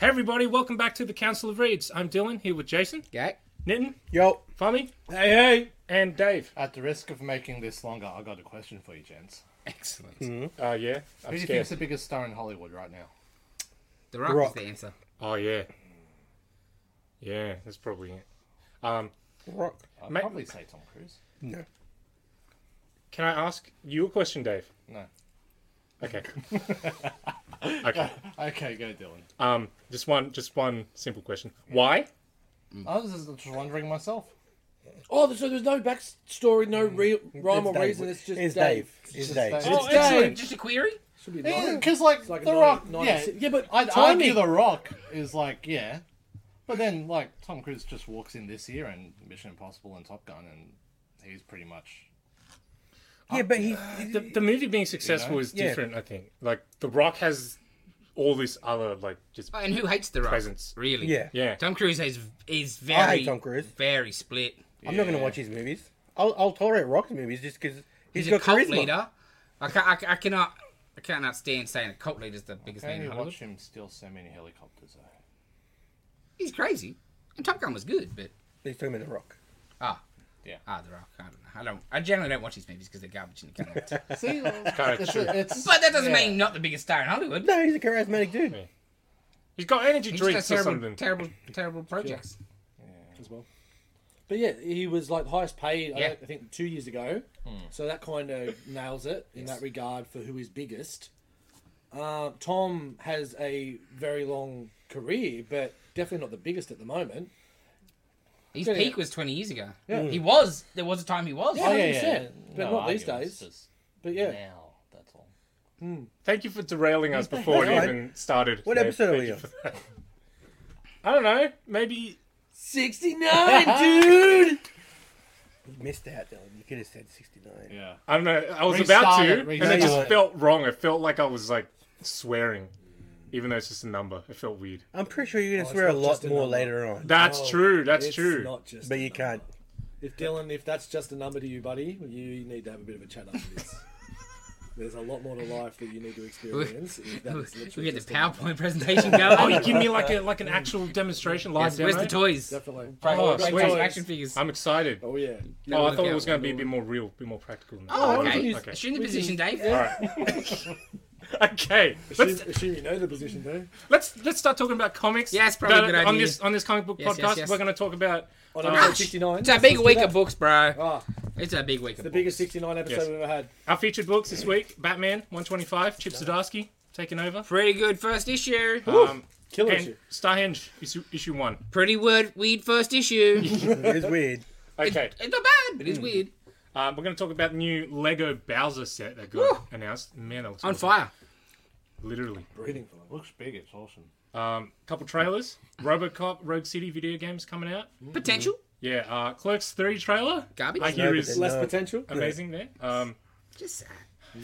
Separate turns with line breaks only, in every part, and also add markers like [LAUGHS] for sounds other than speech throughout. Hey everybody, welcome back to the Council of Reeds. I'm Dylan here with Jason,
Okay.
Nitin,
Yo.
Fummy,
Hey, hey.
and Dave.
At the risk of making this longer, I got a question for you, gents.
Excellent.
Hmm.
Oh yeah,
Who
I'm
do you think's
scared.
the biggest star in Hollywood right now?
The rock,
Rock.
was the answer.
Oh yeah, yeah, that's probably it. Um,
Rock.
I'd
Ma-
probably say Tom Cruise.
No.
can I ask you a question, Dave?
No.
[LAUGHS]
Okay. okay.
Okay, go Dylan.
Um, just one, just one simple question. Why?
Um,
I was just, just wondering myself.
Oh, so there's no backstory, no real rhyme or
Dave.
reason. It's just
it's
Dave.
Dave. It's
just
Dave.
Dave.
Oh,
Dave.
excellent. Just a query.
Should be nine.
Because, like,
like a
The
nine-
Rock,
nine
yeah,
si- yeah, but
I'd
timing.
argue The Rock is like, yeah. But then, like, Tom Cruise just walks in this year and Mission Impossible and Top Gun, and he's pretty much.
Yeah, but he.
The, the movie being successful is
Yeah.
different, I think. Like The Rock has all this other like just
Oh, and who hates the rock?
Presence.
Really?
Yeah.
yeah.
Tom Cruise is is very
Tom Cruise.
very split.
I'm not going to watch his movies. I'll, I'll tolerate Rock's movies just because
He's,
he's
a
got
cult
charisma.
leader. I, ca- I, ca- I cannot I cannot stand saying a cult leader's the biggest
Can
thing in
you
Hollywood.
watch him steal so many helicopters, though?
He's crazy. And Top Gun was good, but
He's talking about The Rock.
ah
Yeah.
ah the rock. I don't know. I don't. I generally don't watch his movies because they're garbage and you
[LAUGHS]
can't. act.
See?
[LAUGHS]
kinda
it's,
true.
it's,
but that doesn't
yeah.
mean he's not the biggest star in Hollywood.
No, he's a charismatic dude.
He's got energy
He just
drinks
has
or
terrible,
something.
terrible, terrible projects.
as well. But yeah, he was like highest paid. I,
Yeah.
don't- I think two years ago.
Hmm.
So that kind of nails it in that regard for who is biggest. Uh, Tom has a very long career, but definitely not the biggest at the moment.
His
Yeah, yeah.
peak was 20 years ago. He was. There was a time he was.
Oh, yeah, yeah.
100%, but not these
arguments,
days.
just
But yeah,
Now, that's all.
Thank you for derailing us before it
Alright.
even started.
What
Dave.
episode are
Thank
we
you
on?
for that. I don't know. Maybe
sixty nine, dude.
You missed out, Dylan. You could have said 69.
Yeah.
I don't know. I was
Restart
about
it,
to, and
restart
it just
it.
felt wrong. It felt like I was like swearing, even though it's just a number. It felt weird.
I'm pretty sure you're going to
Oh, it's
swear a
not
lot
just a
more
number.
later on.
That's
Oh,
true. That's
it's
true.
Not just
But
a
you
number.
can't.
If Dylan, if that's just a number to you, buddy, you need to have a bit of a chat
[LAUGHS]
after this. There's a lot more to life that you need to experience. if that is
we
literally
get
just
the
a number.
PowerPoint presentation [LAUGHS]
oh,
[LAUGHS]
going.
you give me like a like an actual demonstration live
Yes,
demo.
where's the toys?
Definitely.
Right,
Oh,
right,
sweet.
right, action figures.
I'm excited.
Oh
Oh,
yeah.
I
look
thought it
out.
was going to be a bit more real, a bit more practical. than that.
Oh, okay.
use-
Okay.
Assume the position, Dave.
All right. okay. Let's
Assume, assume you know the position, though.
let's let's start talking about comics.
Yeah, it's probably a
But
good
on
idea.
this on this comic book
Yes,
podcast.
yes, yes.
We're going to talk about
Oh,
On
Um,
episode 69.
It's a big
Let's
week
do
of books, bro.
that. Ah,
It's a big week of
the
books.
biggest 69 episode
Yes.
we've ever had.
our featured books this week. Batman 125. Chip Zdarsky taking over.
Pretty good first issue.
Um,
Killer
and
issue.
Starhenge issue, issue one.
Pretty weird, weird first [LAUGHS] issue.
It
[LAUGHS]
is weird.
Okay,
It's not bad, but it's weird.
um, we're going to talk about the new Lego Bowser set that got
Woo!
announced. Man, that looks
On
awesome.
fire.
Literally.
Breathing for
Looks big, it's awesome.
Um, couple trailers. RoboCop, Rogue City video games coming out.
Potential.
Yeah, uh, Clerks 3 trailer.
Garbage.
I hear
No,
is
but
Less
No.
potential.
amazing there. Um,
Just sad.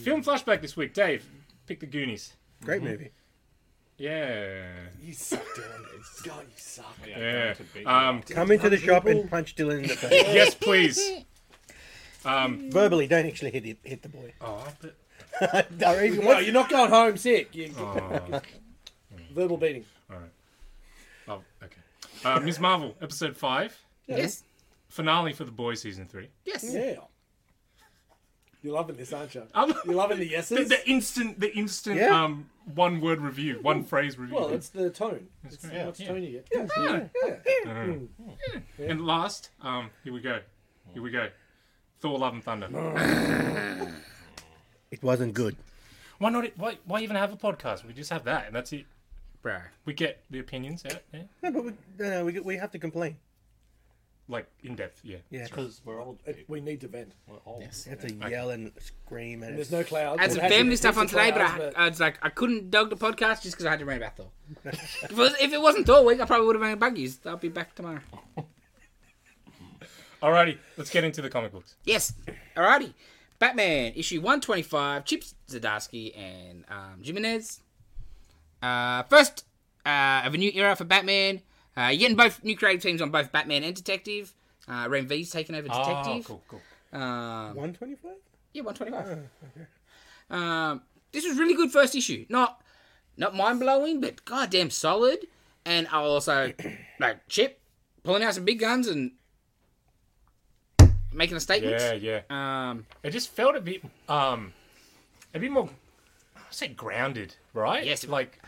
film flashback this week. Dave, pick the Goonies.
Great
Mm-hmm.
movie.
Yeah.
You suck, Dylan. God, you suck.
Yeah.
it's a big
Um,
Come into the shop and punch Dylan in the
[LAUGHS]
face.
yes,
[LAUGHS]
please. Um,
Verbally, don't actually hit, it, hit the boy.
oh, I bet-
Don't even
No,
want-
you're not going home sick. You,
oh,
[LAUGHS] Verbal beating.
oh, okay. Uh, Ms. Marvel, episode 5.
Yes.
Finale for the boys season 3.
Yes.
Yeah. You're loving this, aren't you?
I'm-
You're loving the
Oh. The,
yeses.
the instant, the instant,
Yeah.
um, one word review, one phrase review.
Well, it's the tone. It's
great.
how much
Yeah.
tone you get.
And last, um, here we go, here we go. Thor: Love and Thunder.
It wasn't good.
Why not? e, Why, why even have a podcast? We just have that, and that's it.
Bro.
We get the opinions out, yeah,
No, but we, no, no, we, we have to complain.
like in depth. Yeah.
Yeah.
Because we're old.
It- We need to vent.
We're old.
You have to yell and scream and
There's no clouds.
I had some
It has
family
been
stuff on today, but I,
65 hours,
I was like, I couldn't dog the podcast just because I had to rant about Thor. if, it was, if it wasn't Thor week, I probably would have rang Buggies. I'll be back tomorrow.
Alrighty, let's get into the comic books.
Yes. Alrighty. Batman issue 125, Chip Zdarsky and um, Jimenez. Uh, first uh, of a new era for Batman. Uh, you're getting both new creative teams on both Batman and Detective. Uh, Ren V's taking over Detective.
Ah, cool, cool.
Um,
125?
yeah, 125. Um, this was really good first issue. Not not mind blowing, but goddamn solid. and I'll also like Chip pulling out some big guns and making a
Yeah,
statement.
yeah.
Um,
It just felt a bit, um, a bit more. I say grounded, right?
Yes.
Like,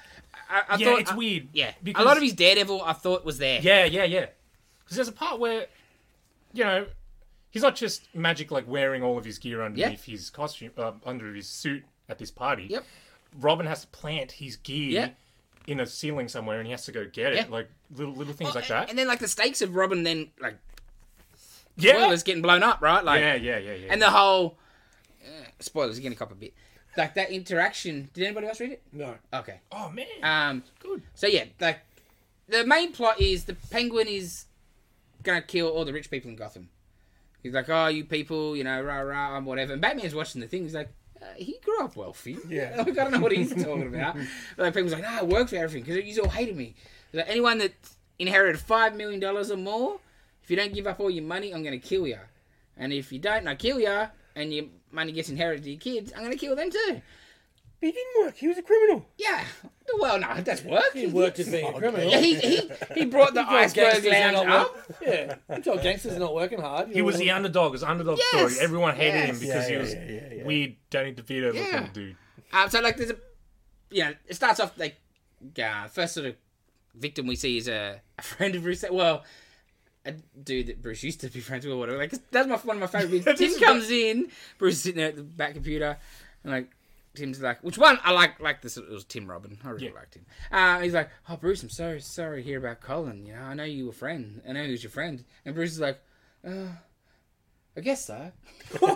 I, I
yeah,
thought
it's
I-
weird.
Yeah,
because-
a lot of his Daredevil I thought was there.
Yeah, yeah, yeah. Because there's a part where, you know, he's not just magic like wearing all of his gear underneath his costume, uh, under his suit at this party.
Yep.
Robin has to plant his gear
Yeah.
in a ceiling somewhere, and he has to go get it.
Yeah.
Like little little things
Well,
like
a-
that.
And then like the stakes of Robin then like
yeah.
spoilers getting blown up, right? Like
yeah, yeah, yeah, yeah.
and the whole uh, spoilers you're gonna cop a bit. Like that interaction. Did anybody else read it?
No.
Okay.
oh man,
Um.
good.
So yeah, like the main plot is the Penguin is gonna kill all the rich people in Gotham. He's like, oh, you people, you know, rah rah, I'm whatever. And Batman's watching the thing. He's like, uh, he grew up wealthy.
Yeah.
[LAUGHS] like, I don't know what he's talking about. Like people's like, nah, I worked for everything because you all hated me. He's like anyone that inherited five million dollars or more, if you don't give up all your money, I'm gonna kill you. And if you don't, and I kill you, and your money gets inherited to your kids, I'm gonna kill them too.
But he didn't work. He was a criminal.
Yeah. Well, no, that's work.
He worked
[LAUGHS]
at being a criminal.
Oh, Yeah, he, he, [LAUGHS] he brought the iceberg
Gangsters are
lounge
not
up.
work- Yeah, you told gangsters are not working hard.
He was the underdog. His underdog
Yes,
story. Everyone hated
yes.
him because
Yeah,
he was
yeah, yeah, yeah.
weird, Danny DeVito
Yeah.
looking dude.
Um, so like, there's a, you know, it starts off like, uh, first sort of victim we see is a, a friend of Bruce. Well, a dude that Bruce used to be friends with or whatever. Like, that's my one of my [LAUGHS] favorite bits. Tim comes in, Bruce is sitting there at the back computer, and like. Tim's like, which one? I like, like this. It was Tim Robin. I really
Yeah.
liked him. Uh, he's like, oh Bruce, I'm so sorry to hear about Colin. You know, I know you were friend. I know he was your friend. And Bruce is like, uh, I guess so.
yeah,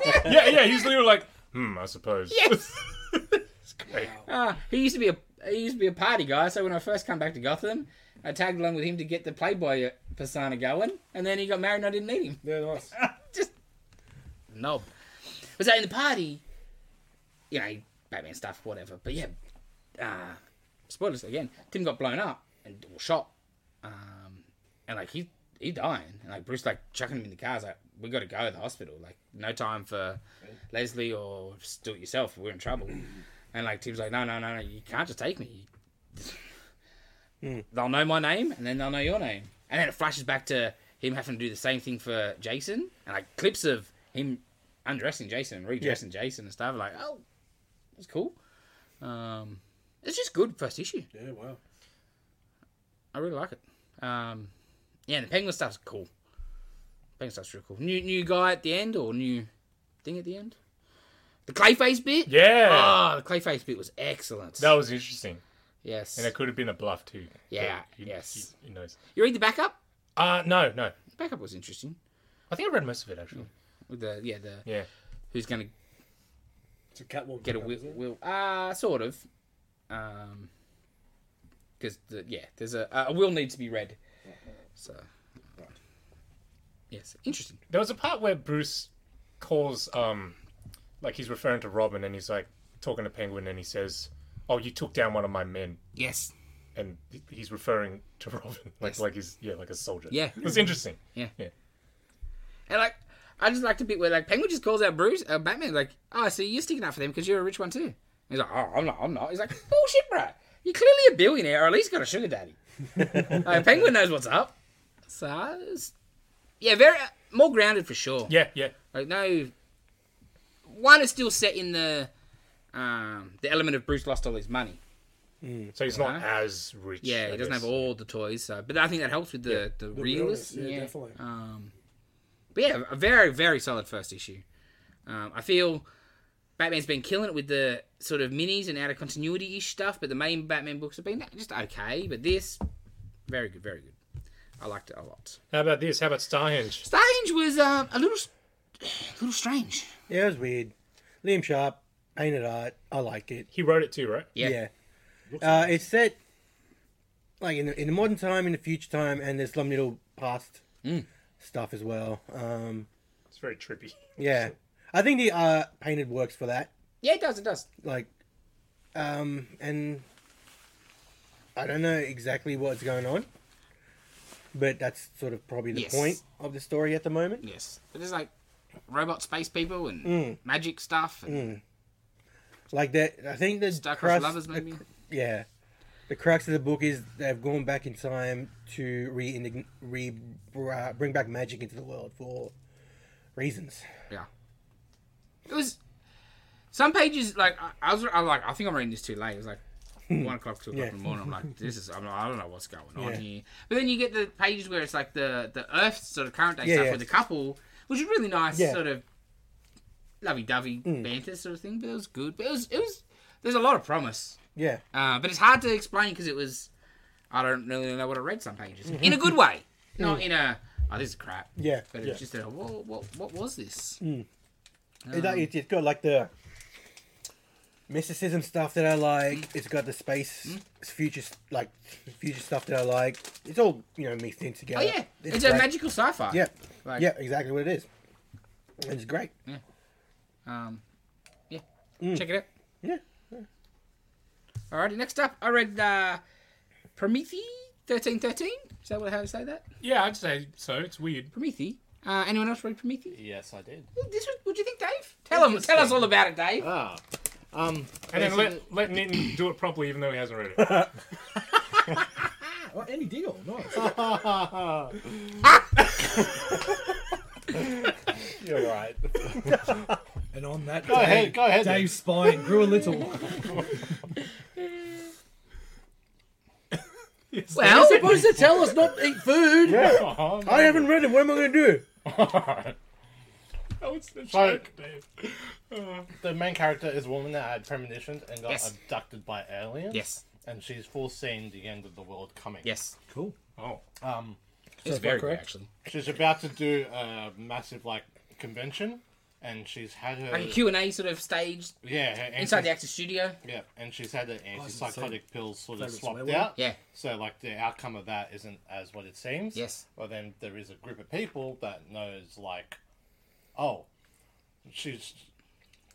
yeah. He's literally like, hmm, I suppose.
Yes.
It's great.
Ah, he used to be a he used to be a party guy. So when I first come back to Gotham, I tagged along with him to get the Playboy uh, persona going, and then he got married and I didn't need him.
Yeah, nice.
[LAUGHS] No, was that in the party? You know, Batman stuff, whatever. But yeah, uh, spoilers again. Tim got blown up and or shot, um, and like he he dying, and like Bruce like chucking him in the cars. Like we got to go to the hospital. Like no time for Leslie or just do it yourself. We're in trouble. And like Tim's like, no, no, no, no, you can't just take me. They'll know my name, and then they'll know your name. And then it flashes back to him having to do the same thing for Jason, and like clips of him undressing Jason, and redressing Jason, and stuff. Like, oh, that's cool. Um, it's just good first issue.
Yeah, wow.
I really like it. Um, yeah, and the penguin stuff's cool. Penguin stuff's real cool. New new guy at the end or new thing at the end. The clayface
[LAUGHS]
bit.
Yeah.
Ah, the clayface bit was excellent.
That was interesting.
yes.
And it could have been a bluff too.
Yeah,
But Who,
yes.
Who, who knows?
you read the backup?
Uh no, no.
Backup was interesting.
I think I read most of it
Mm.
actually.
With the yeah the
Yeah.
who's gonna
It's a Catwoman.
get a
cover,
will,
isn't it?
will uh sort of um because the, yeah there's a a will needs to be read so yes interesting
There was a part where Bruce calls um like he's referring to Robin and he's like talking to Penguin and he says, "Oh, you took down one of my men."
yes
And he- he's referring to [LAUGHS] Robin like
Yes.
like he's yeah, like a soldier.
Yeah.
It was interesting.
Yeah.
Yeah.
and like I just like to bit where like Penguin just calls out Bruce uh, Batman like oh so you're sticking up for them because you're a rich one too And he's like oh I'm not I'm not he's like bullshit bro you're clearly a billionaire or at least got a sugar daddy like, Penguin knows what's up so it's- yeah very uh, more grounded for sure
Yeah, yeah.
Like no, one is still set in the um, the element of Bruce lost all his money.
So he's not as rich.
Uh-huh. Yeah,
I
he doesn't
guess.
have all the toys. So, but I think that helps with the the, realness.
realness, yeah, definitely.
Um, but yeah, a very very solid first issue. Um, I feel Batman's been killing it with the sort of minis and out of continuity ish stuff, but the main Batman books have been just okay. But this, very good, very good. I liked it a lot.
How about this? How about Starhenge?
Starhenge was um, a little, a [SIGHS] little strange.
Yeah, it was weird. Liam Sharp, painted art. I liked it.
He wrote it too, right?
Yeah.
Yeah. Uh, it's set like in the, in the modern time, in the future time, and there's some little past
Mm.
stuff as well. Um,
It's very trippy.
yeah, I think the uh, painted works for that.
Yeah, it does. It does.
Like, um, and I don't know exactly what's going on, but that's sort of probably the
Yes.
point of the story at the moment.
Yes, but there's like robot space people and
Mm.
magic stuff and
Like that, I think the
Star Starcross
crust-
lovers
the
maybe.
cr- yeah, The crux of the book is they've gone back in time to re, re bra- bring back magic into the world for reasons.
Yeah. It was some pages like I, I was I like I think I'm reading this too late. It was like one o'clock, two o'clock
Yeah.
in the morning. I'm like, this is I'm, I don't know what's going on
Hmm. Yeah.
here. But then you get the pages where it's like the the Earth sort of current day
Yeah,
stuff
yeah.
with the couple, which is really nice
Yeah. Mm.
sort of lovey dovey banter sort of thing. But it was good. But it was it was there's a lot of promise.
Yeah.
Uh, but it's hard to explain because it was I don't really know what I read some pages in a good way, not in a oh this is crap.
Yeah.
But
yeah. Mm.
it's just a what, what what was this?
It,
um,
it, it's got like the mysticism stuff that I like.
Hmm?
It's got the space future s- like future stuff that I like. It's all you know mixed in together.
Oh yeah, it's, a
great.
magical sci-fi.
Yeah,
Like-
yeah, exactly what it is. It's great.
Um, yeah. Check it out.
Mm. Yeah.
Alrighty, next up, I read uh, Prometheus 1313. Is that what, how to say that?
Yeah, I'd say so. It's weird.
Prometheus. Uh, anyone else read Prometheus?
Yes, I did.
This was, what do you think, Dave? Tell, him, tell us all about it, Dave.
Ah. Um,
And then
basically-
let let Nitin do it properly, even though he hasn't read it.
Oh, Andy Deal, nice.
You're
[LAUGHS]
right. [LAUGHS]
and on that,
Go ahead, go ahead.
Dave's spine grew a little. [LAUGHS]
well,
supposed to tell us not to eat food.
Oh,
I haven't read it. What am I going to do?
no, it's the
So-
joke, Dave.
The main character is a woman that had premonitions and got
Yes.
abducted by aliens.
yes,
And she's foreseeing the end of the world coming.
yes.
Cool.
Oh,
Um,
It's
is that
very good,
correct?
actually.
she's about to do a massive like convention, and she's had her
Like a Q&A sort of stage
yeah her
inside
anti-
the actor studio.
yeah, and she's had her
Oh,
antipsychotic pills sort of
Favourite
swapped
swear word?
out.
Yeah.
So like the outcome of that isn't as what it seems.
Yes.
Well, then there is a group of people that knows like, oh, she's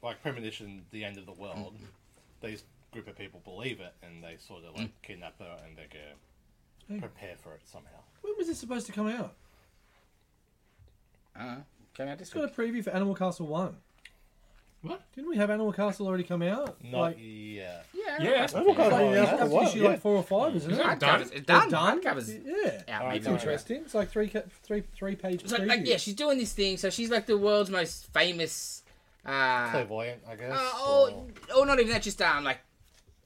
like premonition the end of the world.
Mm.
These group of people believe it, and they sort of
Mm.
like kidnap her, and they go prepare for it somehow.
When was this supposed to come out?
Uh, can I just
It's got a preview for Animal Castle One.
What?
Didn't we have Animal Castle already come out?
Not
like,
yeah.
Yeah.
yeah.
it's like-
Oh, yeah,
that's
wow,
issue
yeah.
like four or five, isn't it?
that-
Hard
Done?
covers. It's done.
Done?
Hard covers.
Yeah.
Out,
Alright,
maybe.
It's
no, no.
interesting. It's like three, ca- three, three page.
It's like, like,
preview.
yeah, she's doing this thing. So she's like the world's most famous. Uh,
Clairvoyant, I guess.
uh,
or-
or, or not even that, just um, like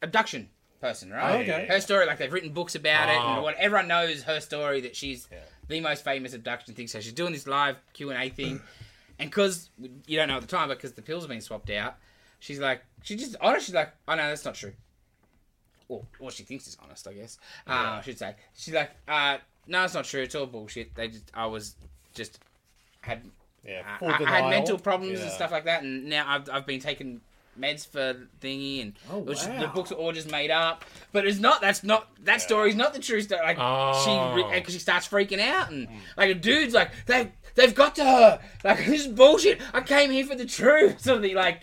abduction person, right?
Oh, okay.
Her story, like they've written books about it,
Oh.
and what everyone knows her story that she's
Yeah.
the most famous abduction thing. So she's doing this live Q and A thing, and because you don't know at the time, but because the pills have been swapped out, she's like, she just honest. She's like, oh no, that's not true. Or, or she thinks it's honest, I guess. Uh, I should say she's like, uh, no, it's not true. It's all bullshit. They just, I was just had
yeah,
I-
full
I, I
denial.
had mental problems and
Yeah.
stuff like that, and now I've, I've been taking meds for thingy, and
Oh,
it was just- the
wow.
books are all just made up. But it's not. That's not that story's not the true story. Like
Oh.
she, because she starts freaking out, and
Mm.
like a dude's like they they've got to her. Like [LAUGHS] this is bullshit. I came here for the truth. [LAUGHS] Something like,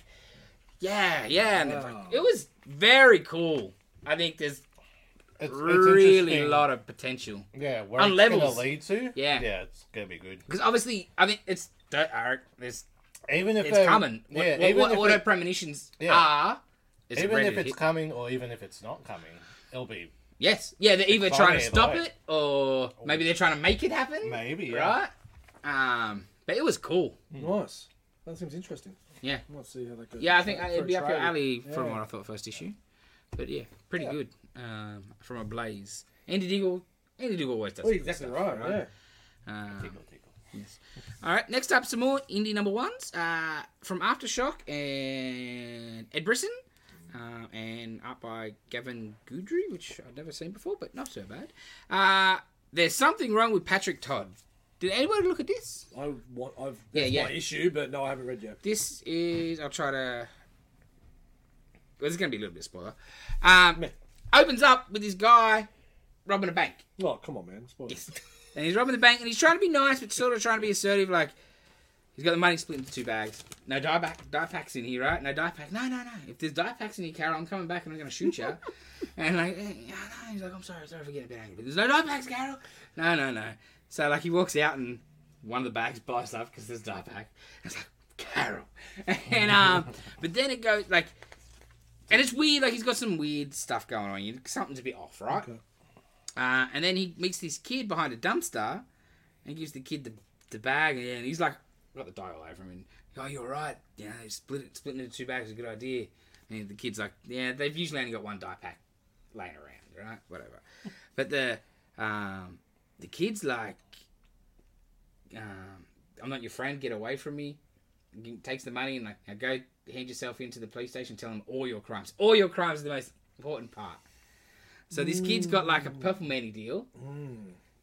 yeah, yeah. And it's like-
Wow.
it was very cool. I think there's
It's, it's
really a
interesting.
lot of potential.
yeah. Where
on
it's
levels.
gonna lead to?
Yeah.
yeah, it's gonna be good.
Because obviously, I think it's there's
Even if
it's
they-
coming. What,
Yeah,
what,
even
what,
if
what
it-
her premonitions
Yeah.
are. Is it
even
ready
if
to
it's
hit?
coming or even if it's not coming, it'll be
yes, yeah, they're either
it's
trying to
funny,
stop
like-
it or maybe they're trying to make it happen.
maybe yeah.
right? Um, but it was cool.
nice. That seems interesting.
Yeah.
Let's see how that goes. Uh,
Yeah, I think
For-
it'd
for
be up your
trade.
alley from
Yeah.
what I thought first issue. But yeah, pretty good. Um, from a blaze. Andy Deagle. Andy Deagle always does.
Well,
it.
exactly right. Yeah.
Um,
Tickle, tickle.
all right, next up, some more indie number ones uh, from Aftershock and Ed Brisson, uh, and art by Gavin Goodry, which I've never seen before, but not so bad. Uh, there's something wrong with Patrick Todd. Did anybody look at this?
I want. I've.
Yeah,
That's
yeah.
My issue, but no, I haven't read yet.
This is. I'll try to. Well, it's going to be a little bit spoiler. Um, opens up with this guy robbing a bank.
Oh, come on, man. Spoilers.
and he's robbing the bank and he's trying to be nice but sort of trying to be assertive like he's got the money split into two bags no die, back, die packs in here right no die pack no no no if there's die packs in here Carol I'm coming back and I'm gonna shoot you and like eh, yeah, no. he's like I'm sorry sorry for getting a bit angry but there's no die packs Carol no no no so like he walks out and one of the bags buys up because there's [LAUGHS] die pack it's like Carol and um but then it goes like and it's weird. Like he's got some weird stuff going on. You- Something's a bit off, right? Uh, and then he meets this kid behind a dumpster, and gives the kid the, the bag, and he's like, got the die all over him, and oh, you're right. Yeah, they split it, splitting it into two bags is a good idea. And the kid's like, yeah, they've usually only got one die pack laying around, right? Whatever. But the um, the kid's like, um, I'm not your friend. Get away from me. He takes the money and like, now go hand yourself into the police station. Tell them all your crimes. All your crimes are the most important part. So this kid's got like a purple mani deal,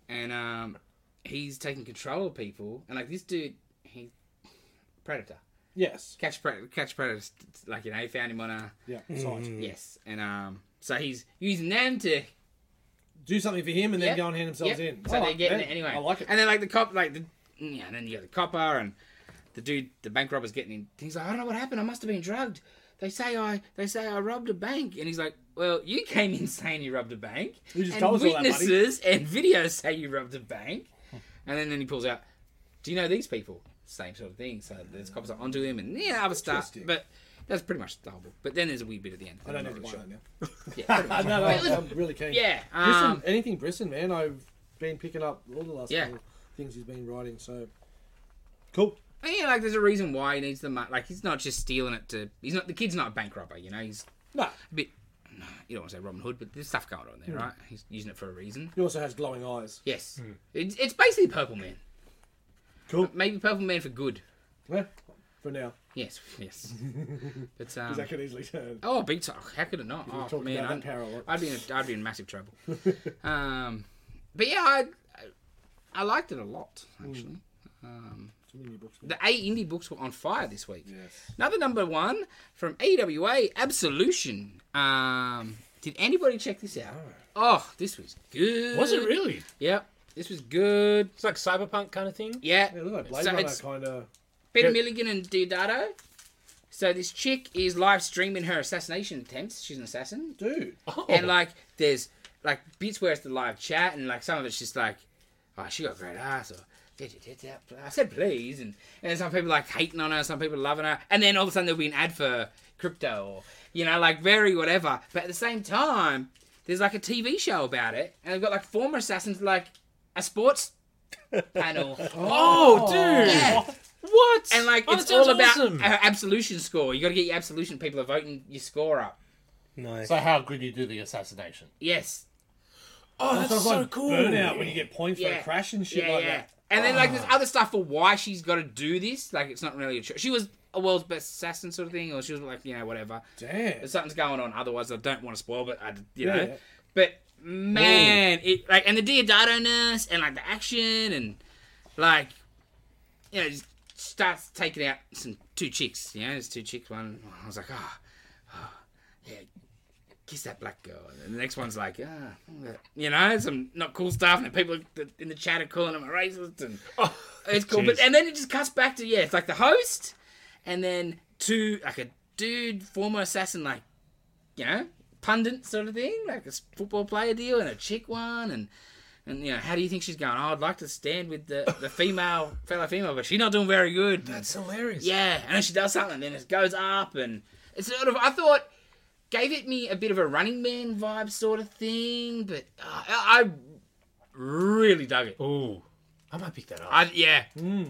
and um, he's taking control of people. And like this dude, he predator
Yes.
catch predator catch predator. Like you know, he found him on a
Yeah. Side.
yes, and um, so he's using them to
Do something for him and then
Yep.
go and hand themselves
Yep.
in.
So
I
they're
like
getting
that.
it anyway.
I like it.
And then like the cop, like the yeah, and then you got the copper and the dude, the bank robber's getting in. He's like, I don't know what happened. I must have been drugged. They say I, they say I robbed a bank, and he's like, Well, you came in saying you robbed a bank.
You just
and
told us all that, buddy."
witnesses and videos say you robbed a bank. and then, then he pulls out, Do you know these people? Same sort of thing. So there's cops are onto him and yeah, other stuff.
Interesting.
But that's pretty much the whole book. But then there's a wee bit at the end.
I don't
I'm
need to
not
buy that
really
now. [LAUGHS]
sure. Yeah, pretty
I
much. [LAUGHS]
know.
Wait,
I'm really keen.
yeah.
Brisson,
Um,
anything Brisson, man. I've been picking up all the last
Yeah.
couple things he's been writing. So cool.
And yeah, like there's a reason why he needs the money. Like he's not just stealing it to. He's not the kid's not a bank robber. You know, he's
No,
a bit. No, you don't want to say Robin Hood, but there's stuff going on there,
Hmm.
right? He's using it for a reason.
he also has glowing eyes.
Yes, it's, it's basically Purple Man.
Cool.
Maybe Purple Man for good.
Yeah. For now,
Yes,
[LAUGHS]
yes. but um,
that could easily turn.
oh, big time! How could it not?
We're
Oh
talking
man,
about
I'm,
that power a lot.
I'd be in a, I'd be in massive
[LAUGHS]
trouble. um, but yeah, I I liked it a lot
Hmm.
actually.
Too many books.
The eight indie books were on fire this week.
Yes.
Another number one from AWA Absolution. Um, did anybody check this out? Oh, this was good.
Was it really?
Yep, this was good.
It's like cyberpunk kind of thing.
Yeah,
Yeah, look like Blade
So
Runner
it's-
kind of.
Ben
Yeah.
Milligan and Deodato. So this chick is live streaming her assassination attempts. She's an assassin,
Dude,
and like there's like bits where it's the live chat, and like some of it's just like, oh, she got great ass, or "Did you did that?" I said please, and and some people like hating on her, some people loving her, and then all of a sudden there'll be an ad for crypto or you know like very whatever. But at the same time, there's like a TV show about it, and they've got like former assassins like
[LAUGHS]
a sports panel.
Oh, dude!
Yeah.
What?
And like
Oh, that
it's
sounds
all about
awesome.
our absolution score. You got to get your absolution. People are voting your score up.
Nice.
So how could you do the assassination?
Yes,
oh, that's,
sounds
so
like
cool.
burnout when you get points for
Yeah.
a crash and shit like that. Ah.
And then like there's other stuff for why she's got to do this. Like it's not really a tr- she was a world's best assassin sort of thing, or she was like you know whatever.
Damn.
There's something's going on. Otherwise, I don't want to spoil, but I you
Yeah,
know.
yeah.
But man, it like and the Deodato nurse and like the action and like you know just starts taking out some two chicks. You know, there's two chicks. One I was like ah. ah, yeah, Kiss that black girl, and the next one's like, ah, you know, some not cool stuff, and people in the chat are calling him a racist, and
Oh,
it's cool. But
Jeez.
and then it just cuts back to yeah, it's like the host, and then two like a dude, former assassin, like you know, pundit sort of thing, like a s- football player deal, and a chick one, and and you know, how do you think she's going? Oh, I'd like to stand with the the female fellow female, but she's not doing very good.
that's hilarious.
Yeah, and then she does something, then it goes up, and it's sort of. I thought gave it me a bit of a Running Man vibe sort of thing, but uh, I I really dug it.
Ooh, I might pick that up.
I, yeah,
Hmm.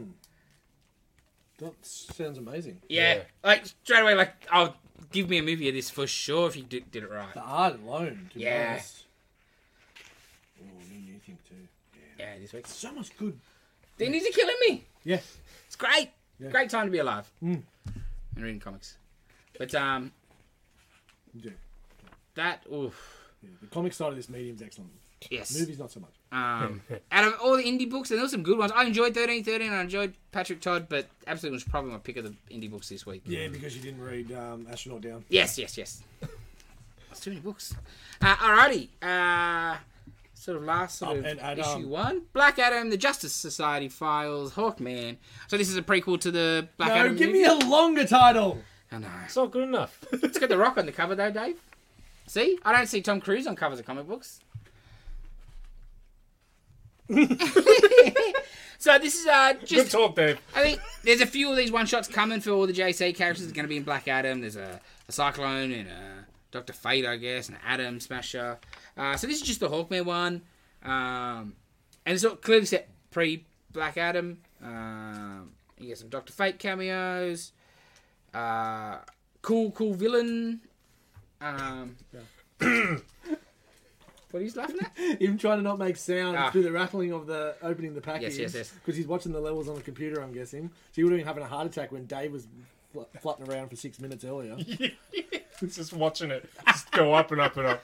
That sounds amazing.
yeah,
Yeah.
like straight away, like I'll give me a movie of this for sure if you did, did it right.
The art alone, to
Yeah.
be honest. Oh, new new thing too.
Yeah, this week.
So much good.
They need to killing me.
Yeah.
It's great.
Yeah.
Great time to be alive and reading comics. But um,
Yeah.
that oof,
Yeah, The comic side of this medium's excellent.
yes.
Movies not so much.
[LAUGHS] Um, out of all the indie books, and there were some good ones. I enjoyed 1313 and I enjoyed Patrick Todd, but Absolute was probably my pick of the indie books this week.
Yeah, because you didn't read um, Astronaut Down.
Yes, yes, yes. That's too many books. Uh, alrighty. Uh, sort of last sort
Um,
of
and Adam.
issue one. Black Adam, The Justice Society Files, Hawkman. So this is a prequel to the Black
No,
Adam.
give
movie. Oh,
me a longer title.
I know.
It's not good
[LAUGHS]
enough.
It's got The Rock on the cover though, Dave. See, I don't see Tom Cruise on covers of comic
[LAUGHS]
books. [LAUGHS] so this is uh,
good
just
talk, Dave.
I think there's a few of these one shots coming for all the JC characters. There's going to be in Black Adam. There's a a Cyclone and a Doctor Fate, I guess, and Atom Smasher. Uh, so this is just the Hawkman one, um, and it's all clearly set pre Black Adam. Um, you get some Doctor Fate cameos, uh, cool, cool villain. Um, [COUGHS] what are you laughing at?
Even trying to not make sound
Ah.
through the rattling of the opening the package.
yes, yes.
Because he's watching the levels on the computer, I'm guessing. So he would have been having a heart attack when Dave was fl- flutting around for six
[LAUGHS]
minutes earlier.
just watching it just go up and up and up.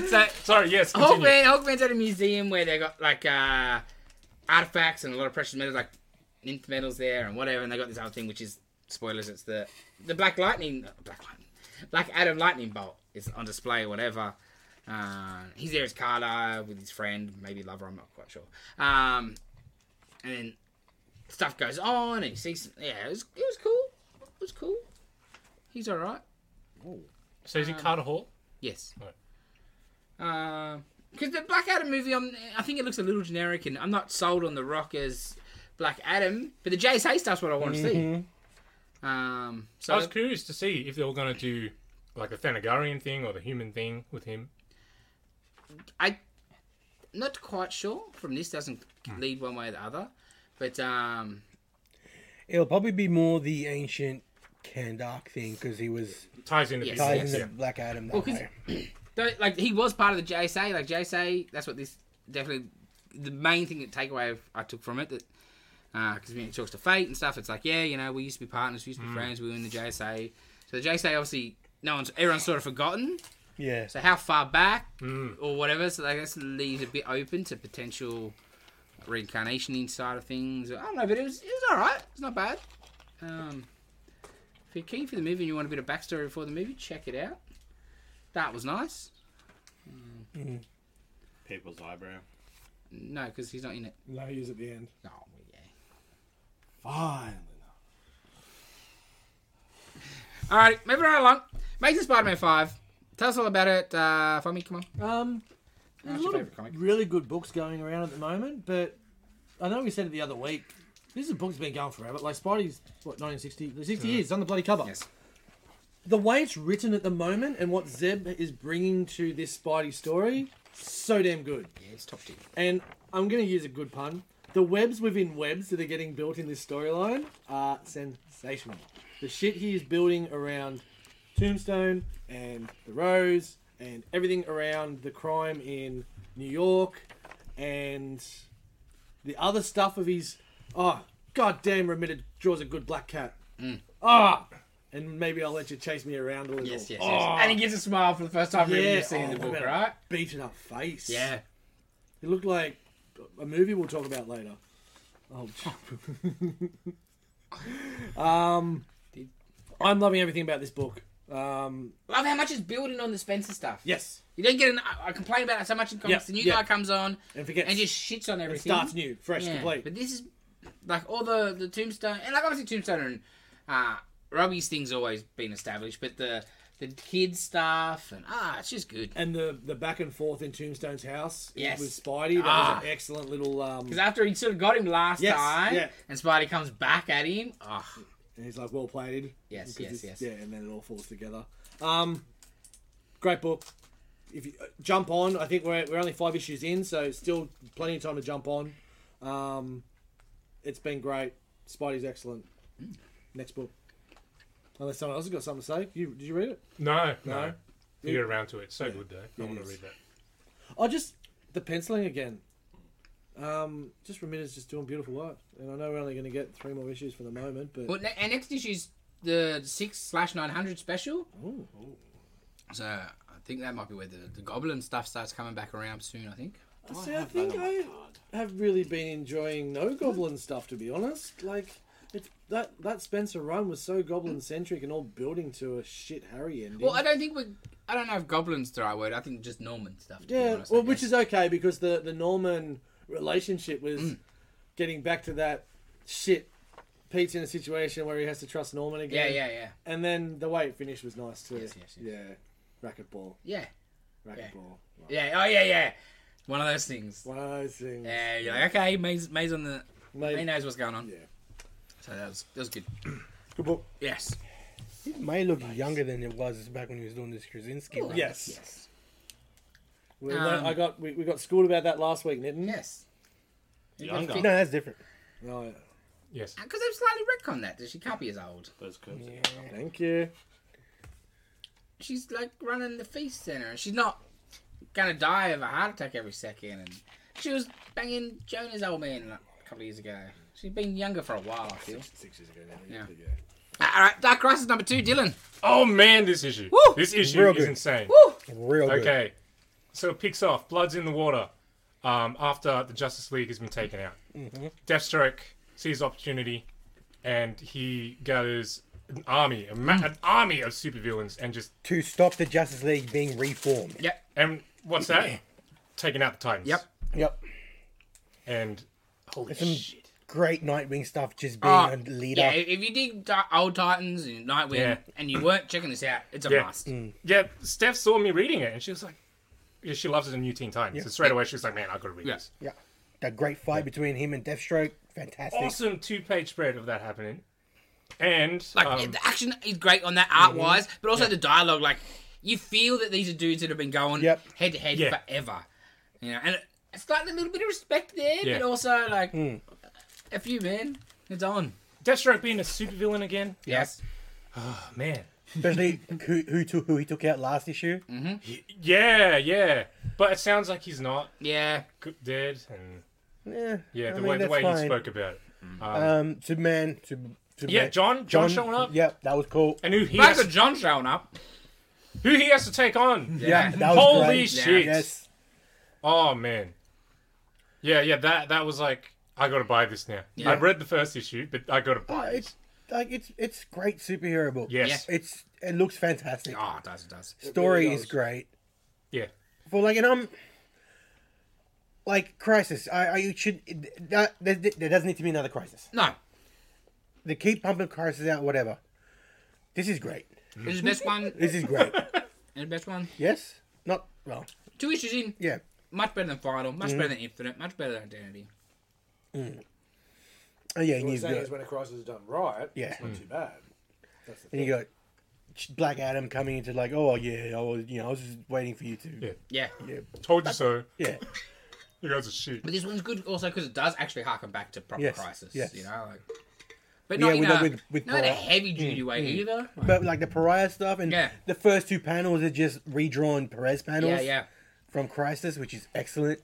So
Sorry, yes,
Oh,
continue.
Hawkman, Hawkman's at a museum where they got like uh, artifacts and a lot of precious metals, like ninth metals there and whatever. And they got this other thing, which is spoilers. It's the the Black Lightning, uh, Black Lightning, Black Adam lightning bolt is on display or whatever. Uh, he's there as Carter with his friend, maybe lover. I'm not quite sure. Um, and then stuff goes on, and he sees. Yeah, it was it was cool. It was cool. He's all right.
So is it Carter Hall?
Yes.
Right.
Because the Black Adam movie, i I think it looks a little generic, and I'm not sold on The Rock as Black Adam, but the JSA stuff's what I want to see. Um,
I
so
was curious to see if they were going to do like the Thanagarian thing or the human thing with him.
I, not quite sure. From this, doesn't lead one way or the other, but um,
It'll probably be more the ancient Kandak thing because he was
Ties into
Yes,
tied
business.
in
yeah.
the Black Adam that
Well, 'cause-
way.
[CLEARS THROAT] though, like he was part of the JSA. Like JSA, that's what this definitely the main thing that takeaway I took from it that uh, because when it talks to fate and stuff, it's like yeah, you know, we used to be partners, we used to be friends, we were in the JSA. So the JSA obviously no one's everyone's sort of forgotten.
Yeah.
So how far back or whatever? So I guess leaves a bit open to potential reincarnation inside of things. I don't know, but it was it was all right. It's not bad. Um, if you're keen for the movie and you want a bit of backstory before the movie, check it out. That was nice.
People's eyebrow.
No, because he's not in it.
No, he is at the end.
No, yeah.
Finally.
All right, moving right along. Amazing Spider-Man Five. Tell us all about it, uh, for me. Come on.
Um, there's a
your
lot of
favourite comic?
really good books going around at the moment, but I know we said it the other week. This is a book's been going forever. Like Spidey's what 1960, 60 years it's on the bloody cover.
Uh-huh. Yes.
The way it's written at the moment and what Zeb is bringing to this Spidey story, so damn good.
Yeah, it's top tier.
And I'm going to use a good pun. The webs within webs that are getting built in this storyline are sensational. The shit he is building around Tombstone and the Rose and everything around the crime in New York and the other stuff of his. Oh, goddamn, remitted draws a good black cat.
Mm.
Ah! and maybe I'll let you chase me around a little.
Yes, yes, yes.
Oh,
And he gets a smile for the first time.
yeah.
Yeah. You've seen in the
Oh,
book,
about a
right?
Beaten up face.
Yeah.
It looked like a movie we'll talk about later. Oh, um, I'm loving everything about this book. Um,
Love how much it's building on the Spencer stuff.
yes,
You don't get an. I- I complain about it so much in comics.
Yeah,
the new
yeah.
guy comes on
and forget
and just shits on everything.
starts new, fresh,
Yeah,
complete.
But this is like all the the tombstone and like obviously tombstone and uh, Robbie's thing's always been established, but the the kid stuff and ah, it's just good.
and the the back and forth in Tombstone's house
Yes.
with Spidey. That
Ah.
was an excellent little. Um,
Because after he sort of got him last
Yes,
time,
yeah.
and Spidey comes back at him, oh,
and he's like, "Well played."
Yes,
Because
yes,
it's-
yes.
Yeah, and then it all falls together. Um, great book. If you uh, jump on, I think we're we're only five issues in, so still plenty of time to jump on. Um, it's been great. Spidey's excellent.
Hmm.
Next book. Unless someone else has got something to say. You did you read it?
No, no.
No.
You get around to it. So good though. I
it
want to
is.
read that.
Oh, just the penciling again. Um, just Ramirez just doing beautiful work, and I know we're only going to get three more issues for the moment, but
Well, ne- and next issue's the six slash nine hundred special. So I think that might be where the, the goblin stuff starts coming back around soon. I think.
See, I think I have really been enjoying no goblin stuff, to be honest. Like, it's that that Spencer run was so goblin centric and all building to a shit Harry ending.
Well, I don't think we. I don't know if goblins the right word. I think just Norman stuff. To
yeah,
Be honest, I
well, which
guess.
is okay because the the Norman relationship was
Mm.
getting back to that shit. Pete's in a situation where he has to trust Norman
Yeah,
again.
yeah, yeah,
And then the way it finished was nice too.
Yes, yes, yes.
Yeah, racquetball,
yeah,
racquetball.
yeah. Oh yeah, yeah. One of those things.
One of those things.
Yeah, you're like okay, May's, May's on the.
Mate,
May knows what's going on.
Yeah.
So that was that was good.
Good book.
Yes.
It may look younger than it was back when he was doing this Krasinski. one.
Yes.
Yes.
We
Um,
learnt- I got we, we got schooled about that last week, didn't we?
Yes.
Younger.
No, that's different.
Oh,
Yes.
Because they've slightly retconned that. that She can't be as old.
Those curves. Yeah.
thank you.
She's like running the feast center, and she's not gonna die of a heart attack every second. And she was banging Jonah's old man like, a couple of years ago. She's been younger for a while. I feel.
Six years ago
Yeah.
now.
All right, Dark Crisis number two, Dylan.
Oh man, this issue.
Woo!
This issue
Real
is
good.
insane.
Woo!
Real good.
Okay, so it picks off. Blood's in the water. Um, after the Justice League has been taken out,
Mm-hmm.
Deathstroke sees opportunity, and he gathers an army, a ma- an army of supervillains, and just
To stop the Justice League being reformed.
Yep.
and what's that? Taking out the Titans.
Yep.
Yep.
And holy
some-
shit.
Great Nightwing stuff, just being
Ah,
a leader.
Yeah, if you dig Di- old Titans and Nightwing,
Yeah.
and you weren't checking this out, it's a
Yeah.
must.
Yeah, Steph saw me reading it, and she was like, yeah, she loves it in New Teen Titans. So straight away she was like, man, I gotta read
Yeah.
this.
Yeah. That great fight between him and Deathstroke. Fantastic.
Awesome two-page spread of that happening, and
Like
um,
the action is great on that art wise, but also the dialogue. Like you feel that these are dudes that have been going
Yep.
head to head
Yeah.
forever, you know. And it's like a little bit of respect there,
Yeah.
but also like a few man, it's on.
Deathstroke being a supervillain again. Oh,
Yes,
Man.
Especially who, who, took, who he took out last issue.
Mm.
Yeah, yeah. But it sounds like he's not
yeah,
g- dead, and
Yeah.
yeah,
I
the
mean,
way the
that's
way he
fine.
spoke about it,
Um, Superman. Sub-
Yeah,
Superman.
John- John showing up.
Yep, that was cool.
and who he
Michael
has,
John showing up.
who he has to take on.
Yeah,
Yeah.
that was
Holy
great.
shit!
Yes.
Oh man. Yeah, yeah. That that was like I gotta buy this now.
Yeah.
I read the first issue, but I gotta buy
Uh,
it.
it's like it's it's great superhero book.
Yes.
It's it looks fantastic.
Oh, it does it does.
Story
really
is
does.
great.
Yeah.
For like and I'm like crisis. I I you should that there, there doesn't need to be another crisis.
No,
They keep pumping crisis out. Whatever. This is great.
Mm-hmm.
it's the best one. It's
This is
[LAUGHS]
great.
the best one.
yes. Not well.
Two issues in,
Yeah.
much better than Final, much better than Infinite, much better than Identity.
Oh yeah. And
What
you
I'm saying
got
is when a crisis is done right,
Yeah. Mm.
it's not too bad. That's the
and you
thing.
got Black Adam coming into like oh yeah I was you know I was just waiting for you to
Yeah.
Yeah.
Told you so.
yeah.
You guys are shit.
But this one's good also because it does actually harken back to proper
Yes,
crisis,
yes.
you know, like. But
Yeah,
not in
with-
a,
with- with
not in a
Paul. Mm,
heavy duty way either. Like,
But like the pariah stuff and
Yeah.
the first two panels are just redrawn Perez panels.
yeah, yeah.
from Crisis, which is excellent.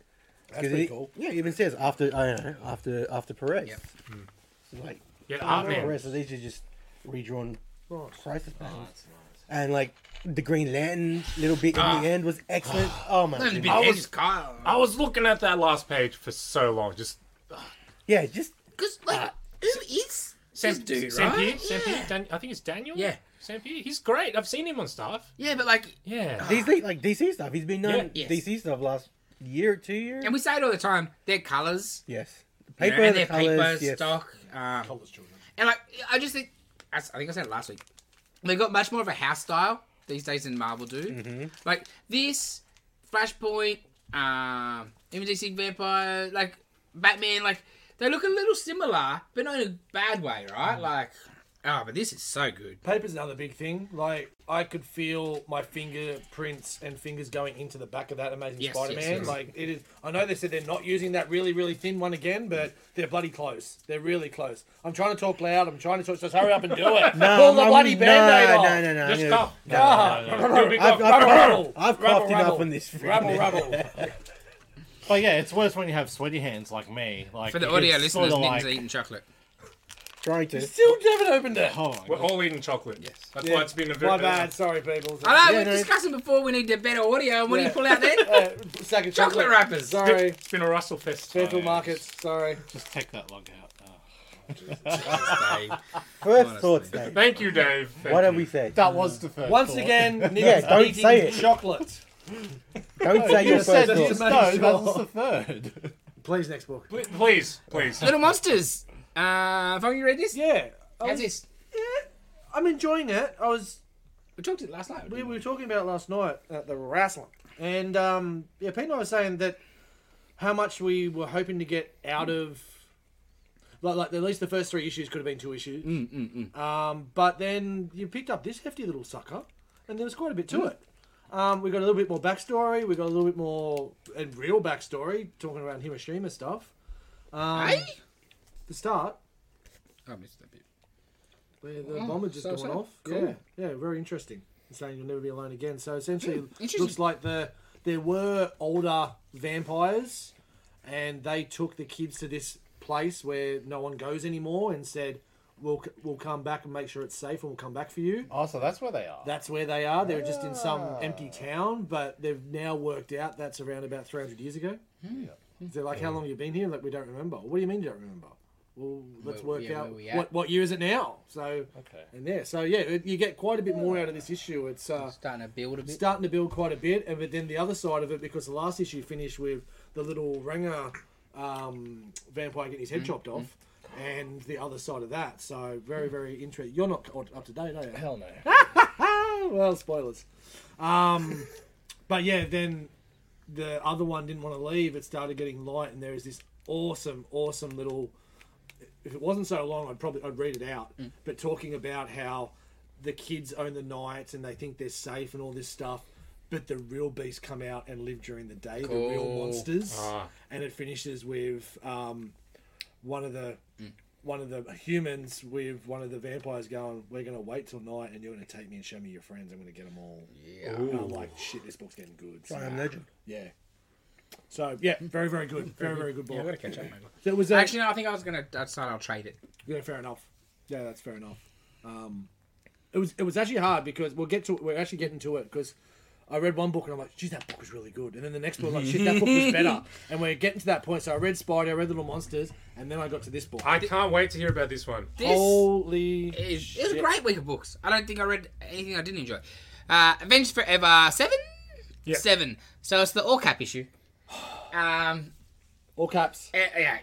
That's
pretty cool.
Yeah, it even says after I don't know, after after Perez.
Yep.
So, like
Yeah, ah man.
Perez, so these are just redrawn Crisis panels.
That's nice.
And like the Green Lantern little bit in the end was excellent. Oh my
Not in the
goodness.
I
big
was-
was, Kyle.
I was looking at that last page for so long. Just
Yeah, just
Because, like,
Uh,
who is
Sam,
this dude,
Sam
right?
Pierre, Sam
yeah.
Pierre, Dan- I think it's Daniel.
Yeah.
Sam Pierre. He's great. I've seen him on stuff. Ah.
yeah, but, like,
Yeah.
these like DC stuff. He's been doing
Yeah, yes.
DC stuff last year, two years.
and we say it all the time, their colours,
yes. The
you know,
paper,
and
the
their
colors,
paper,
yes.
stock. Um,
College children.
And like, I just think, as I think I said it last week, they got much more of a house style these days than Marvel do.
Mm-hmm.
Like this, Flashpoint, um, MDC Vampire, like Batman, like they look a little similar, but not in a bad way, right?
Mm.
Like, oh, but this is so good.
Paper's another big thing. Like I could feel my fingerprints and fingers going into the back of that Amazing
Yes, yes,
Spider-Man.
yes.
Like it is. I know they said they're not using that really, really thin one again, but they're bloody close. They're really close. I'm trying to talk loud. I'm trying to talk. Just hurry up and do
[LAUGHS]
it.
No,
Pull the
I'm-
bloody
no,
band-aid off. [LAUGHS]
no, no, no,
Just
no.
cough.
Ah,
Dude, we
I've,
got-
I've,
Rubble,
I've
rubble,
coughed enough
rubble.
on this. [LAUGHS]
Rabble, rabble.
But yeah, it's worse when you have sweaty hands like me. Like
For the
you
audio
can
listeners,
sorta
Ninja's
like-
eating chocolate.
Trying to.
Still haven't opened it.
Oh my
We're
God.
all eating chocolate. Yes. That's
Yeah,
why it's been a very
My bad. Sorry, people.
I know,
Yeah,
uh, we were
no.
discussing before we need the better audio, and what do you
Yeah.
pull out
[LAUGHS]
then?
Uh, sack of
chocolate
[LAUGHS]
wrappers.
Sorry.
It's been a Russell fest.
Federal
yeah.
markets. Sorry.
Just take that log out. Oh.
First
Honestly.
thoughts, Dave.
Thank you, Dave. Thank
What
you.
have we said?
That was the first.
Once
thought.
again, Nick's
Yeah, don't
eating
say it.
chocolate.
Don't say your
[LAUGHS] you said
first
that's
that
thoughts.
you-
no.
Sure.
That's the third.
Please, next book.
Pl- Please, please.
Little monsters. Uh, have you read this?
Yeah. I
How's
was,
this?
I'm enjoying it. I was.
We talked it last night.
We
didn't we?
were talking about it last night at the wrestling, and um, yeah, Pete and I were saying that how much we were hoping to get out of. Like, like at least the first three issues could have been two issues. Mm, mm, Um, but then you picked up this hefty little sucker, and there was quite a bit to it. Um, we got a little bit more backstory. We got a little bit more and real backstory talking around Hiroshima stuff. Um,
Hey?
The start,
I missed that bit.
the, the
Oh,
bomber just
so
going
sad.
off.
Cool.
Yeah, yeah, very interesting. It's saying you'll never be alone again. So essentially, it
Hmm, interesting.
looks like the there were older vampires, and they took the kids to this place where no one goes anymore, and said, "We'll c- we'll come back and make sure it's safe, and we'll come back for you."
Oh, so that's where they are.
That's where they are. They're just in some empty town, but they've now worked out that's around about 300 years ago.
Yeah.
They're like, how long have you been here? Like, we don't remember. What do you mean you don't remember? Well, let's
Where-
work
yeah,
out
where we at?
what, what year is it now. So,
Okay.
and there. So, yeah, it- you get quite a bit more out of this issue. It's uh,
Starting to build a bit.
starting to build quite a bit, and but then the other side of it, because the last issue finished with the little Ranger um, vampire getting
Mm-hmm.
his head chopped off, and the other side of that. So, very, very interesting. You're not up to date, are you?
Hell no.
Ah, [LAUGHS] well, spoilers. Um, but yeah, then the other one didn't want to leave. It started getting light, and there is this awesome, awesome little. If it wasn't so long, I'd probably I'd read it out. But talking about how the kids own the night and they think they're safe and all this stuff, but the real beasts come out and live during the day. The real
Cool.
monsters,
Ah.
and it finishes with um, one of the one of the humans with one of the vampires going, "We're going to wait till night, and you're going to take me and show me your friends. I'm going to get them all."
Yeah.
And I'm like, "Shit, this book's getting good." So,
I am legend.
yeah. So yeah, very very good, very very good book.
Yeah, we gotta catch up, mate.
That was a,
Actually, no, I think I was going to decide I'll trade it.
yeah, fair enough. Yeah, that's fair enough. Um, it was it was actually hard because we'll get to we're actually getting to it because I read one book and I'm like, geez, that book was really good, and then the next book I'm like, shit, that book
[LAUGHS]
was better, and we're getting to that point. So I read Spider, I read Little Monsters, and then I got to this book.
I can't wait to hear about this one.
This
Holy!
is, it was a
shit.
great week of books. I don't think I read anything I didn't enjoy. Uh, Avengers Forever 7?
Yeah.
7. So it's the all cap
[SIGHS]
issue. Um,
All caps.
eh, yeah.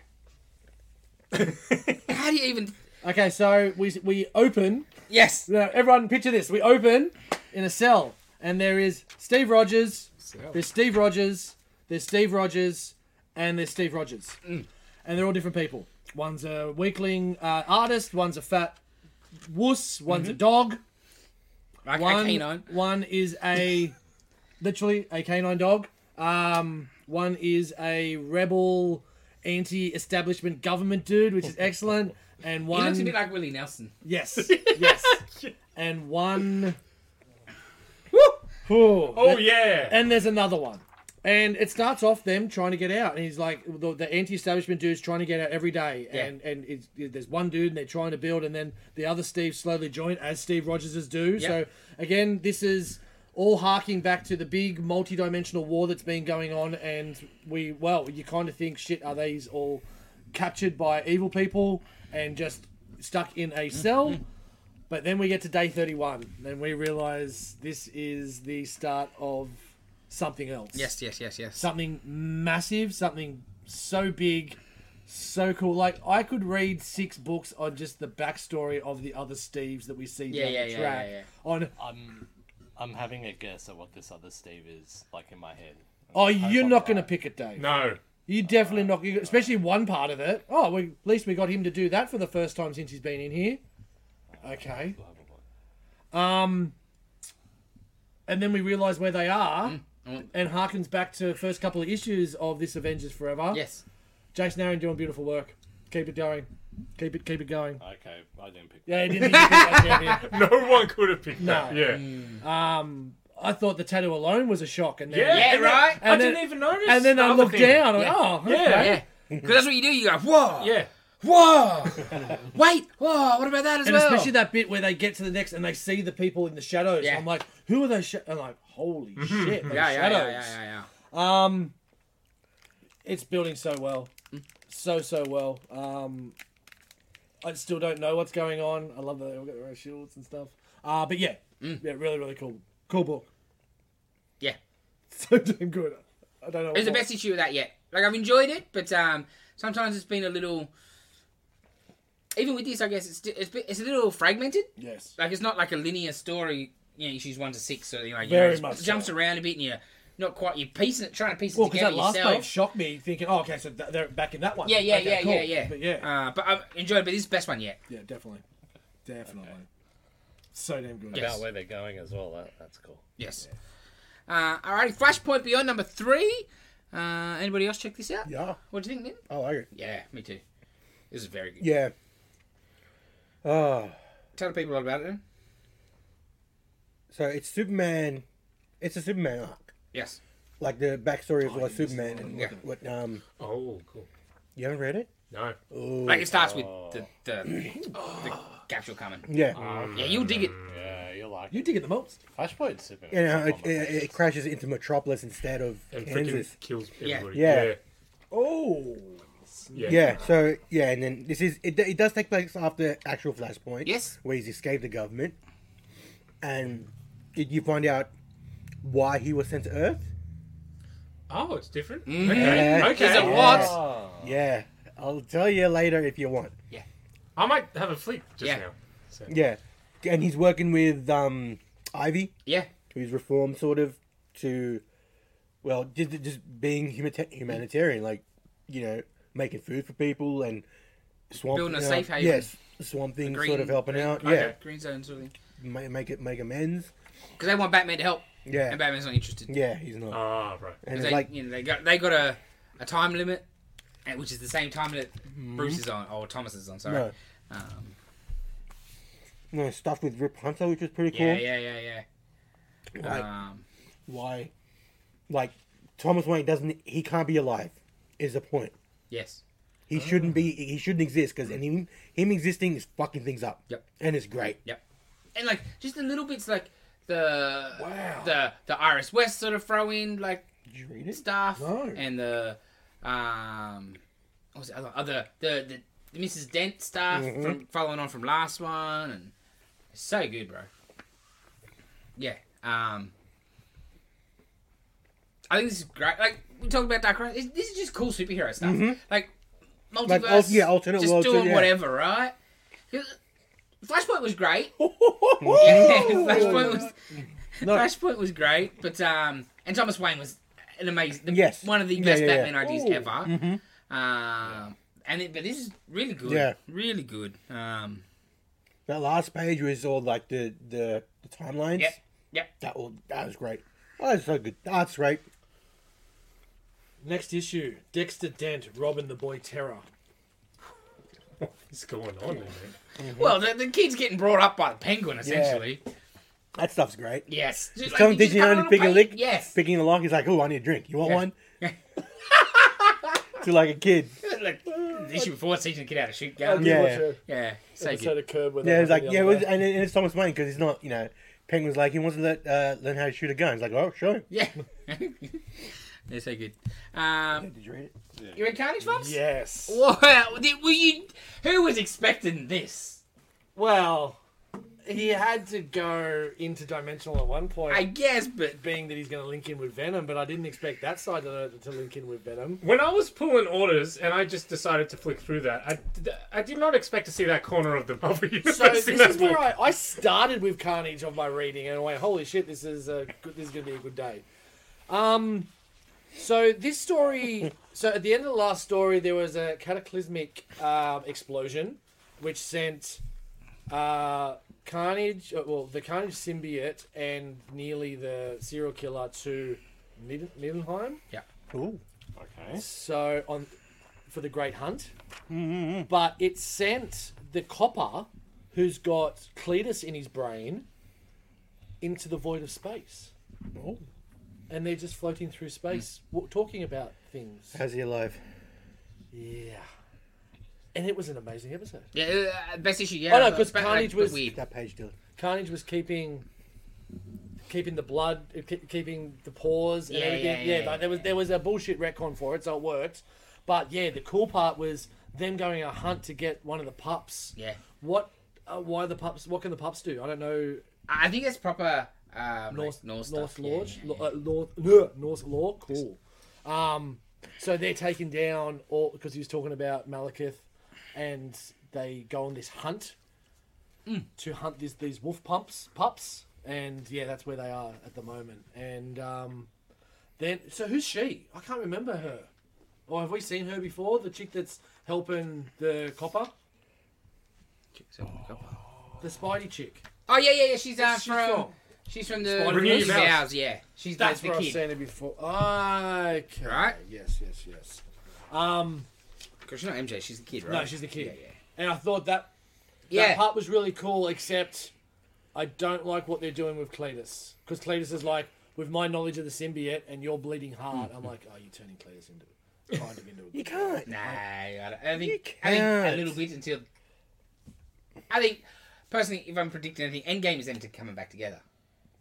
How do you even.
Okay, so we we open.
Yes.
Now, everyone, picture this: we open in a cell, and there is Steve Rogers. There's Steve Rogers. There's Steve Rogers, and there's Steve Rogers,
Mm.
and they're all different people. One's a weakling uh, artist. One's a fat wuss. One's a dog.
Like
One,
Mm-hmm. a canine.
one is a literally a canine dog. Um, one is a rebel anti-establishment government dude, which is excellent. And
He
one
looks a bit like Willie Nelson.
yes, yes, and one.
Woo!
Whew.
Oh yeah.
And there's another one. And it starts off them trying to get out, and he's like the, the anti-establishment dude's trying to get out every day,
Yeah.
and and it's, there's one dude, and they're trying to build, and then the other Steve slowly join as Steve Rogerses do. So again, this is all harking back to the big multi-dimensional war that's been going on, and we well, you kind of think, shit, are these all captured by evil people and just stuck in a cell? But then we get to day 31, and we realize this is the start of something else.
Yes, yes, yes, yes.
Something massive, something so big, so cool. Like, I could read six books on just the backstory of the other Steves that we see
Yeah,
down
yeah,
the
yeah,
track.
yeah, yeah.
On,
I'm, I'm having a guess at what this other Steve is like in my head.
oh,
I hope
you're
I'm
not going to
right.
pick it, Dave.
No.
You're definitely not, you- especially one part of it. Oh, we, at least we got him to do that for the first time since he's been in here. Okay.
Blah, blah, blah.
Um, and then we realize where they are,
mm.
and harkens back to first couple of issues of this Avengers Forever.
Yes.
Jason Aaron doing beautiful work. Keep it going. Keep it. Keep it going.
Okay, I didn't pick.
Yeah,
[LAUGHS]
he didn't. Think you could watch out here.
No one could have picked that.
No.
Yeah.
Mm.
um, I thought the tattoo alone was a shock, and then,
Yeah,
Yeah,
and
right?
I
And then-
didn't even notice.
and then
the
I
other
looked
thing.
down. I'm like,
Yeah.
oh, okay.
Yeah. Because that's what you do. You go, whoa.
Yeah.
[LAUGHS]
Whoa. Wait. Whoa. What about that as
And
well?
especially that bit where they get to the next and they see the people in the shadows.
Yeah. Mm-hmm.
I'm like, who are those? Sh-? I'm like, holy shit, those
yeah, yeah,
shadows.
yeah, yeah, yeah, yeah.
Um, it's building so well, so so well. Um, I still don't know what's going on. I love that they all got their own shields and stuff. Uh, but yeah,
Mm.
yeah, really really cool, cool book. [LAUGHS]
Yeah.
So damn good. I don't know.
It's the
what-
best issue of that yet. Like I've enjoyed it, but um, sometimes it's been a little. Even with this, I guess it's it's, bit- it's a little fragmented.
Yes.
Like it's not like a linear story. You know, issues one to six, so you know, you
Very
know, it's-
much
it jumps
so.
around a bit, and you not quite. You're piecing it, trying to piece it
Well, because
together
that last
yourself.
page shocked me, thinking, "Oh, okay, so th- they're back in that one."
yeah, yeah,
Okay,
yeah,
cool.
yeah, yeah.
But yeah,
uh, but I'm enjoying. But this is the best one yet.
yeah, definitely, definitely, so damn good.
Yes.
About where they're going as well. That, that's cool.
Yes. Uh, alrighty, Flashpoint Beyond number three. Uh, anybody else check this out?
Yeah,
What do you think, Nick?
I like it.
Yeah, me too. This is very good.
Yeah. Oh,
Tell the people all about it. Then.
so it's Superman. It's a Superman arc,
Yes.
like the backstory of like
Oh, you missed
Superman
it.
and
Yeah.
what. Um,
Oh, cool.
you haven't read it?
No.
Oh,
Like it starts with the the, the capsule coming.
yeah.
Yeah, you'll dig it.
Yeah, you like
You dig it the most.
Flashpoint Superman.
You know, uh, it, it, it crashes into Metropolis instead of
And
Kansas.
freaking kills everybody.
Yeah.
Yeah.
Oh,
Yeah.
Yeah, so yeah, and then this is it. It does take place after actual Flashpoint.
Yes.
where he's escaped the government, and did you find out why he was sent to Earth?
Oh, it's different.
Yeah.
Okay.
Mm-hmm. Is it
okay.
what?
Ah.
Yeah, I'll tell you later if you want.
I might have a flick just
Yeah.
now. So,
Yeah, and he's working with um Ivy,
Yeah.
who's reformed sort of to, well, just just being humita- humanitarian, like you know, making food for people and swamp
Building a
uh,
safe haven.
Yes, swamp thing sort of
green- Oh,
helping out.
okay.
Green Zone sort of thing.
Yeah, ma- make it make amends.
Because they want Batman to help,
Yeah,
and Oh. Batman's not interested.
yeah, he's not.
Ah, right.
and
'Cause
it's
they,
like
you know, they got they got a, a time limit, and- which is the same time that
Mm-hmm.
Bruce is on, or Thomas is on. Sorry.
No.
Um,
you know, stuff with Rip Hunter, which was pretty cool.
yeah, yeah, yeah, yeah.
Like
Um,
why, like Thomas Wayne doesn't he can't be alive is the point.
yes. Ah.
He shouldn't be. He shouldn't exist because and him him existing is fucking things up.
Yep.
And it's great.
Yep. And like just the little bits like the
Wow.
the the Iris West sort of throw in like
Did you read it?
stuff
No.
and the um what was the other, other the, the the Mrs. Dent stuff
Mm-hmm.
from following on from last one and it's so good, bro. Yeah. Um I think this is great. Like we talked about Dark Knight, this- this is just cool superhero stuff. Like multiverse,
al- Mm-hmm. yeah, alternate
just
worlds,
doing
yeah.
whatever, right? 'Cause Flashpoint was
[LAUGHS]
great. Yeah, Flashpoint was Flashpoint was great, but um, and Thomas Wayne was an amazing, the-
Yes.
one of the
Yeah,
best
yeah, yeah.
Batman ideas ever. Um, and it, but this is really good.
Yeah.
really good. Um,
That last page was all like the the, the timelines.
yep, yep.
That all that was great. Oh, that's so good. That's great.
Next issue: Dexter Dent, Robin the Boy Terror.
What's going on, there, man?
Well, the, the kid's getting brought up by the Penguin essentially.
That stuff's great.
Yes. Just,
Some
they just
Digimon
have little
pick a
play-
lick.
Yes.
Picking the lock, he's like, "Oh, I need a drink. You want
Yeah.
one?" [LAUGHS] to like
[LAUGHS]
a kid.
like, the issue before it's teaching the kid how to shoot guns.
Yeah.
Yeah. So good.
of Curb where they
Yeah,
have
it's like
the
yeah, it
other
was,
guy.
and, it- and it's Thomas Wayne because he's not, you know, Penguin's like he wants to let uh, learn how to shoot a gun. He's like, oh, sure.
Yeah. [LAUGHS] They're so good. Um,
Did you read it?
you read Carnage Bumps?
Yes.
Wow, did- were you? Who was expecting this?
Well, he had to go interdimensional at one point,
I guess, but
being that he's going to link in with Venom, but I didn't expect that side to, to link in with Venom.
When I was pulling orders and I just decided to flick through that, I, d- I did not expect to see that corner of the Marvel [LAUGHS] universe.
So
in
this
that
is
book.
where I, I started with Carnage on my reading, and I went, "Holy shit, this is a good, this is going to be a good day." Um, so this
[LAUGHS]
story, so at the end of the last story, there was a cataclysmic um, explosion, which sent uh, Carnage, uh, well, the Carnage symbiote and nearly the serial killer to Mid- Middenheim.
Cool.
Okay.
So on for the Great Hunt, but it sent the copper, who's got Cletus in his brain, into the void of space,
Oh.
and they're just floating through space, w- talking about
[LAUGHS]
things.
How's he alive?
Yeah, and it was an amazing episode.
Yeah, uh, best issue. Yeah.
Oh, no,
but-
'cause
but,
Carnage
but
was-
weird.
That page did.
Carnage was keeping. Keeping the blood, keep- keeping the paws, and
Yeah,
everything.
yeah,
Yeah,
yeah,
like,
yeah,
there was there was a bullshit retcon for it, so it worked. But yeah, the cool part was them going on a hunt to get one of the pups.
Yeah,
What? Uh, why the pups? What can the pups do? I don't know.
I I think it's proper um,
Norse,
North Norse
Norse,
stuff. Yeah,
law,
yeah, yeah.
Uh, law, no, Norse law. Cool. Um, so they're taken down, all because he was talking about Malekith, and they go on this hunt
Mm.
to hunt these these wolf pups, pups, and yeah, that's where they are at the moment. And um, Then so who's she? I can't remember her. Or have we seen her before? The chick that's helping the copper, the Spidey chick.
Oh yeah, yeah, yeah. She's uh,
Where's uh, she
from,
from?
She's from the
Spider-Man.
Renew
Renew
Your Vows.
Vows. Yeah, she's
That's
the, the
where I've
kid.
seen her before. Okay.
Right?
Yes. Yes. Yes. Um.
'Cause she's not MJ. She's the kid, right?
No, she's the kid.
Yeah, yeah.
And I thought that
Yeah.
that part was really cool, except I don't like what they're doing with Cletus. Because Cletus is like, with my knowledge of the symbiote and your bleeding heart, I'm like, oh, you're turning Cletus into kind of
[LAUGHS]
into a
You can't.
Nah, I, don't- I
You
think I think a
can't.
little bit until. I think personally, if I'm predicting anything, Endgame is them to coming back together.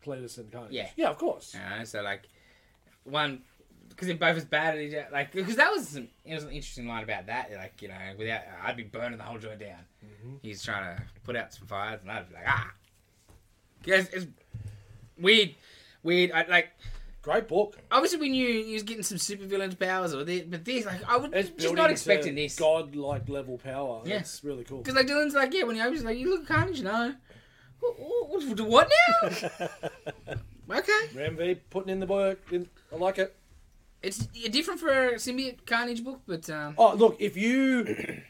Cletus and Carnage.
Yeah.
yeah, of course.
You know? So like, one because they're both as bad at each other. Like because that was some, it was an interesting line about that. Like you know, without I'd be burning the whole joint down. He's trying to put out some fires, and I'd be like, ah, yes, it's weird, weird. I, like
Great book.
obviously we knew he was getting some supervillain powers or this, but this like I would
It's
just not expecting this.
God-like level power.
Yeah.
It's really cool.
Because like Dylan's like, yeah, when he opens, like, you look at Carnage, no. What, what, what now?
[LAUGHS]
okay,
Ram V putting in the work. In, I like it.
it's different for a symbiote Carnage book, but um,
Oh, look, if you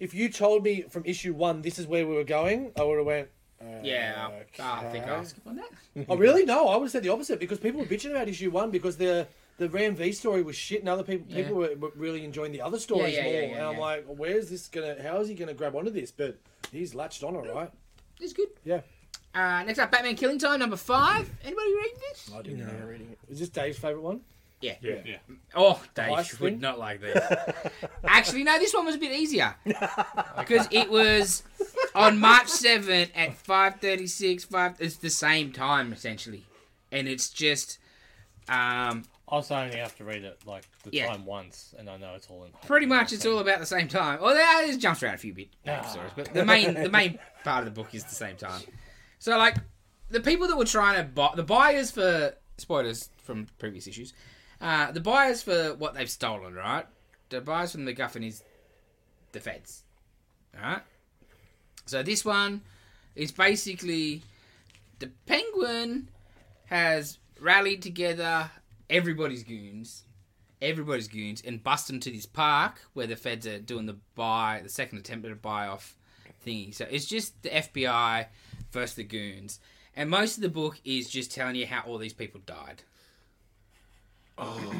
if you told me from issue one this is where we were going, I would have went. Uh,
yeah, I, I think
okay.
I'll skip on that. [LAUGHS]
Oh, really? No, I would have said the opposite because people were bitching about issue one because the the Ram V story was shit, and other people
Yeah.
people were, were really enjoying the other stories
yeah,
more.
yeah, yeah,
and I'm
yeah.
like, where's this gonna? How is he gonna grab onto this? But he's latched on, all right.
It's good.
Yeah,
Uh, next up, Batman Killing Time number five. Anybody read this?
I didn't know reading it. Is this Dave's favorite one?
Yeah.
Yeah.
Yeah.
Oh, Dave
Ice
would
cream?
not like this. [LAUGHS] Actually, no, this one was a bit
[LAUGHS]
easier because it was on March seventh at five thirty six. Five. It's the same time essentially, and it's just. Um,
Also, I only have to read it like the
Yeah.
time once, and I know it's all in.
pretty much it's all about the same time. Well, that just jumps around a few bit episodes, but the main the main part of the book is the same time. So like the people that were trying to buy the buyers for spoilers from previous issues, uh, the buyers for what they've stolen, right? The buyers from the MacGuffin is the feds, all right. So this one is basically the Penguin has rallied together everybody's goons everybody's goons and bust them to this park where the feds are doing the buy, the second attempt at a buy off thingy. So it's just the FBI versus the goons. And most of the book is just telling you how all these people died. Oh.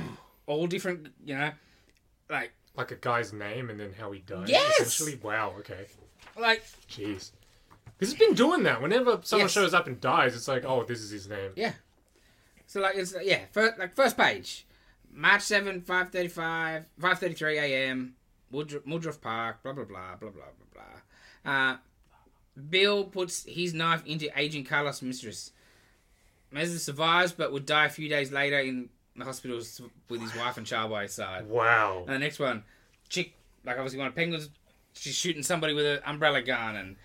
all different, you know, like,
Like a guy's name and then how he died.
Yes!
Essentially. Wow. Okay.
like,
Jeez. This has been doing that. Whenever someone
Yes.
shows up and dies, it's like, oh, this is his name.
Yeah. So like it's yeah, first, like first page, March 7, 5:35, 5:33 a.m. Woodruff, Woodruff Park, blah blah blah blah blah blah blah. Uh, Bill puts his knife into Agent Carlos' mistress. Meza survives, but would die a few days later in the hospital with his wife and child by his side.
Wow.
And the next one, chick, like obviously one of penguins, she's shooting somebody with an umbrella gun and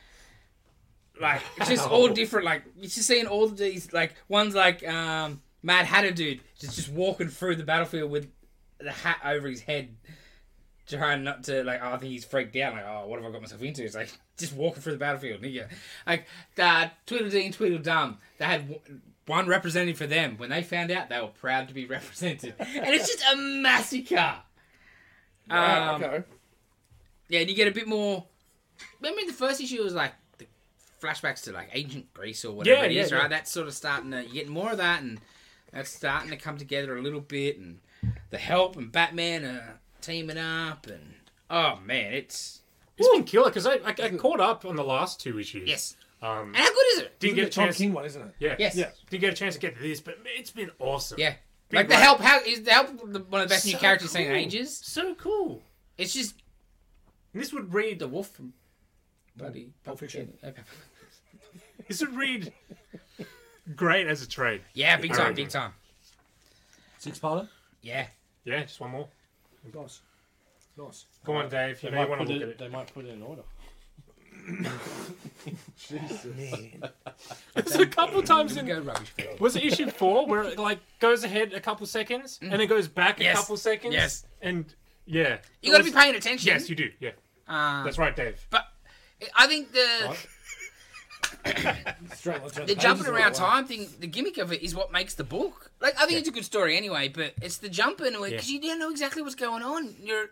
like it's just all different. Like you're just seeing all of these like ones like um Mad Hatter dude just just walking through the battlefield with the hat over his head, trying not to like. Oh, I think he's freaked out. Like oh, what have I got myself into? It's like [LAUGHS] just walking through the battlefield. Nigga. Like the Tweedledee and Tweedledum, they had. w- One representative for them. When they found out, they were proud to be [LAUGHS] represented, and it's just a massacre.
Wow,
Um,
okay.
yeah, and you get a bit more. Remember in the first issue it was like the flashbacks to like ancient Greece or whatever
Yeah,
it is,
yeah,
right?
yeah.
That's sort of starting to you get more of that, and that's starting to come together a little bit, and the help and Batman are teaming up, and oh man, it's
He's been killer because I, I, I caught up on the last two issues.
yes.
Um,
And how good is it?
didn't
Isn't
get
it
a
the Tom
chance.
King one, isn't it?
Yeah.
Yes.
Yeah.
Didn't get a chance to get to this, but it's been awesome.
Yeah.
Big
Like the
right.
help, how is the help the, one of the best new
So
characters seen in
cool.
ages?
So cool.
It's just
And this would read
the wolf from Bloody
Pulp Fiction.
Okay.
This would read great as a trade.
Yeah, big time,
Alright.
big time.
Six parter.
Yeah.
Yeah, just one more.
Nice, nice.
Go on, Dave. You
They
may
might,
want
put
to
it,
look at
they
it.
might put it in order.
It's a couple times
We
in.
go rubbish.
Was it issue four where it like goes ahead a couple seconds and it goes back
Yes.
a couple seconds?
Yes.
And yeah.
You got to be paying attention.
Yes, you do. Yeah.
Uh,
That's right, Dave.
But I think the
Straight onto
The jumping around time thing, the gimmick of it is what makes the book. Like, I think it's a good story anyway, but it's the jumping because you don't know exactly what's going on. You're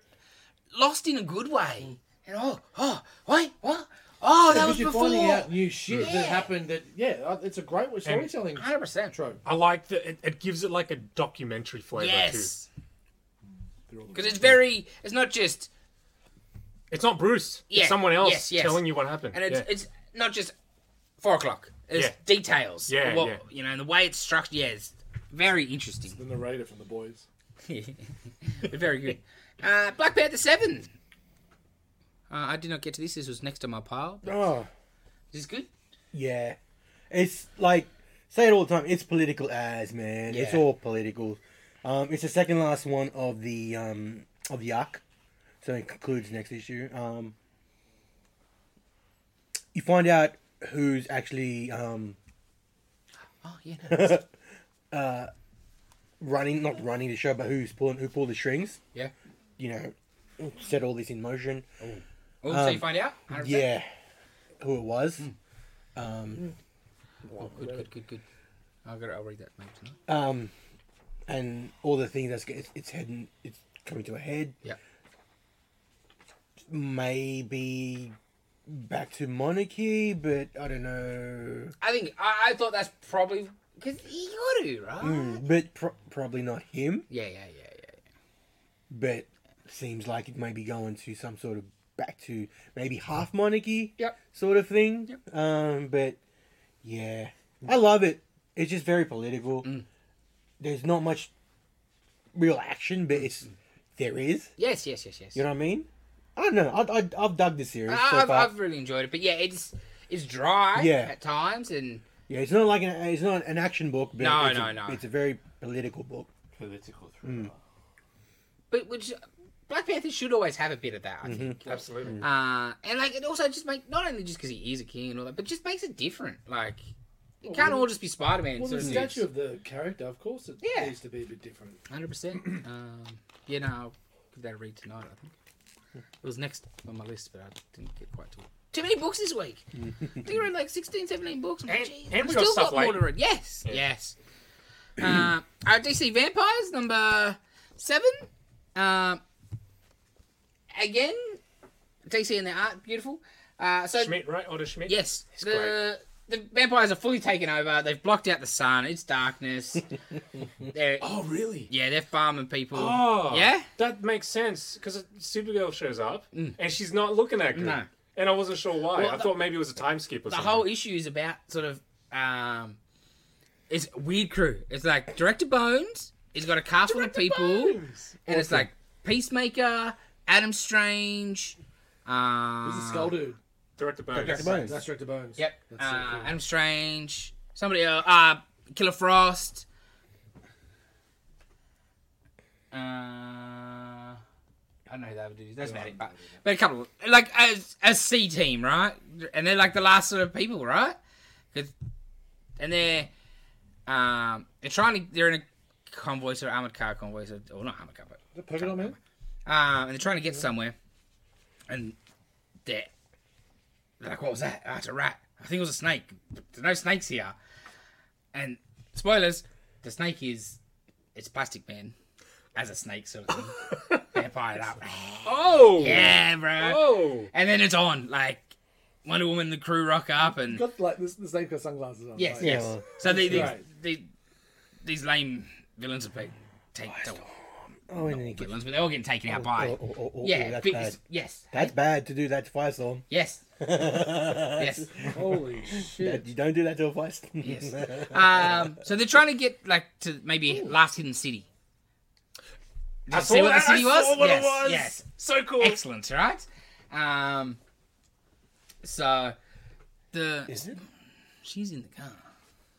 lost in a good
Mm.
way. And oh, oh, wait, what? Oh, that was
Because you're finding
before.
out new shit
Yeah.
that happened. That yeah, uh, it's a great way storytelling
Hundred percent.
trope.
I like that it, it gives it like a documentary flavor
Yes, because it's very. It's not just
too. It's not Bruce.
Yeah,
It's someone else
yes, yes.
telling you what happened.
and it's
yeah.
it's not just four o'clock. It's
Yeah.
details.
Yeah,
of what,
yeah.
You know, and the way it's structured. Yeah, it's very interesting.
The narrator from the boys.
But [LAUGHS] very good. Uh, Black Panther Seven. Uh, I did not get to this. This was next on my pile. Is
Oh,
this good?
yeah. It's like say it all the time. It's political ads, man. It's
Yeah.
all political. Um, it's the second last one of the um of the arc, so it concludes next issue. Um, you find out who's actually um
Oh
[LAUGHS]
yeah. No.
running, not running the show, but who's pulling who pulled the strings.
yeah.
You know, set all this in motion.
Oh, so you find out? 100%?
Um, Yeah, who it was.
Oh, good, good, good, good. I'll go. I'll read that maybe tonight.
um, and all the things that's it's, it's heading, it's coming to a head.
Yeah.
Maybe back to monarchy, but I don't know.
I think I, I thought that's probably because you got to right.
Hmm, But pro- probably not him.
Yeah, yeah, yeah, yeah.
But seems like it may be going to some sort of back to maybe half monarchy.
Yep.
Sort of thing. Um, but yeah, I love it. It's just very political. There's not much real action, but it's there is.
Yes, yes, yes, yes.
You know what I mean? I don't know. I, I, I've dug this series
I,
so
I've,
far.
I've really enjoyed it, but yeah, it's it's dry
Yeah.
at times, and
Yeah, it's not like an it's not an action book, but
No,
it's
no,
a,
no.
It's a very political book.
Political
Hmm.
thriller.
but which Black Panther should always have a bit of that.
Mm-hmm.
I think.
absolutely.
Uh, and like it also just make not only just because he is a king and all that, but just makes it different. Like it can't all just be Spider Man.
Well, the statue of the character, of course, it
Yeah.
needs to be a bit different.
Hundred percent. Um, yeah, no, I'll give that a read tonight. I think it was next on my list, but I didn't get quite to it. Too many books this week.
[LAUGHS]
I think I read like 16, 17 books. I'm like,
And-
"Jeez,
and
I've
we got
still
stuff
got more
late."
to read. Yes, yes. uh, [CLEARS THROAT] our DC Vampires number seven. Um, again, DC and the art beautiful. Uh, so
Schmidt, right? Otto Schmidt.
Yes, the the vampires are fully taken over. They've blocked out the sun. It's darkness. they're,
Oh, really?
yeah, they're farming people.
Oh,
yeah.
That makes sense because Supergirl shows up and she's not looking that good.
No.
And I wasn't sure why.
Well,
I
the-
thought maybe it was a time skip or
The
something.
whole issue is about sort of um, it's weird crew. It's like Director Bones. He's got a cast full of people, and it's like Peacemaker, Adam Strange. Um,
Who's the skull dude?
Director Bones.
Dr. Bones.
That's Director Bones.
Yep. Uh,
That's so cool.
Adam Strange. Somebody else. Uh, Killer Frost. Uh, I don't know who that would do. That's about it. But, but a couple. Of, like, as a C team, right? And they're like the last sort of people, right? 'Cause- and they're. Um, they're trying to. They're in a convoy, so armored car convoy, so, or not armored car, but
The Pokemon man.
um, and they're trying to get somewhere, and they're, they're like, "What was that? Oh, it's a rat. I think it was a snake. But there's no snakes here." And spoilers: the snake is it's Plastic Man as a snake sort of thing, vampire it up.
Oh!
yeah, bro.
Oh!
And then it's on like Wonder Woman, and the crew rock up, and
Got like this. The snake's got sunglasses on.
yes,
Like,
yes.
Yeah.
So they, these
Right.
they, these lame villains are paid. Take,
Oh, and then he gets,
villains, but they're all getting taken out by.
oh, oh, oh, oh,
yeah,
oh, that's
big-
bad.
yes,
That's bad to do that to Firestorm.
[LAUGHS]
yes, yes.
Holy
[LAUGHS]
shit.
That- You don't do that to a Firestorm. [LAUGHS]
Yes. Um, so they're trying to get like to maybe last hidden city.
I
see what the
that-
city
I
was?
saw what
Yes,
it was.
yes.
So cool.
Excellent, right? Um, so the
Is it?
she's in the car.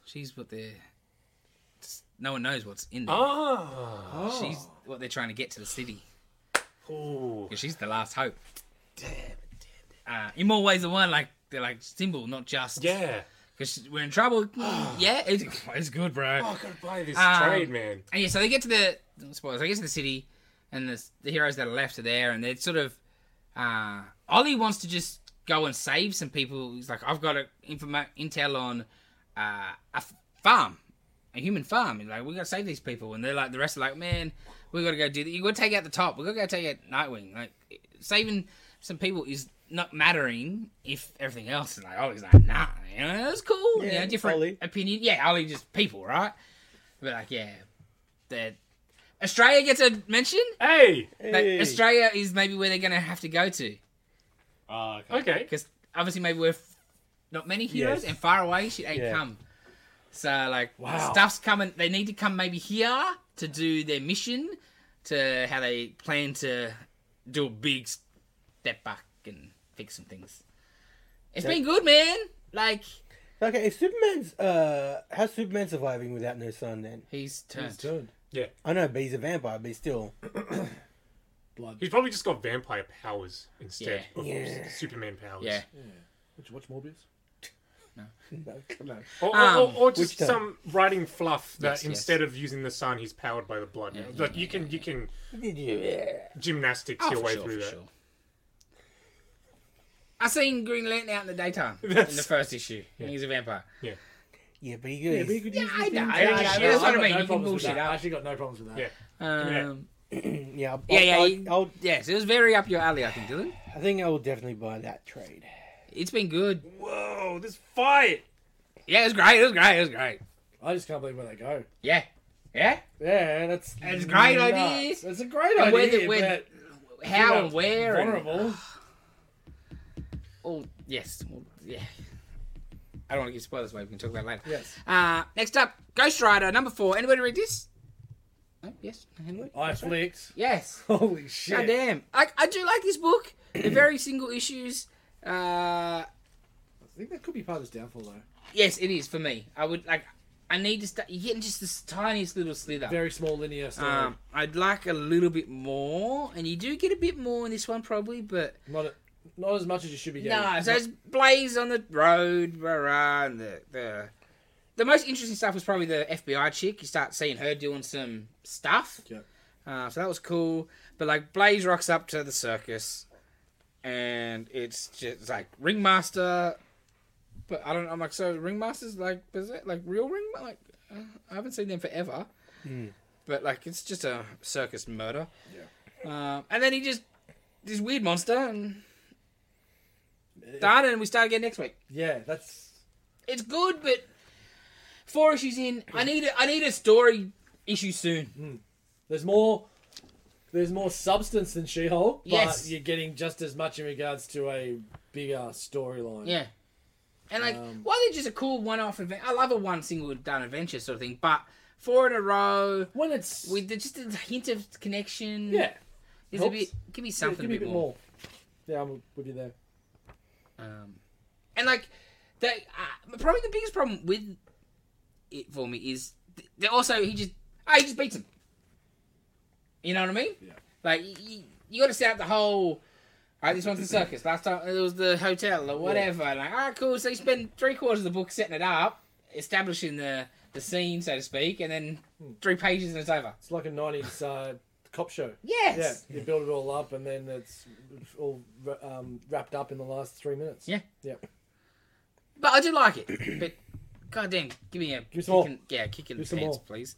She's what they're. just- No one knows what's in there.
Ah.
She's what they're trying to get to the city. Oh.
Ooh.
'Cause she's the last hope. Uh, in more ways than one, like they're like symbol, not just
Yeah.
Because we're in trouble. yeah, it's, it's good, bro.
Oh, I gotta buy this
Um,
trade, man.
And yeah, so they get to the spoilers. They get to the city, and the, the heroes that are left are there, and they're sort of. Uh, Ollie wants to just go and save some people. He's like, I've got a informa- intel on uh, a f- farm, a human farm. And like, we got to save these people. And they're like, the rest are like, man, we got to go do that. You got to take out the top. We got to go take out Nightwing. Like, saving some people is not mattering if everything else is like, oh, he's like, nah, you know, that's cool. you
Yeah,
know, different
Ollie.
opinion. Yeah, Ollie just people, right? But like, yeah, that Australia gets a mention.
Hey.
Like,
Hey.
Australia is maybe where they're going to have to go to
Ah, okay.
Okay.
because obviously maybe we're f- not many heroes
Yes.
and far away shit ain't
Yeah.
come. So like
Wow.
stuff's coming. They need to come maybe here to do their mission, to how they plan to do a big step back and fix some things. It's been good, man. Like
Okay, if Superman's uh, how's Superman surviving without no son? Then
he's turned.
He's turned.
I know, but he's a vampire, but still,
Blood.
He's probably just got vampire powers instead
Yeah.
of
Yeah.
Superman powers.
Yeah,
Did you watch Morbius?
no,
[LAUGHS]
come on.
Or, or,
Um,
or, or just
Which time?
some writing fluff that
Yes, yes.
instead of using the sun, he's powered by the blood. like you can you can
Did you? Yeah.
gymnastics
oh,
your
for
way
sure,
through
for
that.
sure. I seen Green Lantern out in the daytime in the first issue. He's a vampire.
Yeah, but he
Yeah,
goes.
but you could use
I
the
know,
thing.
I know,
Yeah,
I know,
yeah,
that's what I mean,
got no
you can
problems with
bullshit
that.
out.
I actually got no problems with that.
Yeah. Yeah.
Um,
yeah, I'll,
yeah, yeah,
I'll,
you-
I'll,
Yes, it was very up your alley, I think, Dylan.
I think I will definitely buy that trade.
It's been good.
Whoa, this fight!
Yeah, it was great. It was great. It was great.
I just can't believe where they go.
Yeah, yeah.
Yeah, that's
It's a great
nuts.
idea.
It's a great
And where the-
idea.
where-
but
How
you know,
and where? And, [SIGHS]
Vulnerable.
oh, yes. Well, yeah. I don't want to give spoilers away. We can talk about it later.
Yes.
Uh, next up, Ghost Rider number four. Anybody read this? Oh, yes. Anybody?
I flicks.
Yes.
[LAUGHS] Holy shit.
God damn. I, I do like this book.
[CLEARS THROAT]
The very single issues. Uh,
I think that could be part of this downfall though.
yes, it is for me. I would like. I need to start. You're getting just this tiniest little slither.
Very small linear story.
Um, I'd like a little bit more, and you do get a bit more in this one probably, but
not not as much as you should be getting.
no. So it's Blaze on the road, rah, rah, and the, the the most interesting stuff was probably the FBI chick. You start seeing her doing some stuff.
Yep.
Uh, so that was cool. But like Blaze rocks up to the circus, and it's just like ringmaster. But I don't. I'm like, so ringmasters like is it like real ring? Like uh, I haven't seen them forever. But like it's just a circus murder. Hmm. Yeah. Um, and then he just this weird monster and done, and we start again next week.
yeah, that's
It's good, but four issues in. I need a, I need a story issue soon.
there's more there's more substance than She-Hulk, but
Yes.
you're getting just as much in regards to a bigger storyline.
Yeah. And like,
Um,
while they're just a cool one-off event, I love a one single done adventure sort of thing. But four in a row
When it's
with the, just a hint of connection.
yeah,
there's a
helps.
bit. Give me something
give me
a bit more.
Yeah, I'm with you there.
Um, and like, they uh, probably the biggest problem with it for me is th- they also he just oh, he just beats him. You know what I mean?
Yeah.
Like you, you, got to set up the whole. All right, this one's the circus. Last time it was the hotel or whatever. Like, all right, cool. So you spend three quarters of the book setting it up, establishing the the scene, so to speak, and then
Hmm.
three pages and it's over.
It's like a '90s uh, cop show.
Yes.
Yeah, you build it all up, and then it's all wra- um, wrapped up in the last three minutes.
Yeah.
yeah.
But I do like it. [CLEARS THROAT] But goddamn, give me a
me
kick
some more.
in, yeah, kick in the
Give me some
pants,
more.
please.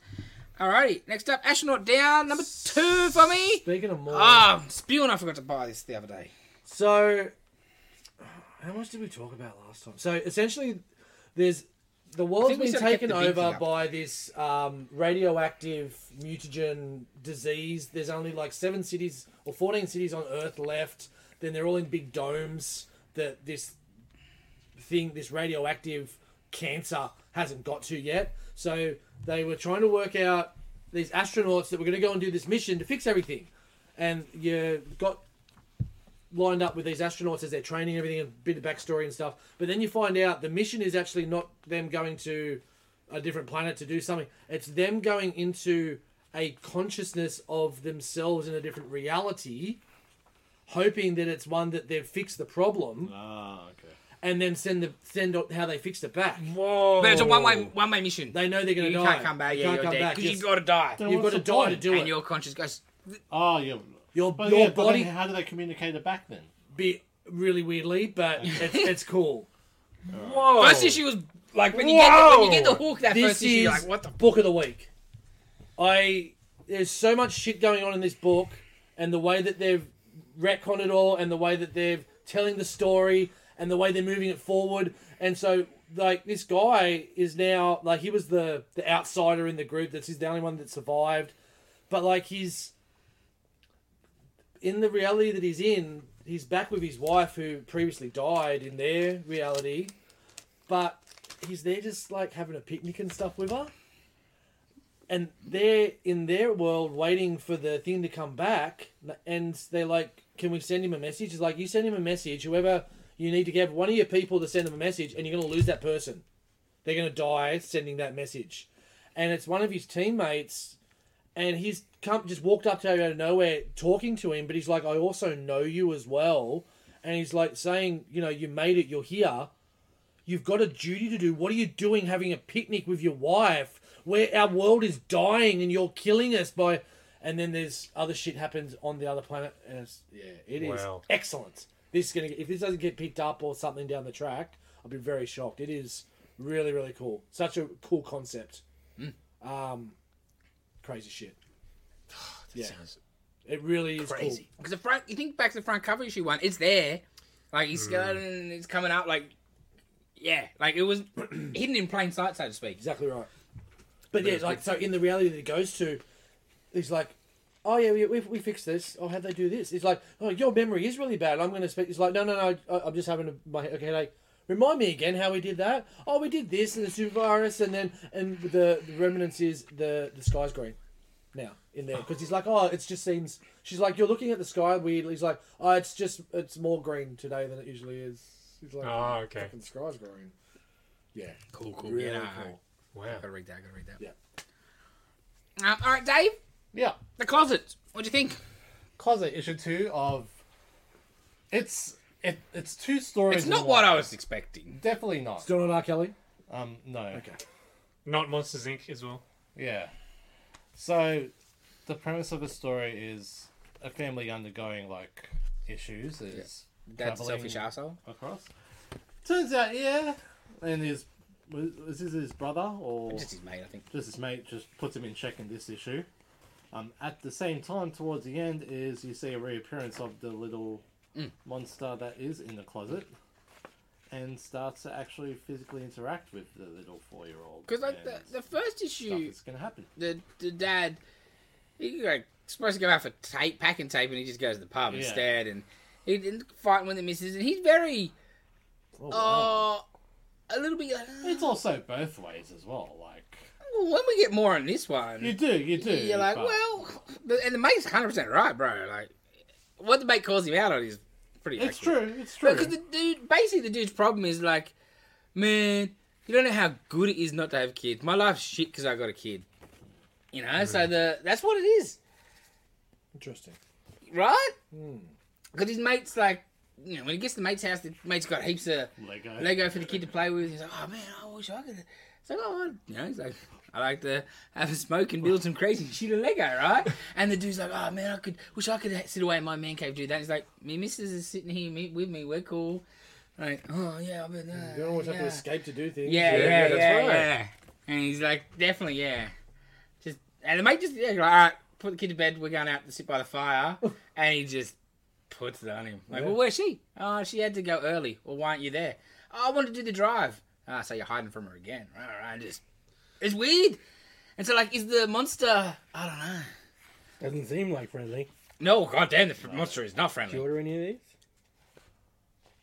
Alrighty, next up, astronaut down number two for me.
Speaking of more,
Ah, spewing. I forgot to buy this the other day.
So, how much did we talk about last time? So essentially, there's the
I
world's
think we
been
sort of kept
taken
the big thing
over
up.
by this um, radioactive mutagen disease. There's only like seven cities or fourteen cities on Earth left. Then they're all in big domes that this thing, this radioactive cancer, hasn't got to yet. So they were trying to work out these astronauts that were going to go and do this mission to fix everything. And you got lined up with these astronauts as they're training and everything, a bit of backstory and stuff. But then you find out the mission is actually not them going to a different planet to do something. It's them going into a consciousness of themselves in a different reality, hoping that it's one that they've fixed the problem
Ah, okay.
and then send the send out how they fixed it back.
Whoa.
But it's a one-way one-way mission.
Oh. They know they're going
you
to die.
can't come back.
You
Yeah,
can't
you're
come
dead
back.
because you've
Yes.
got to die.
Then
You've
what's
got to
the
die to
point?
do
And
it.
your conscious goes.
Oh, yeah.
Your,
But
your
yeah, but
body
then how do they communicate it back then?
be really
[LAUGHS]
weirdly, but it's, it's cool.
Whoa.
First issue was like when you, get the, when you get the hook that
This
first issue,
is
you're like what the
book of the week. I there's so much shit going on in this book, and the way that they've retconned it all, and the way that they're telling the story, and the way they're moving it forward, and so like this guy is now like he was the the outsider in the group. That's he's the only one that survived, but like he's in the reality that he's in. He's back with his wife, who previously died in their reality, but he's there just like having a picnic and stuff with her. And they're in their world waiting for the thing to come back. And they're like, can we send him a message? He's like, you send him a message, whoever you need to get one of your people to send them a message, and you're going to lose that person. They're going to die sending that message. And it's one of his teammates, and he's come just walked up to him out of nowhere talking to him, but he's like, I also know you as well. And he's like saying, you know, you made it, you're here. You've got a duty to do. What are you doing having a picnic with your wife where our world is dying and you're killing us by. And then there's other shit happens on the other planet. And it's, yeah, it is
Wow.
excellent. This is gonna get, if this doesn't get picked up or something down the track, I'll be very shocked. It is really really cool. Such a cool concept. Um, crazy shit. yeah,
sounds
it really is
crazy because the front. You think back to the front cover issue one, it's there, like
Hmm.
his skeleton is coming out, like yeah, like it was [CLEARS THROAT] hidden in plain sight, so to speak.
Exactly right. But yeah, like so in the reality that it goes to, he's like, oh yeah, we, we, we fixed this. Oh, how'd they do this? It's like, oh, your memory is really bad. I'm going to speak. It's like, no, no, no. I, I'm just having a, my he- headache. Remind me again how we did that. Oh, we did this and the super virus, and then and the, the remnants is the the sky's green now in there because he's like, oh, it just seems. She's like, you're looking at the sky weirdly. He's like, oh, it's just it's more green today than it usually is. He's like,
Ah, okay.
"Fucking sky's green. Yeah,
Cool, cool,
really
yeah.
cool.
Wow.
Gotta read that. Gotta read that.
Yeah.
Um, all right, Dave,
Yeah.
the closet. What do you think?
Closet issue two of it's it, it's two stories.
It's
in
not
one.
what I was expecting.
Definitely not.
Still not R. Kelly.
Um, no.
Okay.
Not Monsters Inc. as well.
Yeah. So, the premise of the story is a family undergoing like issues is
That's a
traveling
selfish asshole.
across. Turns out, yeah, and his was was this his brother or
Just his mate, I think.
just his mate just puts him in check in this issue. Um, at the same time, towards the end, is you see a reappearance of the little
Hmm.
monster that is in the closet, and starts to actually physically interact with the little four-year-old.
Because like
and
the, the first
stuff
issue,
that's gonna happen.
the the dad, he like supposed to go out for tape, packing tape, and he just goes to the pub
Yeah.
instead, and he didn't fight with the misses, and he's very
Oh, wow.
uh a little bit. Like,
It's also both ways as well. Like
"Oh, when we get more on this one,
you do, you do.
Hmm. You're like,
but-
well, but- and the mate's 100 percent right, bro. Like, what the mate calls him out on is pretty.
it's
accurate.
true. It's true.
Because the dude, basically, the dude's problem is like, man, you don't know how good it is not to have kids. My life's shit because I got a kid. You know, so
Mm.
the that's what it is,
Interesting. Hmm.
right? Because his mate's like, you know, when he gets to the mate's house, the mate's got heaps of
Lego.
Lego for the kid to play with. He's like, oh man, I wish I could. It's like, oh, I-" you know, he's like, I like to have a smoke and build some crazy shit of Lego, right? And the dude's like, oh man, I could wish I could ha- sit away in my man cave, do that. He's like, me missus is sitting here me- with me, we're cool. Like, oh yeah, I've been. Uh,
You don't always
yeah.
have to escape to do things.
Yeah,
Yeah,
yeah,
yeah,
yeah,
that's
yeah,
right.
And he's like, definitely, yeah. Just and the mate just yeah, like, all right, put the kid to bed. We're going out to sit by the
[LAUGHS]
fire, and he just puts it on him. Like, well, where's she? Oh, she had to go early. Well, why aren't you there? Oh, I want to do the drive. Ah, so you're hiding from her again, right? Right. and Just it's weird. And so, like, is the monster? I don't know.
Doesn't seem like friendly.
No, goddamn, the fr- monster is not
Did you
friendly.
order any of these?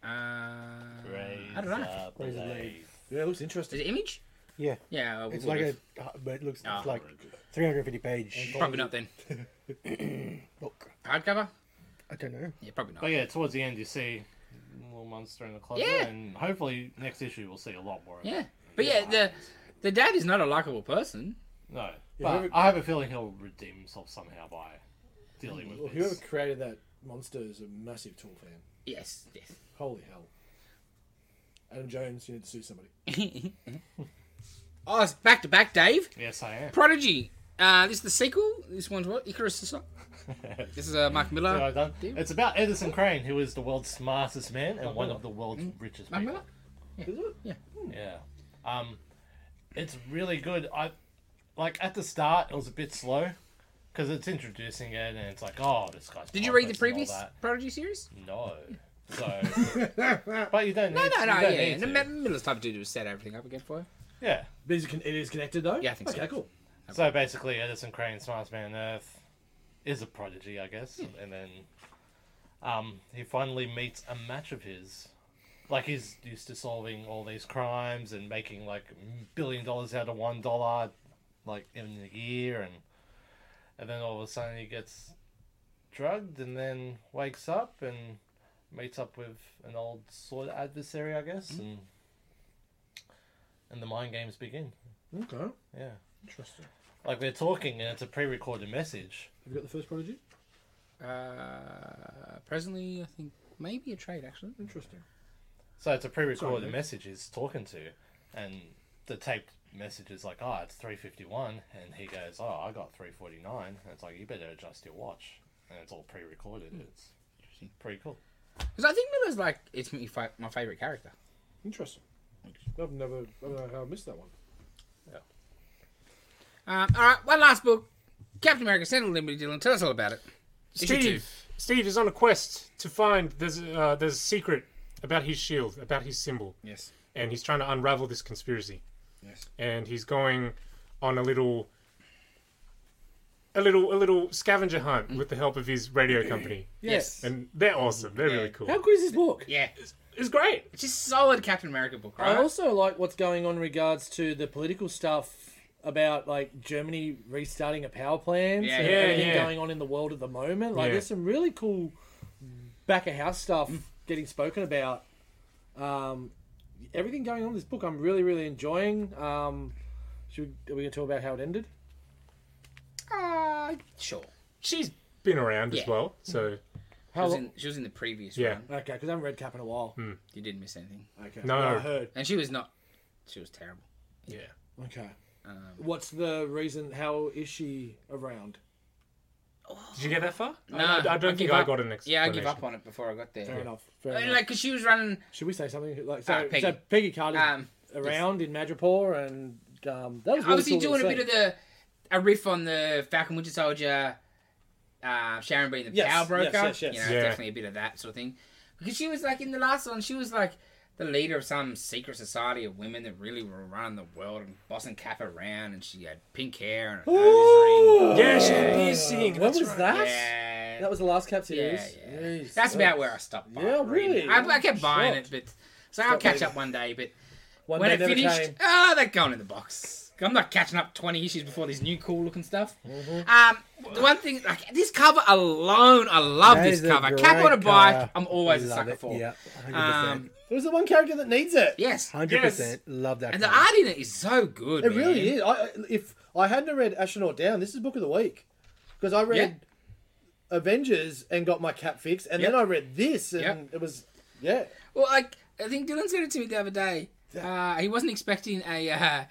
Uh, I don't know.
Razor
Razor
blade.
blade.
Yeah, it looks
Is
interesting.
it image?
Yeah.
Yeah, well,
It's
we'll
like
do.
a, uh, but it looks
Ah.
it's like 350 page
probably not then.
[COUGHS] book.
Hardcover?
I don't know.
Yeah, probably not.
But Oh, yeah, towards the end, you see a little monster in the closet,
Yeah.
and hopefully next issue we'll see a lot more. of
Yeah,
it.
but yeah, the the dad is not a likable person.
No,
Yeah,
but
whoever-
I have a feeling he'll redeem himself somehow by dealing
Well,
with
whoever
this.
created that monster is a massive Tool fan.
Yes, yes.
Holy hell. Adam Jones, you need to sue somebody.
oh, it's back to back, Dave.
Yes, I am.
Prodigy Uh, this is the sequel. This one's what? Icarus
[LAUGHS]
Assault. This is uh, Mark Miller.
So done.
Deal.
It's about Edison Crane, who is the world's smartest man and one of the world's
Mm.
richest
Mark
people.
Miller?
Oh, Yeah. Um, it's really good. I like at the start it was a bit slow because it's introducing it and it's like, oh, this guy's.
Did you read the
complex and all
previous
that.
Prodigy series?
No.
[LAUGHS]
So, but you don't.
No,
need,
no, no,
you don't
yeah.
need
No,
to.
Ma- Miller's type of dude to set everything up again for you.
yeah.
But is it, con- it is connected though?
Yeah, I think so.
okay, cool.
So basically, Edison Crane, smartest man on earth, is a prodigy, I guess. And then um, he finally meets a match of his. Like, he's used to solving all these crimes and making like billion dollars out of one dollar, like in a year. And, and then all of a sudden, he gets drugged and then wakes up and meets up with an old sword adversary, I guess. And, and the mind games begin.
Okay,
Yeah.
interesting. Have
Like they're talking and it's a pre-recorded message.
you got the first prodigy?
Uh, presently, I think maybe a trade actually.
Interesting.
So it's a pre-recorded message he's talking to, and the taped message is like, "Oh, it's three fifty-one," and he goes, "Oh, I got three forty-nine," and it's like, "You better adjust your watch," and it's all pre-recorded. It's pretty cool.
Because I think Miller's like it's my, fi- my favorite character.
Interesting. I've never, I don't know how I missed that one.
Um, all right, one last book, Captain America: Sentinel Limited. Dylan, tell us all about it. Issue two.
Steve. Steve is on a quest to find there's uh, there's a secret about his shield, about his symbol,
Yes.
and he's trying to unravel this conspiracy.
Yes.
And he's going on a little a little a little scavenger hunt
Mm.
with the help of his radio company.
Yes.
And they're awesome. They're really cool.
How good is this book?
Yeah.
It's great.
It's just solid Captain America book,
I
right?
also like what's going on in regards to the political stuff about like Germany restarting a power plant
Yeah,
and
yeah,
everything
yeah.
going on in the world at the moment. Like
Yeah.
there's some really cool back of house stuff getting spoken about. Um, everything going on in this book I'm really, really enjoying. Um, should we, are we gonna talk about how it ended?
Uh, sure.
She's been around as
Yeah.
well, so
She
How
was,
long?
in, she was in the previous
Yeah.
one.
Okay, because I haven't read Cap in a while.
You didn't miss anything,
Okay.
No.
I heard.
and she was not. She was terrible.
yeah.
Um,
Okay. What's the reason? How is she around?
Did you get that far?
No,
I, I don't
give
think I
up.
got an explanation.
Yeah, I give up on it before I got there.
Fair enough. Fair
I mean,
enough.
Like, cause she was running.
Should we say something? Like, so,
Ah, Peggy.
so Peggy Carter's
Um,
around in Madripoor, and um, that was really
obviously
cool
doing
to
a bit
see.
of the a riff on the Falcon Winter Soldier, uh, Sharon being the
Yes,
power broker.
yes, yes, yes.
You know,
Yeah.
definitely a bit of that sort of thing. Because she was like in the last one, she was like the leader of some secret society of women that really were running the world and bossing Cap around, and she had pink hair and a nose ring.
Yeah, she is singing.
When
that's
was
right.
that?
Yeah.
That was the last Cap series.
yeah, yeah.
Jeez. Uh,
That's about where I stopped. buying-
Yeah,
reading it.
really?
I, I kept buying
Shocked.
it, but so I'll catch
reading.
up one day. But
One
when
day
it
never
finished,
came.
ah, oh, they're going in the box. I'm not catching up 20 issues before this new cool looking stuff. Um, the one thing, like this cover alone, I love
That
this
is a
cover. Cap
great
on a bike,
cover.
I'm always a
Love
sucker
it.
for.
Yeah, 100%.
Um,
It was the one character that needs it.
yes,
100%. Love that.
and the
cover.
art in it is so good.
It really
man.
is. I, I- if I hadn't read Astronaut Down, this is book of the week because I read Avengers and got my Cap fix, and
Yep.
then I read this, and
Yep.
it was yeah.
Well, like I think Dylan said it to me the other day. Uh, he wasn't expecting a uh,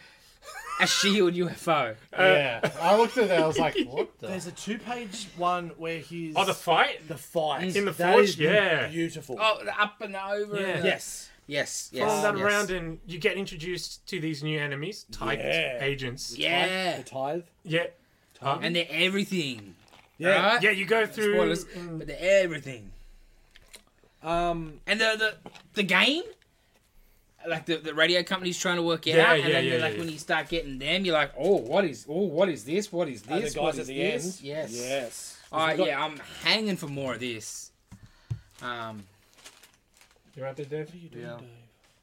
a shield UFO.
Uh,
yeah, I looked at it. I was [LAUGHS] like, "What the?"
a two-page one where he's
Oh, the fight.
the fight
In the forge? Yeah.
beautiful.
Oh, the up and the over. and
Yeah.
the-
Yes.
Yes. Yes.
Follow that
yes.
around, and you get introduced to these new enemies, type
Yeah.
agents.
Yeah.
The tithe.
yeah, Uh,
And they're everything.
Yeah.
right?
yeah. You go through.
spoilers,
Mm.
but they're everything.
Um.
And the the, the game, like the, the radio company's trying to work it
Yeah,
out, and
yeah,
then
yeah,
you're like
yeah.
when you start getting them, you're like, oh, what is, oh, what is this? What is
and
this?
the
what
guys at
is
the
this?
end.
Yes.
Yes.
Oh
We've got-
yeah, I'm hanging for more of this. Um,
You're out there, Dev.
yeah.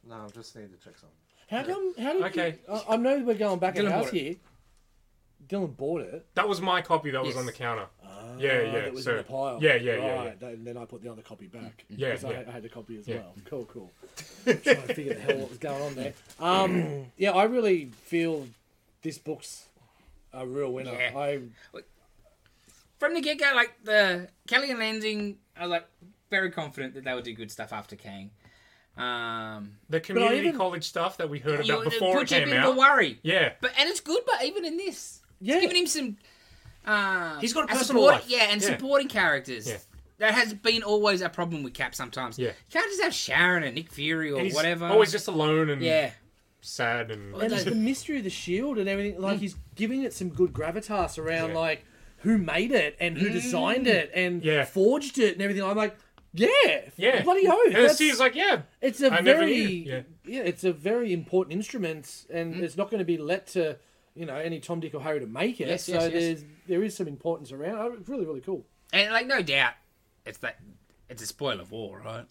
No, I just need to check something.
How come? How did?
Okay.
You, I, I know we're going back in
Dylan
house
bought it.
here. Dylan bought it.
That was my copy. That was
Yes.
on the counter. yeah,
Oh,
yeah.
That was
so,
in the pile.
Yeah, yeah,
right.
yeah, yeah.
that- And then I put the other copy back.
Mm.
Yeah,
'Cause I,
yeah.
I had the copy as
Yeah.
well. Cool, cool.
[LAUGHS]
Trying to figure the hell what was going on there. Um,
[CLEARS THROAT]
yeah, I really feel this book's a real winner.
Yeah.
I
From the get go, like the Kelly and Lansing are like very confident that they will do good stuff after Kang. Um,
The community
even-
college stuff that we heard
you,
about before it
puts you a
came
bit of a
out.
worry.
Yeah,
But and it's good, but even in this,
Yeah.
Giving him some. Uh,
He's got a personal
support,
life.
Yeah, and
Yeah.
supporting characters.
Yeah.
That has been always a problem with Cap sometimes.
Yeah.
You can't just have Sharon and Nick Fury or
And he's
whatever.
Always just alone and
Yeah.
sad and.
And it's the mystery of the shield and everything. Like he's giving it some good gravitas around
Mm. Yeah. Mm.
like who made it and who designed it and
Yeah.
forged it and everything. I'm like, yeah,
yeah.
bloody oath.
And
that's-
he's like, yeah,
it's a
I never
very
knew,
yeah.
yeah. Mm.
it's a very important instrument, and it's not going to be let to you know any Tom Dick or Harry to make it.
Yes,
so
yes, yes.
there's there is some importance around. it. It's really really cool.
And like no doubt, it's that it's a spoiler of war, right?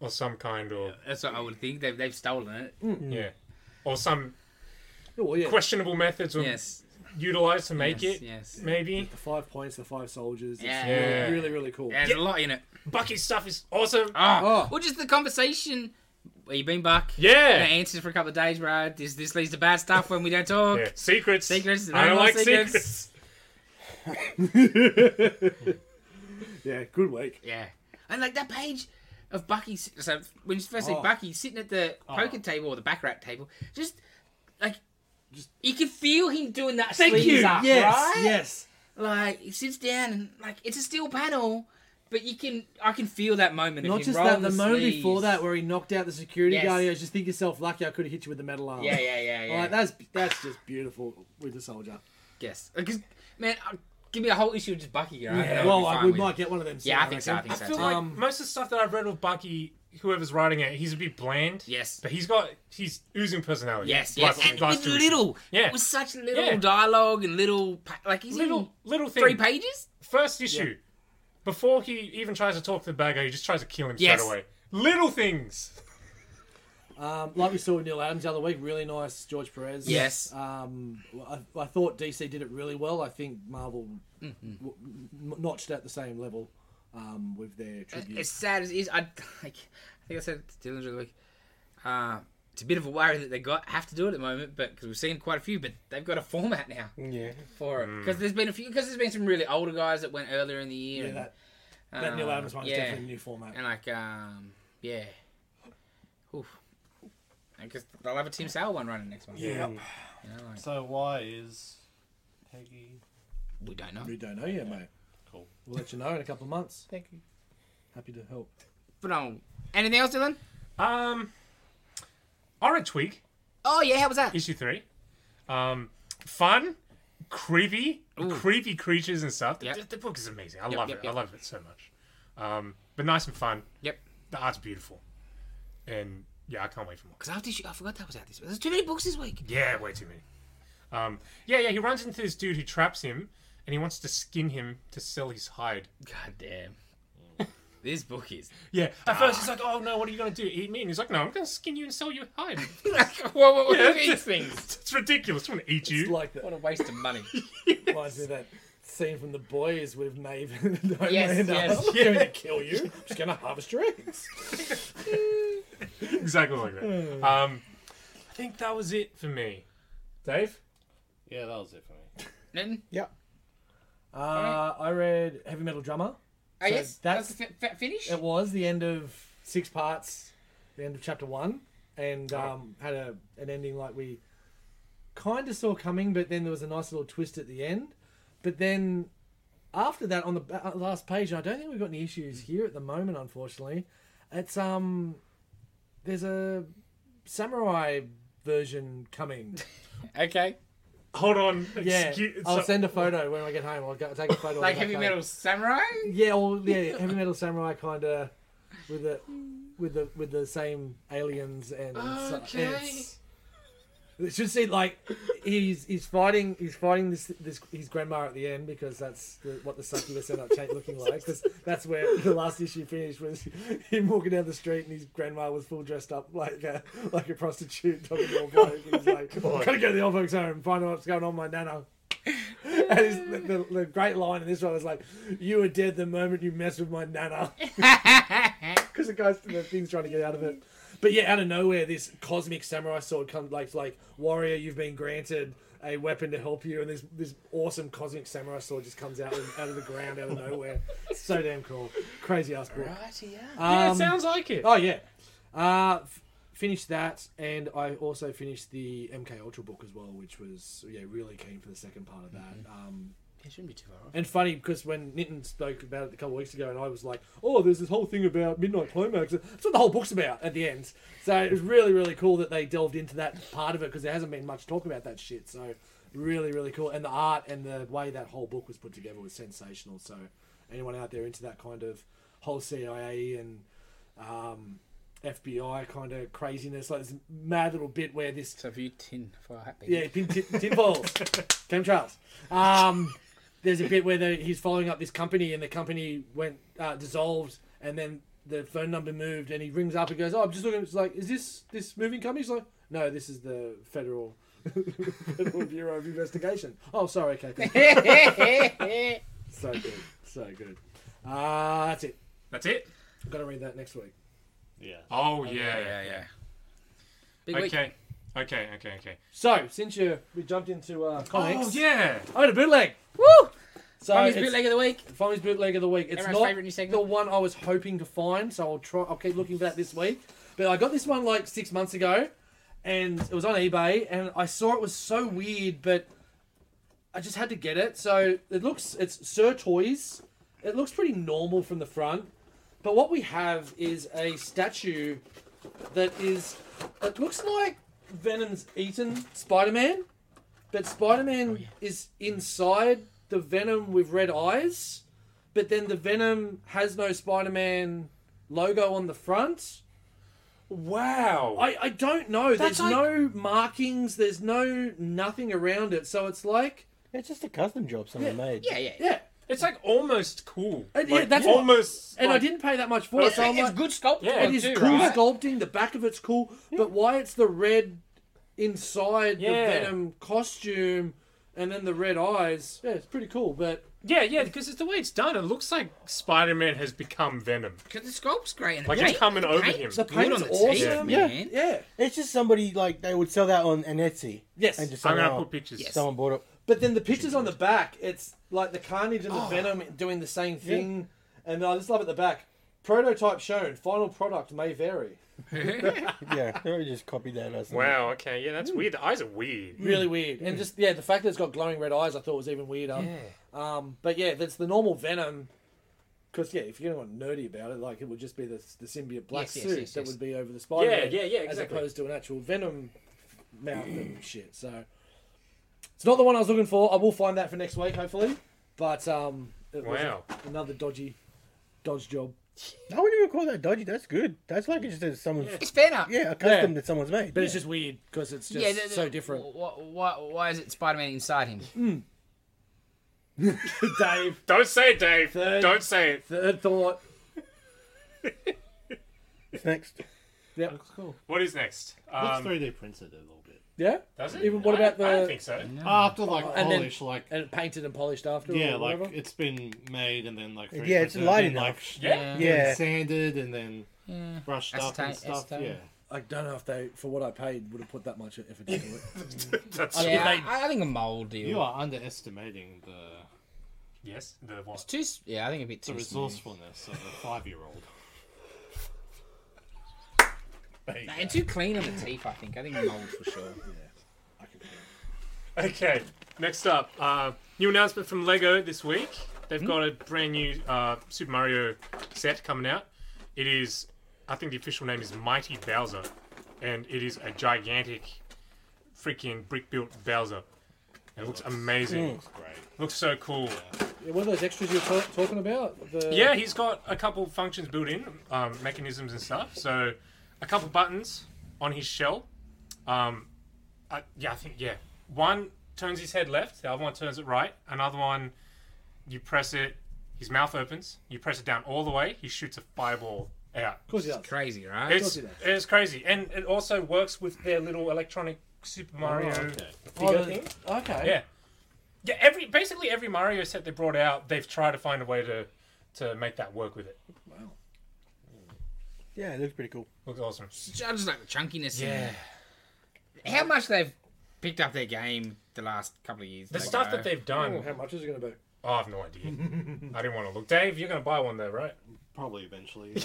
or some kind, or
That's what I would think. They've they've stolen it.
yeah, or some
Oh, well, yeah.
questionable methods were
Yes.
utilized to make
Yes,
it. Mm.
yes.
Maybe
The five points, the five soldiers.
Yeah.
It's really,
Yeah.
really really cool.
Yeah, there's a lot in it.
Bucky's stuff is awesome.
Oh.
Oh.
Well, just the conversation. Where you been, Buck?
yeah.
No answers for a couple of days, bro. This this leads to bad stuff when we don't talk.
Yeah, secrets.
Secrets,
I
no
don't
more
like secrets.
[LAUGHS] secrets.
[LAUGHS] yeah, good week.
Yeah. And like that page of Bucky. So when you first see
Oh.
Bucky sitting at the poker table or the back rack table, just like. you can feel him doing that. sleeves Up,
yes,
right?
yes.
Like he sits down and like it's a steel panel, but you can I can feel that moment. of
Not
him
just
rolling
that, the moment
sleeves.
before that where he knocked out the security
Yes.
guard, he goes, just think yourself lucky I could have hit you with the metal arm.
Yeah, yeah, yeah, yeah.
Like, that's that's just beautiful with the soldier.
Yes, because man, uh, give me a whole issue of just Bucky. Right? That would
well,
be
I,
fine
we
with-
might get one of them.
Yeah, I
soon,
think so, I
reckon.
I
think
feel
so. too.
like
Um,
most of the stuff that I've read with Bucky, whoever's writing it, he's a bit bland.
Yes.
But he's got he's oozing personality.
Yes,
Like-
yes, and
like
with
Jason.
little,
Yeah.
it was such little
Yeah.
dialogue and little, pa- like he's
little
little
little thing.
three pages.
First issue. Before he even tries to talk to the bad guy, he just tries to kill him
Yes.
straight away. Little things.
Um, like we saw with Neil Adams the other week, really nice George Perez.
Yes.
Um, I, I thought DC did it really well. I think Marvel
Mm-hmm.
w- m- notched it at the same level um, with their tribute.
As sad as it is, I [LAUGHS] like, I think I said it to Dylan the other week. Uh, it's a bit of a worry that they got have to do it at the moment, but because we've seen quite a few, but they've got a format now
Yeah.
for it.
Mm.
Because there's been a few, because there's been some really older guys that went earlier in the year.
yeah,
and,
that, that Neil
uh,
Adams one is
yeah.
definitely a new format.
and like um yeah Oof. I guess they'll have a Tim Sale one running next month.
Yeah.
Mm.
You know, like,
So why is Peggy?
we don't know.
We don't know yet, mate.
Cool.
We'll let you know in a couple of months.
Thank you.
Happy to help.
But um, anything else, Dylan?
Um I read Twig,
Oh yeah, how was that?
issue three. Um fun, creepy, creepy creatures and stuff. The-
Yep.
The, the book is amazing. I love
yep,
it.
yep.
I love it so much. Um but nice and fun.
Yep.
The art's beautiful. And yeah, I can't wait for more.
Because after issue, I forgot that was out this week. There's too many books this week.
Yeah, way too many. Um, yeah, yeah, he runs into this dude who traps him and he wants to skin him to sell his hide.
God damn. [LAUGHS] this book is.
Yeah. At first he's like, Oh no, what are you gonna do? Eat me? And he's like, No, I'm gonna skin you and sell your [LAUGHS] hide.
like, [LAUGHS] what, what, what
Yeah.
are these things?
it's ridiculous. I'm gonna eat
It's
you.
like that.
What a waste of
[LAUGHS]
money.
Reminds me of that scene from The Boys with Maeve and [LAUGHS] the Homelander.
Yes, yes.
I'm not going to kill you. I'm just going to harvest your eggs.
[LAUGHS] exactly like that. Um I think that was it for me. Dave?
Yeah, that was it for me.
Then,
Uh, I read Heavy Metal Drummer.
oh, yes, that's,
that's-
the fi- fi- finish.
It was the end of six parts, the end of chapter one, and um, had a, an ending like we kind of saw coming, but then there was a nice little twist at the end. But then after that, on the ba- last page, I don't think we've got any issues here at the moment, unfortunately. It's um, there's a samurai version
[LAUGHS]
coming.
Okay.
Hold on.
Yeah,
Excuse-
I'll
so-
send a photo when I get home. I'll, go, take
[LAUGHS]
a photo. of
Like
that
heavy
photo.
metal samurai.
Yeah, well, yeah, heavy metal samurai kind of with the with the with the same aliens and so-
Okay.
it's- It should see like he's he's fighting he's fighting this this his grandma at the end because that's the, what the succubus ended up cha- looking like because that's where the last issue finished was [LAUGHS] him walking down the street and his grandma was full dressed up like a, like a prostitute talking to old bloke and he's like gotta go to the old folks home and find out what's going on with my nana and his, the, the, the great line in this one is like, "You were dead the moment you messed with my nana," because it goes to the things trying to get out of it. But yeah, out of nowhere, this cosmic samurai sword comes like like warrior. You've been granted a weapon to help you, and this this awesome cosmic samurai sword just comes out of- out of the ground out of nowhere. so damn cool, crazy ass book.
Right, yeah.
yeah, it
Um,
sounds like it.
Oh yeah. Uh, f- finished that, and I also finished the MK Ultra book as well, which was yeah really keen for the second part of that.
Mm-hmm.
Um,
It shouldn't be too far off.
and funny because when Nitin spoke about it a couple of weeks ago, and I was like, "Oh, there's this whole thing about Midnight Climax. That's what the whole book's about." At the end, so it was really, really cool that they delved into that part of it because there hasn't been much talk about that shit. So really, really cool. And the art and the way that whole book was put together was sensational. So anyone out there into that kind of whole CIA and um, FBI kind of craziness, like this mad little bit where this
So if you tin for happy.
yeah,
[LAUGHS]
pin tin, tinfoil.
[LAUGHS]
Chemtrails. Um, there's a bit where the, he's following up this company, and the company went uh, dissolved, and then the phone number moved, and he rings up and goes, "Oh, I'm just looking." It's like, is this this moving company? He's like, "No, this is the federal." [LAUGHS] Federal Bureau of Investigation. Oh, sorry. Okay,
[LAUGHS]
thank you. so good, so good. Uh, that's it.
That's it.
I'm gonna read that next week.
Yeah.
Oh yeah.
yeah, yeah. Big week.
Okay. Okay. Okay. Okay.
So, since you we jumped into uh, comics,
Oh yeah.
I had a bootleg.
Woo!
So
Mummy's
it's-
bootleg of the week.
Fommy's bootleg of the week. It's
Everyone's
not
favourite new segment.
the one I was hoping to find, so I'll try. I'll keep looking for that this week. But I got this one like six months ago, and it was on eBay, and I saw it was so weird, but I just had to get it. So it looks it's Sir Toys. It looks pretty normal from the front, but what we have is a statue that is it looks like Venom's eaten Spider-Man, but
Oh,
Spider-Man is inside the Venom with red eyes but then the Venom has no Spider Man logo on the front.
Wow.
I, I don't know.
That's like-
there's no markings, there's no nothing around it. So it's like,
It's just a custom job someone made.
Yeah, yeah.
yeah.
it's like almost cool.
Uh, yeah,
Like,
that's what-
almost.
And I
like-
didn't pay that much for it.
It's,
So I'm
it's
like,
good sculpt.
Yeah.
it is
too,
cool
right?
sculpting, the back of it's cool, but why it's the red inside
Yeah.
the Venom costume and then the red eyes. Yeah, it's pretty cool, but
Yeah, yeah. Because it's the way it's done. It looks like Spider-Man has become Venom.
Because the sculpt's great. And the
Like
paint,
it's coming over
paint
him.
the
Good on
paint's
the
awesome.
teeth,
yeah.
man.
yeah.
It's just somebody like they would sell that on an Etsy.
Yes.
And just
I'm
somehow
Oh,
gonna put pictures.
Yes.
someone bought it.
But then the pictures on the back, it's like the Carnage and the Venom doing the same thing. And I just love at the back. Prototype shown. Final product may vary.
Yeah, they just copied that. Or something.
Wow. Okay. Yeah, that's weird. The eyes are weird.
Really weird. And just yeah, the fact that it's got glowing red eyes, I thought was even weirder. Um, but yeah, that's the normal Venom. Because yeah, if you're not nerdy about it, like it would just be the the symbiote black
Yes, yes,
suit
yes,
that
yes.
would be over the spider.
yeah, yeah,
As
exactly.
opposed to an actual Venom mouth and shit. So it's not the one I was looking for. I will find that for next week, hopefully. But um, it was
Wow.
another dodgy dodge job.
I wouldn't even call that dodgy. That's good. That's like it's just a- someone's.
It's Venom.
Yeah, a custom
Yeah.
that someone's made.
But it's just weird because it's just
the- the-
so different.
Why, why, why is it Spider-Man inside him?
[LAUGHS] Dave,
Don't say it, Dave.
Third-
Don't say it.
third thought.
It's next.
Yeah,
What is next?
Looks
Um,
3D printed a little bit. Oh,
yeah.
does it?
Even what
I don't-
about
I don't
the-
think so.
After like
and then-
polish, like
And painted and polished after.
yeah,
or
like
whatever.
it's been made and then like 3D
Yeah, it's
printed and
light
then,
enough.
like,
Yeah.
Yeah.
sanded and then brushed up
Acetate-
and stuff.
acetone.
Yeah.
I don't know if they, for what I paid, would have put that much effort into
[LAUGHS]
it. [LAUGHS]
that's
Yeah,
right.
I, I think a mold deal.
You are underestimating the
Yes. The
It's
what?
too. s- Yeah, I think a bit
the
too. small.
resourcefulness of a five year
[LAUGHS]
old.
And too clean on the teeth. I think. I think a mold for sure.
Okay. Next up, uh, new announcement from Lego this week. They've got a brand new uh, Super Mario set coming out. It is, I think the official name is Mighty Bowser, and it is a gigantic, freaking brick-built Bowser. It looks amazing.
Great.
Looks so cool.
Yeah, what are those extras you're ta- talking about? The,
Yeah, he's got a couple of functions built in, um, mechanisms and stuff. So, a couple buttons on his shell. Um, I, yeah, I think yeah. One turns his head left. The other one turns it right. Another one, you press it. His mouth opens. You press it down all the way. He shoots a fireball out.
Of course he does.
Crazy, right?
It's
he does.
it's crazy, and it also works with their little electronic Super Mario
okay.
figure
Oh,
thing.
the- okay.
Yeah. Yeah, every basically every Mario set they brought out, they've tried to find a way to to make that work with it.
Yeah, it looks pretty cool.
Looks awesome.
I just like the chunkiness. and- How much they've picked up their game the last couple of years. uh,
The stuff that they've done,
Oh, how much is it going to be?
oh, I have no idea. I didn't want to look. Dave, you're going to buy one though, right?
[LAUGHS]
Probably eventually. Yeah.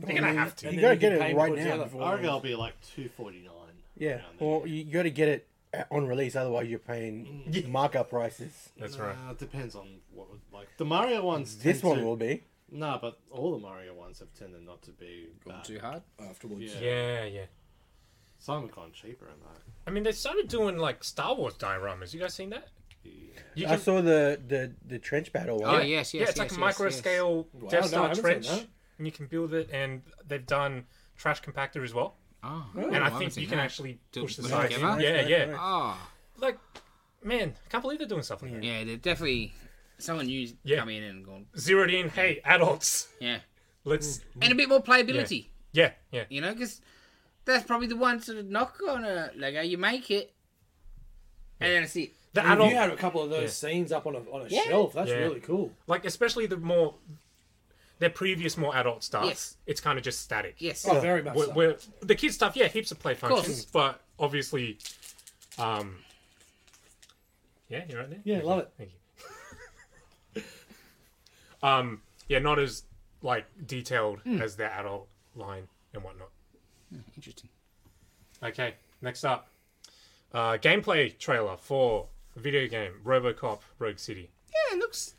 They're gonna have to.
And
You
then
gotta
can
get it
pay
right
towards the
now
other
before
I reckon
ones.
I'll be like two forty nine.
Yeah. Well, you got to get it at- on release, otherwise you're paying
Mm.
markup prices.
That's right.
Uh, depends on what like the Mario ones.
This
tend
one
to,
will be.
Nah, but all the Mario ones have tended not to be.
Gone
Bad.
too hard.
afterwards.
Yeah.
Yeah, yeah.
Some have gone cheaper in that.
I mean, they started doing like Star Wars dioramas. You guys seen that? You
I saw the the the trench battle one.
Oh yes, yes,
yeah, it's
yes,
like a
yes,
micro
yes.
scale
Wow,
Death
no, I
Star
haven't seen
trench,
that.
and you can build it. And they've done trash compactor as well.
Oh,
and I
haven't
think
seen
you can
that.
actually
Do-
push the
put it
sides. in.
together?
Yeah,
Right,
yeah.
right.
Oh,
Like, man, I can't believe they're doing stuff like that.
yeah. They're definitely someone new
Yeah.
come in and gone.
Zeroed in. Hey, adults,
Yeah,
let's.
and a bit more playability.
Yeah, Mm. yeah.
You know, because that's probably the one sort of knock on a Lego. You make it, and then it's it.
The
And if
adult,
you had a couple of those scenes up on a, on a
Yeah.
shelf, that's
Yeah.
really cool.
like, especially the more their previous more adult stuff.
Yes.
It's kind of just static.
Yes.
Oh, very much.
Where,
so.
where the kids stuff, yeah, heaps of play
course.
functions, but obviously, um, yeah, you're right there.
Yeah, love it.
Thank you. [LAUGHS] um, yeah, not as like detailed as their adult line and whatnot.
Interesting.
Okay, next up, uh, gameplay trailer for video game RoboCop Rogue City.
Yeah, it looks.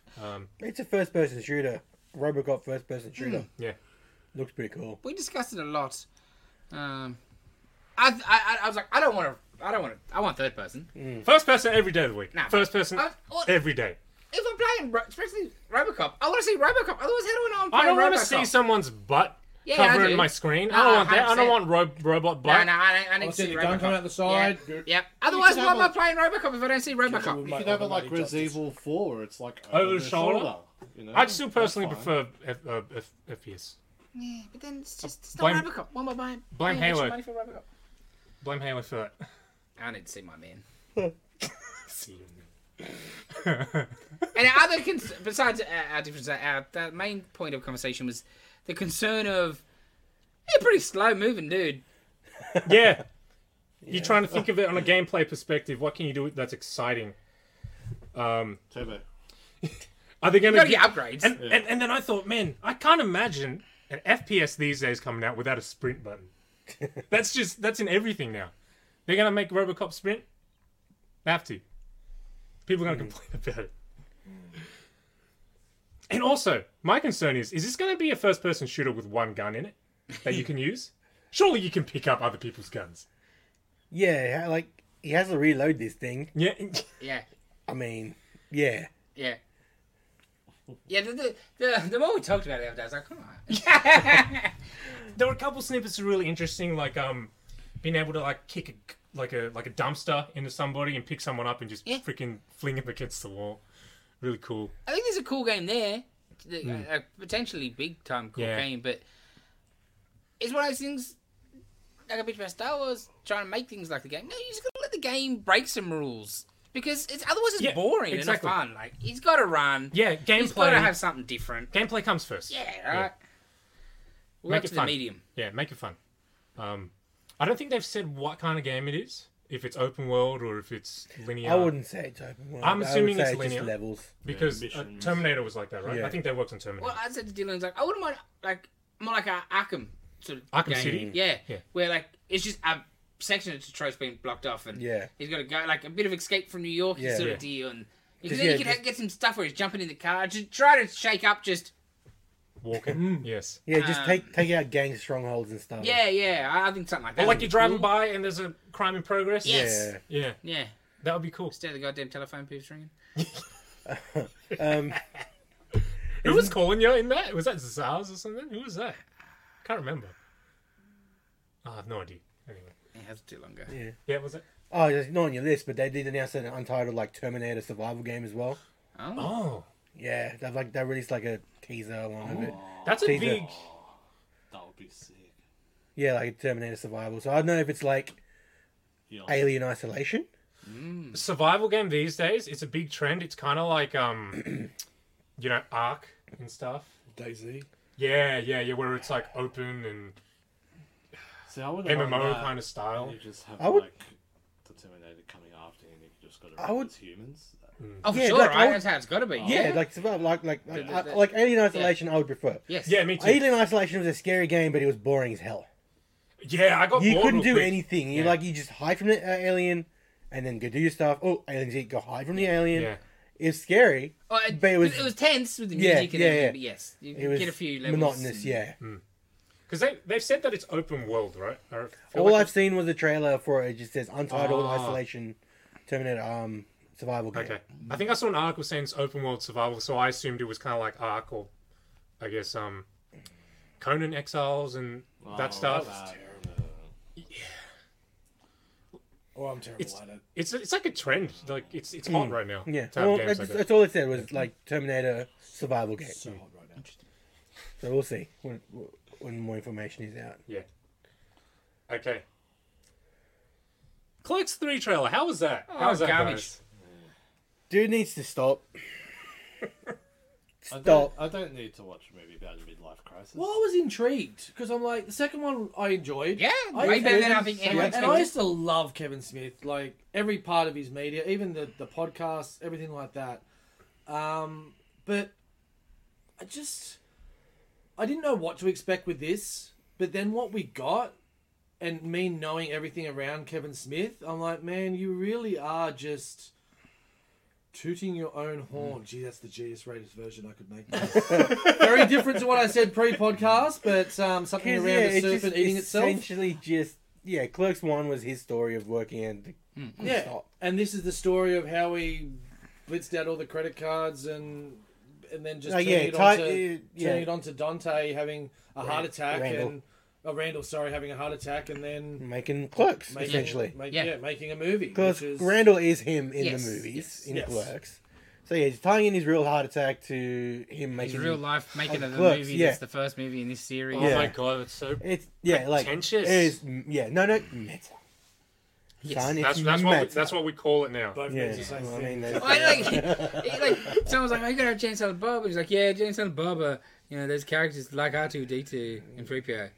It's a first person shooter. Robocop first person shooter.
Yeah,
Looks pretty cool.
We discussed it a lot. Um, I, I, I- I was like, I don't want to. I don't want to. I want third person.
first person every day of the week.
Nah. uh,
first person
I- I-
every day.
If I'm playing, Ro- especially RoboCop, I want to see RoboCop. Otherwise, how do I know I'm
I
playing
don't
RoboCop?
want to see someone's butt
Yeah, I
covering
do.
my screen.
No,
I don't want that. I don't
100%.
want ro- robot
No,
butt.
no, I don't. I
I
need to
see
see
the gun
RoboCop.
coming out the side.
Yeah.
Good.
Yep. Otherwise,
can
why am
have
I
a-
playing RoboCop if I don't see
You
RoboCop?
You
Might
could have it
not
like
make
Resident
justice.
Evil Four. It's like
Over the shoulder?
you know?
I'd still
That's
personally
fine.
prefer F- uh, F- FPS.
Yeah, but then it's just it's
Blame-
not RoboCop. Why am I buying?
Blame
paying extra
Halo.
money for RoboCop?
Blame Halo for that.
I need to see my man.
See you.
And our other cons- besides our, our difference, our the main point of conversation was the concern of you're pretty slow moving, dude.
[LAUGHS] yeah. You're trying to think of it on a gameplay perspective. What can you do that's exciting?
Turbo.
Are they going
You
to
gotta get upgrades.
And, and and then I thought, man, I can't imagine an FPS these days coming out without a sprint button. that's just that's in everything now. They're gonna make RoboCop sprint. They have to. People are gonna complain about it. And also, my concern is: is this gonna be a first-person shooter with one gun in it that you can use? Surely you can pick up other people's guns.
Yeah, ha- like he has to reload this thing.
Yeah,
yeah,
I mean, yeah.
yeah, yeah. The, the, the, the more we talked about it the other day, I was like, come on.
there were a couple snippets that were really interesting, like um, being able to like kick a, like a like a dumpster into somebody and pick someone up and just
Yeah.
freaking fling them against the wall. Really cool.
I think there's a cool game there, the- a, a potentially big time cool
Mm. Yeah.
game, but it's one of those things. Like I bitch about Star Wars, trying to make things like the game. No, you just gotta let the game break some rules because it's otherwise it's
Yeah,
boring
exactly.
and not fun. Like he's got to run.
Yeah,
he's got
gameplay.
to have something different.
Gameplay comes first.
Yeah, right. We're
Make
up
it
to
fun.
the medium.
Yeah, make it fun. Um, I don't think they've said what kind of game it is. If it's open world or if it's linear.
I wouldn't say it's open world.
I'm
I would
assuming
say
it's
just
linear.
levels.
because
Yeah,
uh,
missions.
Terminator was like that, right?
Yeah.
I think they worked on Terminator.
Well, I said to Dylan, like I wouldn't mind like more like a Arkham sort of
Arkham
game.
City?
yeah,
Yeah.
where like it's just a section of Detroit's been blocked off, and
Yeah.
he's got to go like a bit of escape from New York
Yeah.
sort
Yeah.
of deal, and you
'Cause,
can, then
yeah,
you can
just-
ha- get some stuff where he's jumping in the car to try to shake up just.
Walking. yes.
Yeah, just
Um,
take take out gang strongholds and stuff.
Yeah, yeah, I- I think something like that.
Or like
would
you're
be
driving
cool.
by and there's a crime in progress.
Yes.
Yeah.
Yeah,
Yeah,
that would be cool.
instead of the goddamn telephone keeps ringing.
Um,
Who was calling you in that? Was that Zaz or something? Who was that? Can't remember. Oh, I have no idea. Anyway,
It has too long ago.
yeah, was it?
oh, it's not on your list, but they did announce an untitled like Terminator survival game as well.
Oh,
Oh,
Yeah, they like they released like a teaser along with it.
that's a
Teaser.
big.
That would be sick.
Yeah, like a Terminator survival. So I don't know if it's like
You know,
Alien Isolation.
survival game these days. It's a big trend. It's kind of like um, [CLEARS THROAT] you know, Ark and stuff.
Daisy.
Yeah, yeah, yeah. Where it's like open and
see, I would
MMO kind of style.
You just have
I would-
like the Terminator coming after you, and you just got
I
to
would-
as humans. That-
Oh, for
Yeah,
sure,
like,
right?
I-
That's how it's got to
Oh.
be.
Yeah, like survival, like like like,
that-
I- like Alien Isolation, I would prefer.
yes.
Yeah, me too.
Alien Isolation was a scary game, but it was boring as hell.
Yeah, I got
You
bored
couldn't
real
do
quick.
anything. You like you just hide from the uh, alien, and then go do your stuff. Oh, aliens eat. Go hide from the alien.
Yeah.
It's scary.
Oh, it,
But it was-
it was tense with the
Yeah,
music and
yeah,
everything, but
yeah.
yes, you
It was
get a few levels.
monotonous. Yeah.
Mm. Because they, they've said that it's open world, right? I feel
All
like
I've seen was a trailer for it. It just says Untitled
Ah.
Isolation Terminator um survival game.
Okay. I think I saw an article saying it's open world survival, so I assumed it was kind of like Ark or, I guess, um, Conan Exiles and
Oh,
that stuff.
Or Oh, I'm terrible
It's-
at it.
It's it's like a trend. Like it's it's hot right now.
Mm. Yeah.
To have
Well,
games
that's,
like that.
that's all it said was like Terminator survival game.
So hot right now.
So we'll see when when more information is out.
Yeah. Okay. Clerks Three trailer. How was that? How
Oh,
was that,
garbage.
guys?
Dude needs to stop.
I don't,
Stop.
I don't need to watch a movie about a midlife crisis.
Well, I was intrigued because I'm like the second one I enjoyed.
Yeah,
I
way better than I think
and,
anyone
and I
expected.
used to love Kevin Smith, like every part of his media, even the the podcasts, everything like that. Um, but I just I didn't know what to expect with this, but then what we got, and me knowing everything around Kevin Smith, I'm like, man, you really are just. Tooting your own horn. Gee, that's the GS rated version I could make. Very different to what I said pre podcast, but um, something
Because,
around
yeah,
the
it's just
serpent eating itself.
essentially just yeah. Clerks One was his story of working at the
Yeah,
stop.
and this is the story of how he blitzed out all the credit cards and and then just
Oh,
turning
yeah,
it
ti-
on to
uh, yeah.
turning it on to Dante having a heart attack
Randall.
and oh, Randall, sorry, having a heart attack and then
making Clerks
making,
essentially.
make-
Yeah.
yeah. making a movie,
Hmm. Because
which is
Randall is him in
Yes,
the movies
yes,
in
yes.
Clerks. So yeah, he's tying in his real heart attack to
His
him making
real life making
Oh,
of the
Clerks,
movie.
yeah.
That's the first movie in this series.
Oh
Yeah.
my god, it's so.
It's yeah, like it
Pretentious.
is yeah, no, no, meta.
Yes.
Son,
That's
it's
that's what we,
meta.
that's what we call it now.
both
yeah.
means the same
well, I
thing.
mean,
I
that's-
like, he, like someone's like, "Are you gonna have James Silent Bob?" And he's like, "Yeah, James Silent Bob are you know those characters like R two D two and Freepio.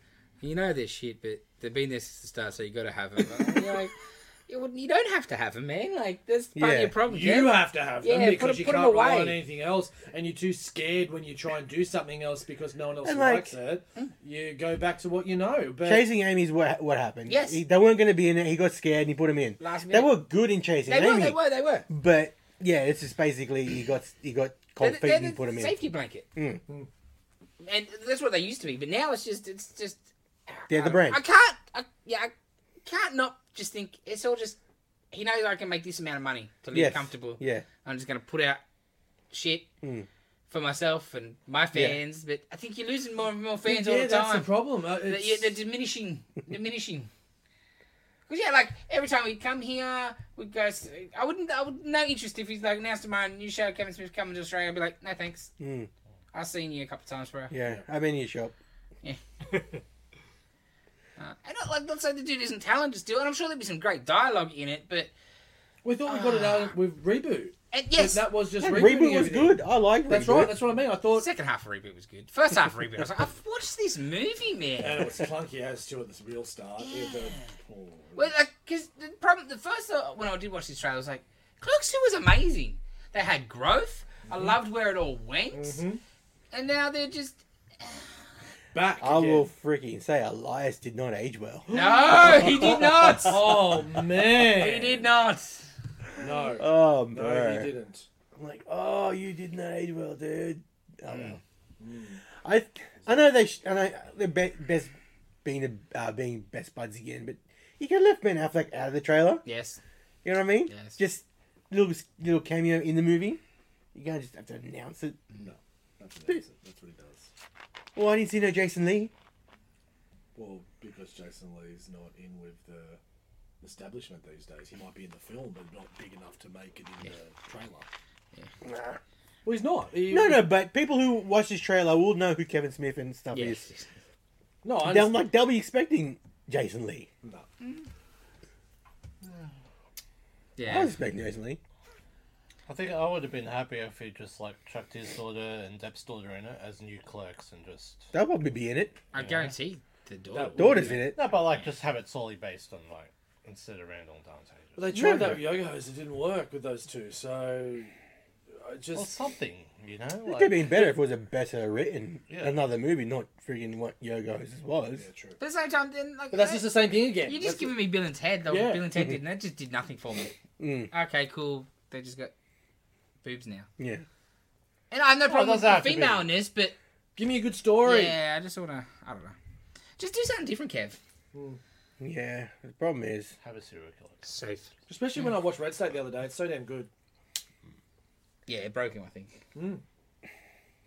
You know this shit, but they've been there since the start, so you got to have them." But you're like, [LAUGHS] you wouldn't- you don't have to have them, man. Like that's part
Yeah.
of your problem.
You
Kev.
have to have them
Yeah, put
because
'em-
you
put 'em
can't rely
away.
on anything else, and you're too scared when you try and do something else because no one else
And, like-
likes it.
Hmm.
You go back to what you know, but
Chasing Amy's what what happened.
Yes.
He- they weren't going to be in it. He got scared and he put him in.
Last
they
minute.
were good in chasing
They
Amy,
were, they were, they were.
but yeah, it's just basically he got he got
They're the-
cold feet
they're
and
the
put him in. Mm.
Safety blanket. And that's what they used to be, but now it's just it's just.
They're the
I-
brand.
I can't. I, yeah, I can't not just think it's all just. He knows I can make this amount of money to live
Yes.
comfortable.
Yeah,
I'm just gonna put out shit
Hmm.
for myself and my fans. But I think you're losing more and more fans
yeah,
all the
that's
time.
the problem. Uh,
They're-
it's-
yeah, they're
[LAUGHS]
diminishing, diminishing. Because yeah, like every time we come here, we go. s- I wouldn't. I would no interest if he's like announced tomorrow new show. Kevin Smith coming to Australia. I'd be like, no thanks.
Hmm.
I've seen you a couple times, bro.
yeah. I'm in your shop.
Uh, and not like not say the dude isn't talented still, and I'm sure there'll be some great dialogue in it. But
We thought we got it
Ah.
out with reboot.
and
But
yes,
that was just
Yeah,
rebooting
reboot was
everything.
good. I like
That's
reboot.
right. That's what I mean. I thought.
second half of reboot was good. First half of reboot, I was like,
[LAUGHS]
I've watched this movie, man.
And it was clunky as to at this real start. It was- oh.
Well, because the problem, the first uh, when I did watch this trailer, I was like, Clerks Two was amazing. They had growth. I
Mm-hmm.
loved where it all went, and now they're
[GASPS]
just
Back.
I
again.
will freaking say Elias did not age well.
[LAUGHS] no, he did not.
Oh
[LAUGHS]
man.
He did not.
No.
Oh,
no,
bro.
he didn't.
I'm like, oh, you did not age well, dude. Oh,
Mm.
well. I I know they sh- I know they're be- best being a, uh, being best buds again, but you could have left Ben Affleck out of the trailer.
Yes,
You know what I mean?
Yes.
Just little little cameo in the movie. You gotta just have to announce it.
No. That's what, it is. That's what he does.
Well, I didn't see no Jason Lee.
Well, because Jason Lee's not in with the establishment these days. He might be in the film, but not big enough to make it in the trailer.
Nah.
Well, he's not. He-
No, no, but people who watch this trailer will know who Kevin Smith and stuff
yes.
is.
No, I
They'll
understand.
like they'll be expecting Jason Lee.
No.
I
Yeah,
was expecting Jason Lee.
I think I would have been happy if he just like chucked his daughter and Depp's daughter in it as new clerks and just
They'll probably be in it.
I guarantee the daughter.
That-
will.
Daughter's in it.
no, but like just have it solely based on like instead of Randall and Dante. Just
But they tried that with Yogo's, it didn't work with those two. So, I
Or
just
something, you know?
It
Like,
could have been better if it was a better written
Yeah.
another movie, not friggin' what Yogo's was.
yeah, true.
But at the same time, then like
But that's
that-
just the same thing again.
you're just
That's-
giving me Bill and Ted though.
Yeah.
Bill and Ted didn't. That just did nothing for me. Okay, cool. They just got boobs now,
Yeah,
and I have no problem with
doesn't have
the
to be.
femaleness, but
give me a good story.
yeah, I just wanna. I don't know. Just do something different, Kev.
yeah. The problem is,
Have a serial killer.
Safe.
Especially when I watched Red State the other day, it's so damn good.
Yeah, it broke him. I think.
a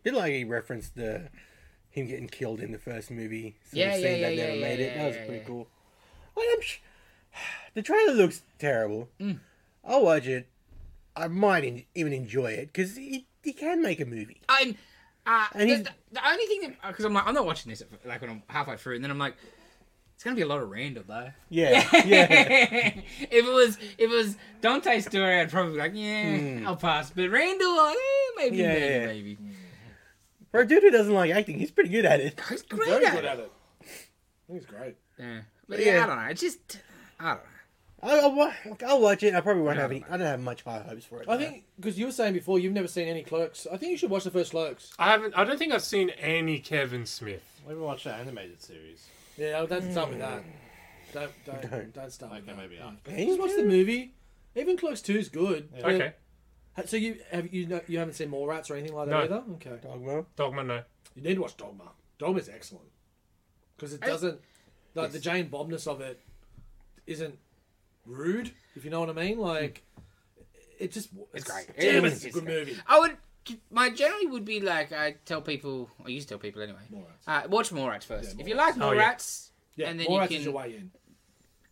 bit like he referenced the him getting killed in the first movie. So
Yeah, yeah, yeah,
that
yeah,
never
yeah,
made it.
yeah,
that was
yeah,
pretty
yeah.
cool. Like, I'm sh- [SIGHS] the trailer looks terrible.
Mm.
I'll watch it. I might en- even enjoy it because he, he can make a movie.
I'm. Uh,
And
the,
he's-
the- the only thing that because I'm like I'm not watching this at- like when I'm halfway through, and then I'm like, it's gonna be a lot of Randall though. [LAUGHS]
Yeah, yeah.
if it was if it was Dante's story, I'd probably be like, yeah, I'll pass. But Randall, like, eh, maybe,
Yeah,
maybe,
yeah.
maybe.
[LAUGHS] For a dude who doesn't like acting, he's pretty good at it.
He's great
Very
at
good
it.
at it. I think it's great.
Yeah. But yeah,
Yeah.
I don't know. It's just I don't know.
I, I'll, wa- I'll watch it. I probably won't have any. I don't have much high hopes for it.
I
though.
think because you were saying before you've never seen any Clerks. I think you should watch the first Clerks.
I haven't. I don't think I've seen any Kevin Smith.
Maybe watch that animated series.
Yeah, don't start with that.
Mm.
Don't don't
Don't.
don't, start.
Okay,
with
maybe
that.
not.
Yeah. Just watch the movie. Even Clerks Two is good. but-
Okay.
So you have you know, you haven't seen More Rats or anything like that
No.
either? Okay.
Dogma.
Dogma, no. Ah,
You need to watch Dogma. Dogma's excellent because it
I-
doesn't like the Jane Bobness of it isn't rude. If you know what I mean, like it just
It's great.
Damn,
It's-
it's, a
it's
good
great.
movie.
I would my generally would be like I tell people I used to tell people anyway.
Morats.
Uh, watch Morats first.
Yeah,
if you like
Oh,
Morats,
yeah.
Yeah,
And then
More
you
Rats
can-
is your way in.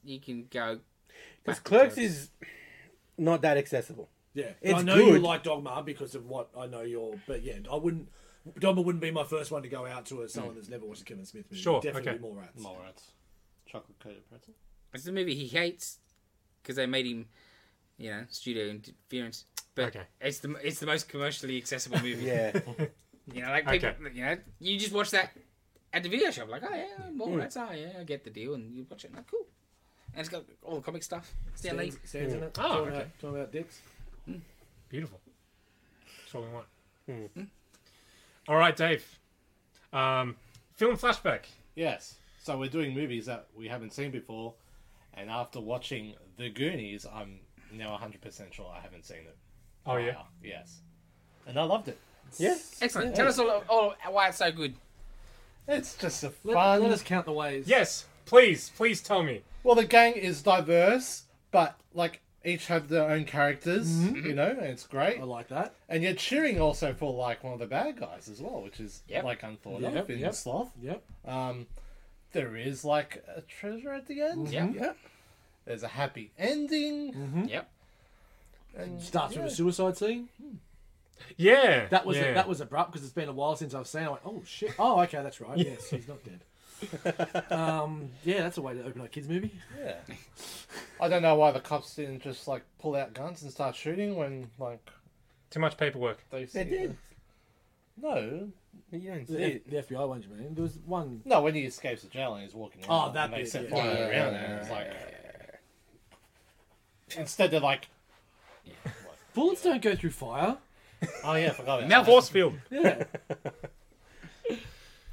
you can go back
Because
to
Clerks is not that accessible.
Yeah,
It's
I know you
good.
like Dogma because of what I know you're, but yeah, I wouldn't. Dogma wouldn't be my first one to go out to as someone that's never watched a Kevin Smith movie.
Sure,
definitely
okay.
more rats.
More rats. Chocolate coated pretzel.
It's the movie he hates because they made him, you know, studio interference. But
Okay.
it's the it's the most commercially accessible movie.
Yeah.
You know, like people,
Okay.
you know, you just watch that at the video shop. Like, oh yeah, more that's oh yeah, I get the deal, and you watch it. Like, cool. And it's got all the comic stuff. Stan Lee.
Stands, stands in it.
Oh,
talking,
okay.
about, talking about dicks.
Beautiful. That's all we want. Hmm. All right, Dave. Um, film flashback.
Yes. So we're doing movies that we haven't seen before, and after watching The Goonies, I'm now 100% sure I haven't seen it.
Oh yeah.
Wow. Yes. And I loved it.
[LAUGHS] yeah.
Excellent. Tell us all, all why it's so good.
It's just a
Let,
fun.
let us count the ways.
Yes, please, please tell me.
Well, the gang is diverse, but like each have their own characters, you know, and it's great.
Mm-hmm. I like that.
And you're cheering also for like one of the bad guys as well, which is
Yep.
like unthought
Yep,
of in
yep.
Sloth.
Yep.
Um, there is like a treasure at the end.
Yeah.
Yeah.
There's a happy ending.
Yep.
And
Starts with a suicide scene.
Yeah.
That was
yeah.
that was abrupt because it's been a while since I've seen. it. I went, oh shit. Oh, okay, that's right. yes, he's not dead. [LAUGHS] um, yeah, that's a way to open a kids movie.
yeah. I don't know why the cops didn't just like pull out guns and start shooting when like
too much paperwork.
they see
They did.
No,
You don't see
The, F-
it.
the FBI one, you mean? There was one.
no. When he escapes the jail and he's walking.
Oh,
around
that
and they
bit,
set
yeah.
fire
Yeah, yeah,
around it, and it's like. Instead, they're like,
Bullets don't go through fire.
oh yeah, I forgot. about
Mel
that.
Force field.
Yeah.
Oh,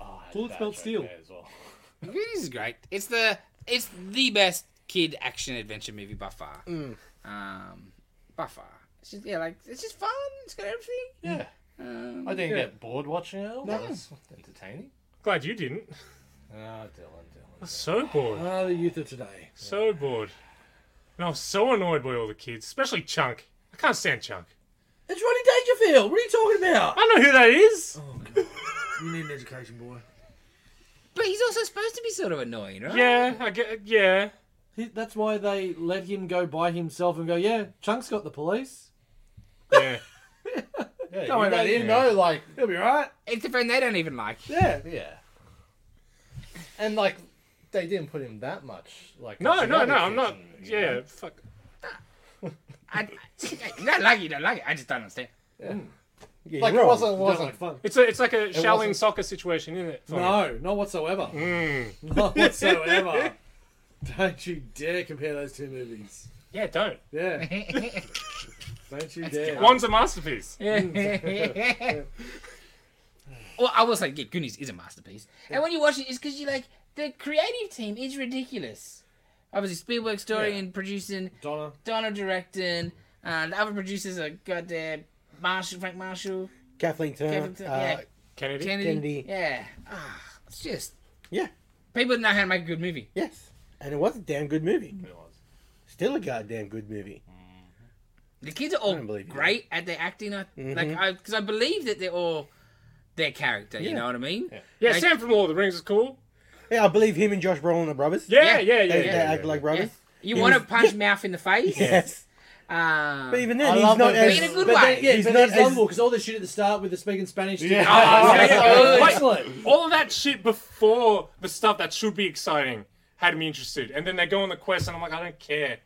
I had a
Bullets
bad
melt
joke
steel.
there as well.
This is great. It's the it's the best kid action adventure movie by far. Um, by far. It's just yeah, like it's just fun. It's got everything.
Yeah.
Um,
I didn't get bored watching it. It was entertaining.
Glad you didn't.
Ah, Dylan, Dylan.
So bored.
Ah, the youth of today.
So bored. And I was so annoyed by all the kids, especially Chunk. I can't stand Chunk.
It's Ronnie Dangerfield. What are you talking about?
I know who that is.
You need an education, boy.
but he's also supposed to be sort of annoying, right?
Yeah, I get. Yeah,
He, that's why they let him go by himself and go. Yeah, Chunk's got the police.
yeah.
Yeah,
Don't worry
you know,
about it.
you know, like,
He'll be right.
It's the friend they don't even like.
Yeah.
yeah. And like, they didn't put him that much. Like,
[LAUGHS] No,
as the
no,
other
no. I'm
kids
not.
in the-
Yeah, fuck.
I, [LAUGHS] I, you don't like it, you don't like it. I just don't understand.
Yeah,
Like,
you're
it
wrong.
wasn't, it
Wasn't
wasn't.
fun.
It's a, it's like a Shaolin
wasn't-
soccer situation, isn't it? for me?
No, not whatsoever.
Hmm. [LAUGHS]
[LAUGHS] Not whatsoever. Don't you dare compare those two movies.
Yeah, don't. [LAUGHS]
Yeah. Don't you dare.
One's a masterpiece.
[LAUGHS] Well, I will say, yeah, Goonies is a masterpiece. And when you watch it, it's because you're like, the creative team is ridiculous. Obviously, Spielberg story
Yeah.
and producing,
Donna.
Donald directing, uh, the other producers are goddamn Marshall, Frank Marshall,
Kathleen Turner.
Kevin, T-
uh,
yeah,
Kennedy.
Kennedy.
Kennedy.
Yeah. Ah, it's just,
yeah.
people know how to make a good movie.
Yes. And it was a damn good movie.
It was.
Still a goddamn good movie.
The kids are
I
all
don't believe you. Mm-hmm.
great at their acting. I, Like, I, because I believe that they're all their character, you
Yeah.
know what I mean?
Yeah,
Like-
Sam from Lord of the Rings is cool.
Yeah, I believe him and Josh Brolin are brothers.
Yeah,
Yeah.
yeah, yeah. yeah,
They, they
yeah,
act
yeah.
like brothers.
You
He
want to
was-
punch Mouth in the face?
[LAUGHS] Yes.
Um,
But even then,
I
he's
love
not
that
as.
they- In a good
but
way.
they-
Yeah,
he's
but
not
that's
as.
humble because all the shit at the start with the speaking Spanish.
Yeah.
dude.
[LAUGHS] Oh, yeah,
Oh,
yeah. Like,
excellent.
all of that shit before the stuff that should be exciting had me interested, and then they go on the quest, and I'm like, I don't care.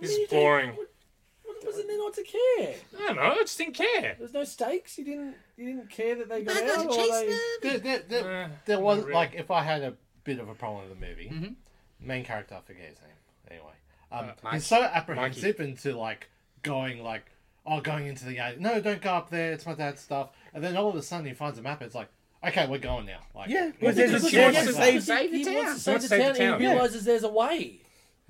This is boring.
What wasn't there not to care?
I don't know. I just didn't care.
There's no stakes. You didn't. You didn't care that they got
I
out.
got to
Or
chase
they...
them.
There, there, there,
Eh,
there was
really.
like if I had a bit of a problem with the movie,
Mm-hmm.
main character I forget his name anyway.
Uh,
Um,
Mike.
he's so apprehensive into like going like oh going into the attic. No, don't go up there. It's my dad's stuff. And then all of a sudden he finds a map. It's like okay, we're going now. Like
Yeah,
we're
well, there's
doing
a
this.
chance
Yeah,
to
it's
save-
Save the
He
town.
wants to save
Wants
the
to save
town,
the
and he
town.
realizes there's a way.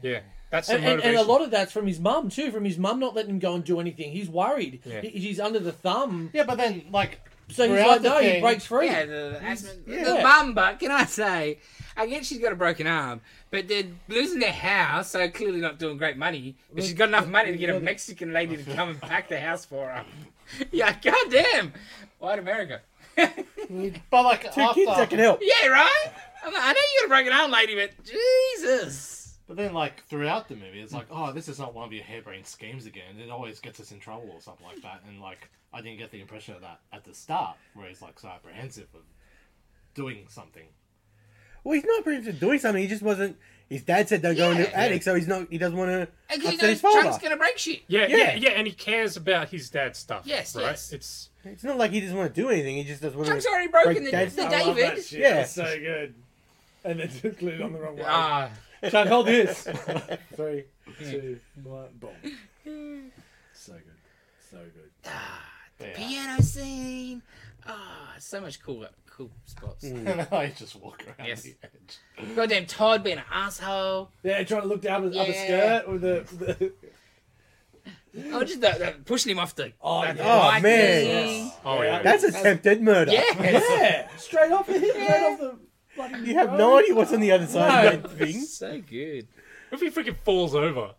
Yeah, that's the
And, and,
motivation.
and a lot of that's from his mum too. From his mum not letting him go and do anything. He's worried.
Yeah.
He, he's under the thumb.
Yeah, but then like
So he's
throughout
like,
the
no, he
thing-
breaks free.
Yeah, the, the, asthma, the
yeah.
bum, but can I say, I guess she's got a broken arm, but they're losing their house, so clearly not doing great money. But she's got enough money to get a Mexican lady to come and pack the house for her. yeah, goddamn. White America. yeah, [LAUGHS]
But like
Two
after,
kids that can help.
right? I'm like, I know you got a broken arm, lady, but Jesus.
But then, like throughout the movie, it's like, oh, this is not one of your harebrained schemes again. It always gets us in trouble or something like that. And like, I didn't get the impression of that at the start, where he's like so apprehensive of doing
[LAUGHS]
something.
Well, he's not pretty much doing something. He just wasn't. His dad said don't go into
Yeah.
the attic, so he's not. He doesn't want to
Because
upset
you know
his
Chunk's
father.
going to break shit.
yeah,
Yeah.
yeah, yeah, and he cares about his dad's stuff.
Yes,
right?
yes.
It's
It's not like he doesn't want to do anything. He just doesn't want to.
Chunk's already broken the,
Break
the
dad's- I
love
David.
shit.
Yeah.
It's so good. And then [LAUGHS] just glued on the wrong way.
Ah,
Chuck,
[LAUGHS]
hold this. Three, two, one, boom.
[LAUGHS]
So good. So good.
But yeah.
ah, piano scene. Ah, so much cool, cool spots.
[LAUGHS] and I just walk around
Yes.
the edge.
Goddamn Todd being an asshole.
Yeah, trying to look down at the upper
Yeah.
skirt with the. the
[LAUGHS] Oh, just the, the, pushing him off the.
oh,
the
yeah.
bike
man.
thing.
oh yeah,
That's attempted murder.
Yes.
yeah. Straight off the hip, right off the. bloody
You have no
road.
idea what's on the other side
No.
of that thing.
so good.
if he freaking falls over,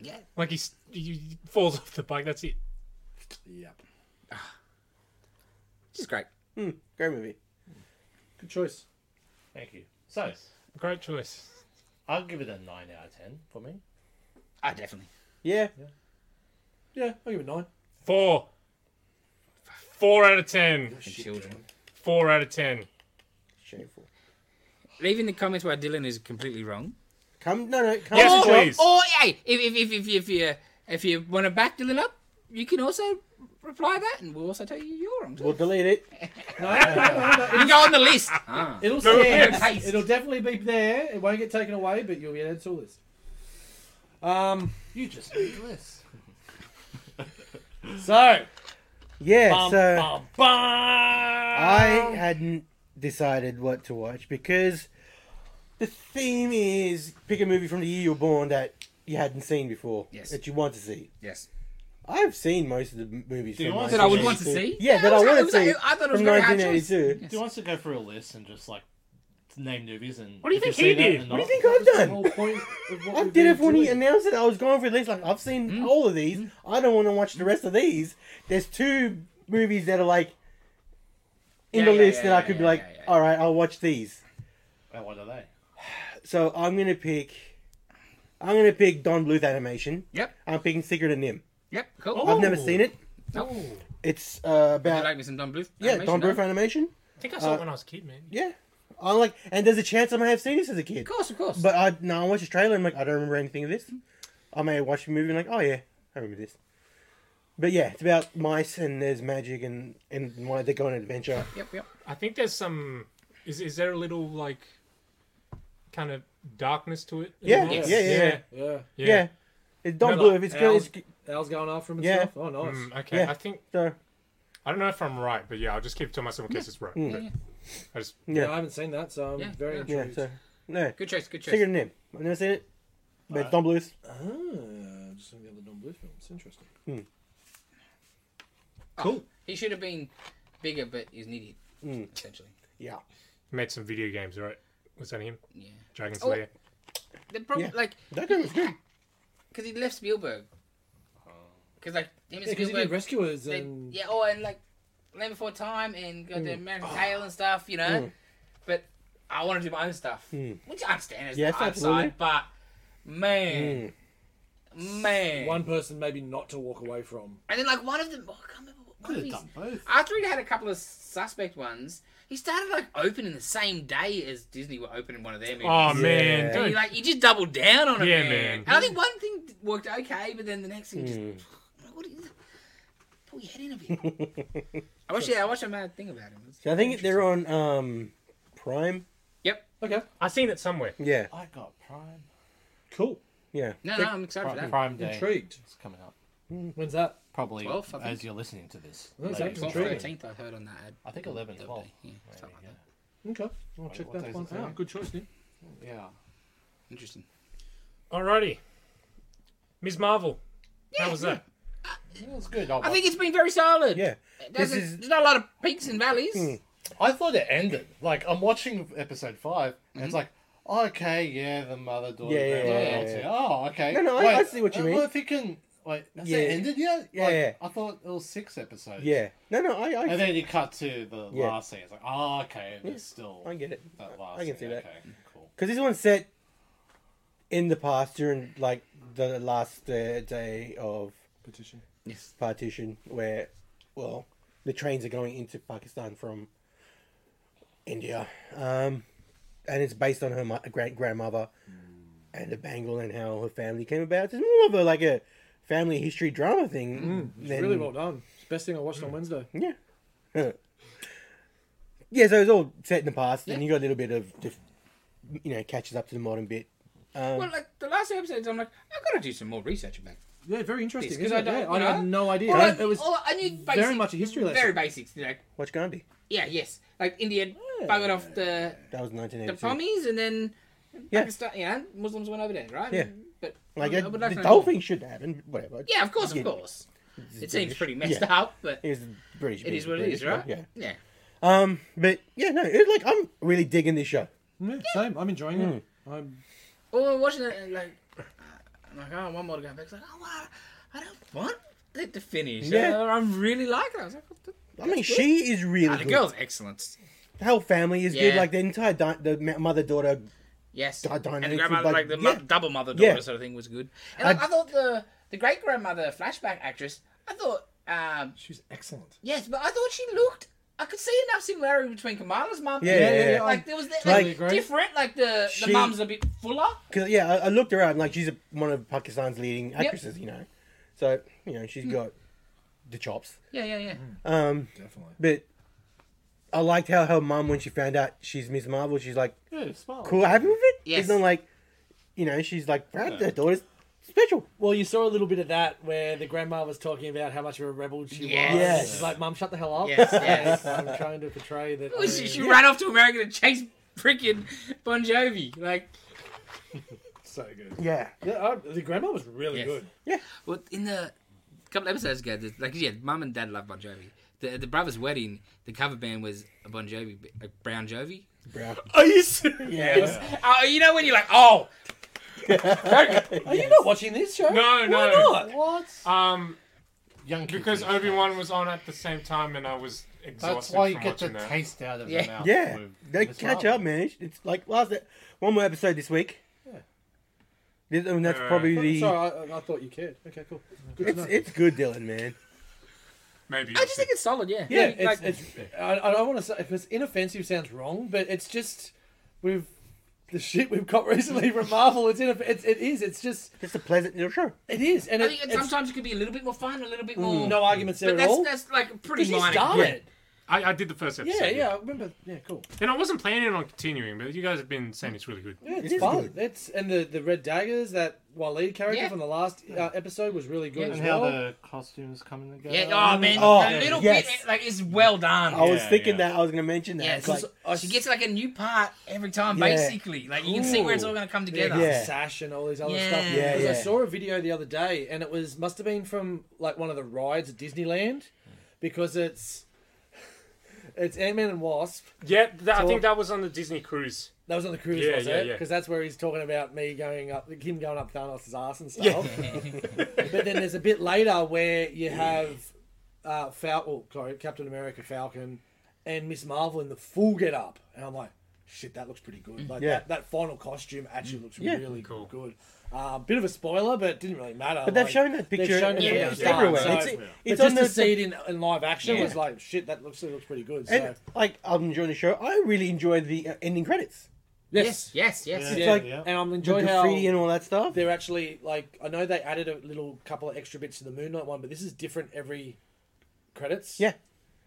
Yeah.
like he's, he he falls [LAUGHS] off the bike. That's it.
Yep.
Just great.
Hmm, Great movie.
Good choice.
Thank you. So
Great choice.
I'll give it a nine out of ten for me.
Ah, definitely.
Yeah.
Yeah, I'll give it nine.
Four. Four out of ten.
And children.
Four out of ten.
Shameful.
Leave in the comments why Dylan is completely wrong.
Come no no. Come
Yes,
to the
please.
shop.
Or Oh, hey, if if if if, if you if you want to back Dylan up, you can also reply that, and we'll also tell you you're wrong.
We'll
Too.
delete it.
You can go on the [LAUGHS] list. Ah.
It'll
offense.
stand. It'll definitely be there. It won't get taken away, but you'll be added to all this. Um.
You just
[LAUGHS]
made this.
So.
Yeah.
Bum,
so
bum, bum.
I
Um,
hadn't decided what to watch because the theme is pick a movie from the year you were born that you hadn't seen before.
Yes.
That you want to see.
Yes.
I've seen most of the m- movies
you
from
want
That I would want to
1982.
see.
Yeah, that
it
I
was- it
want to
was-
see.
I thought it was
from
a very hard choice.
1982.
Do you want us to go through a list and just like name movies and
What do you
if
think
you've
he
seen it
did?
and
What do you
not-
think I've
The
done?
whole point of what
I
we've
did it
been
when he
doing.
announced it. I was going for at least like I've seen
Mm.
all of these. I don't want to watch the rest of these. There's two movies that are like in
Yeah,
the
yeah,
list
yeah,
that I
yeah,
could be
yeah,
like,
yeah, yeah.
all right, I'll watch these.
And what are they?
So I'm gonna pick. I'm gonna pick Don Bluth animation.
Yep.
I'm picking Secret of Nim.
Yep. Cool.
I've never seen it.
Nope.
It's uh,
Would you
about
like me some Don Bluth?
yeah
animation,
Don
no?
Bluth animation.
I think I saw it when I was a kid, man.
Yeah, I'm like, and there's a chance I may have seen this as a kid.
Of course, of course.
But I no, I watched this trailer. and I'm like, I don't remember anything of this. I may watch the movie and like, oh yeah, I remember this. But yeah, it's about mice and there's magic and and why they go on an adventure.
yep, yep.
I think there's some. Is is there a little like kind of darkness to it?
Yeah,
Yes.
yeah, yeah, yeah.
Yeah.
yeah.
Yeah. It's Don
Remember,
Blue. If it's good, it's
Al's,
good.
Al's going after him and
Yeah.
stuff. Oh, nice.
Mm, okay,
Yeah.
I think
So,
I don't know if I'm right, but yeah, I'll just keep telling myself in case it's
Mm.
right. but
yeah.
I just
Yeah.
yeah.
I haven't seen that, so I'm
Yeah,
very
yeah.
Yeah,
intrigued.
so, no.
Good choice. Good choice. Uh,
Secret name. I've never seen it. But it's Don Bluth.
Ah, just some of the other non-blue films. Interesting.
Cool. Oh, He should have been bigger, but he's an idiot.
Hmm.
Essentially.
Yeah.
made some video games, right? Was that him?
Yeah.
Dragon
Oh.
Slayer.
The problem,
Yeah.
like,
That guy was good.
because he left Spielberg. Because like him and
Yeah, because he
Spielberg,
did Rescuers
they-
and Mm.
yeah, oh, and like Land Before Time and got the American
Oh.
Tail and stuff, you know. But I want to do my own stuff,
Mm.
which I understand is
Yes,
the art
absolutely.
side, but man, man,
Mm. one person maybe not to walk away from.
and then like one of them, oh, I can't remember. what- One
Could
of
have
these,
done both.
after he'd had a couple of suspect ones, he started like opening the same day as Disney were opening one of their movies.
Oh
Yeah.
man,
And
don't.
you like you just doubled down on it,
Yeah,
man.
man.
And I think one thing worked okay, but then the next thing just [SIGHS]
Hmm.
what is, pull your head in a bit.
[LAUGHS]
I watched yeah, I watched a mad thing about him. It's
So I think they're on um, Prime.
Yep.
Okay,
I seen it somewhere.
Yeah.
I got Prime.
cool.
Yeah.
No, no, I'm excited for
Prime,
that.
Prime Day.
Intrigued.
It's coming up.
Hmm,
When's that?
Probably
12, I think.
as you're listening to this.
Well, that's
later.
actually
Twelve
Intriguing. Oh,
thirteenth I heard on that ad.
I think 11,
The other
12.
day, Yeah,
maybe,
something like that.
Okay, I'll check
what day
that
is
one
it today?
out. Good choice, Nick.
yeah. yeah.
Interesting.
Alrighty, Ms. Marvel. How was that?
It was good. Oh, I,
I think it's been very solid.
Yeah.
There's,
This is-
there's not a lot of peaks and valleys.
Hmm,
I thought it ended. Like I'm watching episode five, and it's like, okay, yeah, the mother daughter.
Yeah, yeah,
grandma,
yeah,
auntie.
yeah.
Oh, okay.
No, no, I- I see what you
uh,
mean.
Well, if you can, wait, has
Yeah.
it ended yet?
Yeah,
Like,
yeah.
I thought it was six episodes.
Yeah. No, no, I, I,
And then you cut to the
Yeah.
last scene. It's like, oh, okay, there's still
I get it.
that last.
I can see
scene.
that.
Okay, cool.
Because this one's set in the past during, like, the last uh, day of
Petition.
Yes.
partition where, well, the trains are going into Pakistan from India. Um, and it's based on her great grandmother
Mm.
and the Bengal and how her family came about. It's more of a, like a family history drama thing.
Mm,
It's
than-
really well done. It's the best thing I watched on Wednesday.
Yeah. [LAUGHS] yeah, so it's all set in the past, and you got a little bit of, diff- you know, catches up to the modern bit. Um,
Well, like the last episodes, I'm like, I gotta do some more research about. it.
Yeah, very interesting.
Because
isn't
I
it?
don't-
Yeah,
you
I had
know,
no idea.
All I,
it was
all I knew basic,
very much a history lesson.
Very basics, like
watch Gandhi.
Yeah, yes. Like India buggered off the
That was
the
1982.
pommies and then
Yeah.
Pakistan, yeah, Muslims went over there, right?
Yeah.
But
Like,
I
it,
would like to
the
know
whole
more.
thing should happen, but whatever.
Yeah, of course,
Yeah.
of course. It seems pretty messed
Yeah.
up, but
It was British.
it is what it
British,
is, right?
Yeah.
Yeah.
Um, but yeah, no, it, like I'm really digging this show.
Yeah, same. I'm enjoying it. I'm
Well, we're watching it and like, I'm like, oh, one more to go back. It's like, oh, wow, I don't want it to finish.
Yeah.
Yeah. I'm really liking it. I was like, what the...
I mean, she is
Ah,
really
the
good.
girl's excellent.
The whole family is good.
Yeah.
Like the entire di- the mother daughter.
Yes.
I don't
and the
know, it's
grandmother,
like-
like the mo-
yeah.
double mother
Yeah.
daughter sort of thing was good. And like,
I-
I, thought the, the great grandmother flashback actress, I thought, um,
she's excellent.
Yes, but I thought she looked. I could see enough similarity between Kamala's mum.
Yeah, yeah, yeah, yeah.
Like there was the,
Totally
like
agree.
different. Like the
She-
the mum's a bit fuller.
Cause yeah, I, I looked her up. Like she's a, one of Pakistan's leading actresses. You know, so you know
Hmm.
she's got the chops.
Yeah, yeah, yeah.
Um,
Definitely.
but I liked how her mum when she found out she's Miss Marvel, she's like
Yeah, smart.
cool, happy with it.
Yes.
It's not like you know she's like proud
Yeah.
her daughter's special.
Well, you saw a little bit of that where the grandma was talking about how much of a rebel she
Yes.
was.
Yes.
She's like, "Mum, shut the hell
[LAUGHS]
up."
Yes, yes.
I'm trying to portray that.
Well, she, she ran off to America to chase freaking Bon Jovi. Like,
so good.
Yeah.
Yeah, I, the grandma was really
Yes.
good.
well, in the couple episodes ago, the, like yeah, mum and dad love Bon Jovi. The the brother's wedding, the cover band was a Bon Jovi, a Brown Jovi.
Brown.
Are you serious?
Yeah.
Oh, you know when you're like, oh,
Are you not watching this show?
No,
Why
no.
not?
What?
Uh,
Um,
Young kids
because
in this
Obi
show.
Wan was on at the same time, and I was exhausted
That's why you
from
get the
watching that.
taste out of
Yeah.
the mouth.
Yeah,
with
they
Miss
catch
Marvel.
up, man. It's, it's like last one more episode this week. Yeah, I mean, that's
Alright.
probably
Oh,
the.
Sorry, I, I thought you cared. Okay, cool. Good
It's
to know.
it's good, Dylan, man.
Maybe
I just think it's solid. Yeah.
yeah, it's,
like,
it's, I, I don't want to say because inoffensive sounds wrong, but it's just we've the shit we've got [LAUGHS] recently from Marvel. It's, inoff- it's it is. It's just
It's a pleasant little show.
it is, and
I
it,
think
it's
sometimes it could be a little bit more fun, a little bit more.
no arguments there
But
at
that's
all.
that's like pretty
Because she's
minor.
done it.
I, I did the first episode.
Yeah, yeah, I remember. Yeah, cool.
And I wasn't planning on continuing, but you guys have been saying it's really good.
Yeah, it's,
It's
fun.
good.
It's and the the red daggers that Waleed character
Yeah.
from the last uh, episode was really good
Yeah.
as
And
well.
how the costumes come in together.
Yeah. Oh man,
Oh,
a little
yes.
bit like it's well done.
I was
Yeah,
thinking
yeah.
that I was going to mention that.
yeah,
it's
it's-
like,
she gets like a new part every time,
Yeah.
basically. Like you can see where it's all going to come together.
Yeah.
sash and all these other
Yeah.
stuff.
Yeah,
'Cause I
yeah.
saw a video the other day, and it was must have been from like one of the rides at Disneyland, because it's [LAUGHS] it's Ant Man and Wasp.
Yeah, that, I
So-
think that was on the Disney cruise.
That was on the cruise,
Yeah,
was
yeah,
it?
yeah.
Because that's where he's talking about me going up, him going up Thanos' ass and stuff.
Yeah. [LAUGHS]
but then there's a bit later where you have uh, Falcon, sorry, Captain America, Falcon, and Miss Marvel in the full get up, and I'm like, shit, that looks pretty good. Like
Yeah.
that, that final costume actually looks
Yeah.
really
Cool.
good. Uh, bit of a spoiler, but it didn't really matter.
but they've
like,
shown that
they've
picture
shown it
Yeah,
from
yeah,
the
it's
start,
everywhere.
so-
It's,
but
it's
just
on
to
the
see it in, in live action
Yeah.
was like, shit, that looks that looks pretty good. So
And like I'm enjoying the show, I really enjoyed the uh, ending credits,
Yes, yes, yes.
Yeah.
It's like-
yeah.
and I'm
the
enjoying how
graffiti and all that stuff.
they're actually like I know they added a little couple of extra bits to the Moon Knight one, but this is different every credits.
Yeah,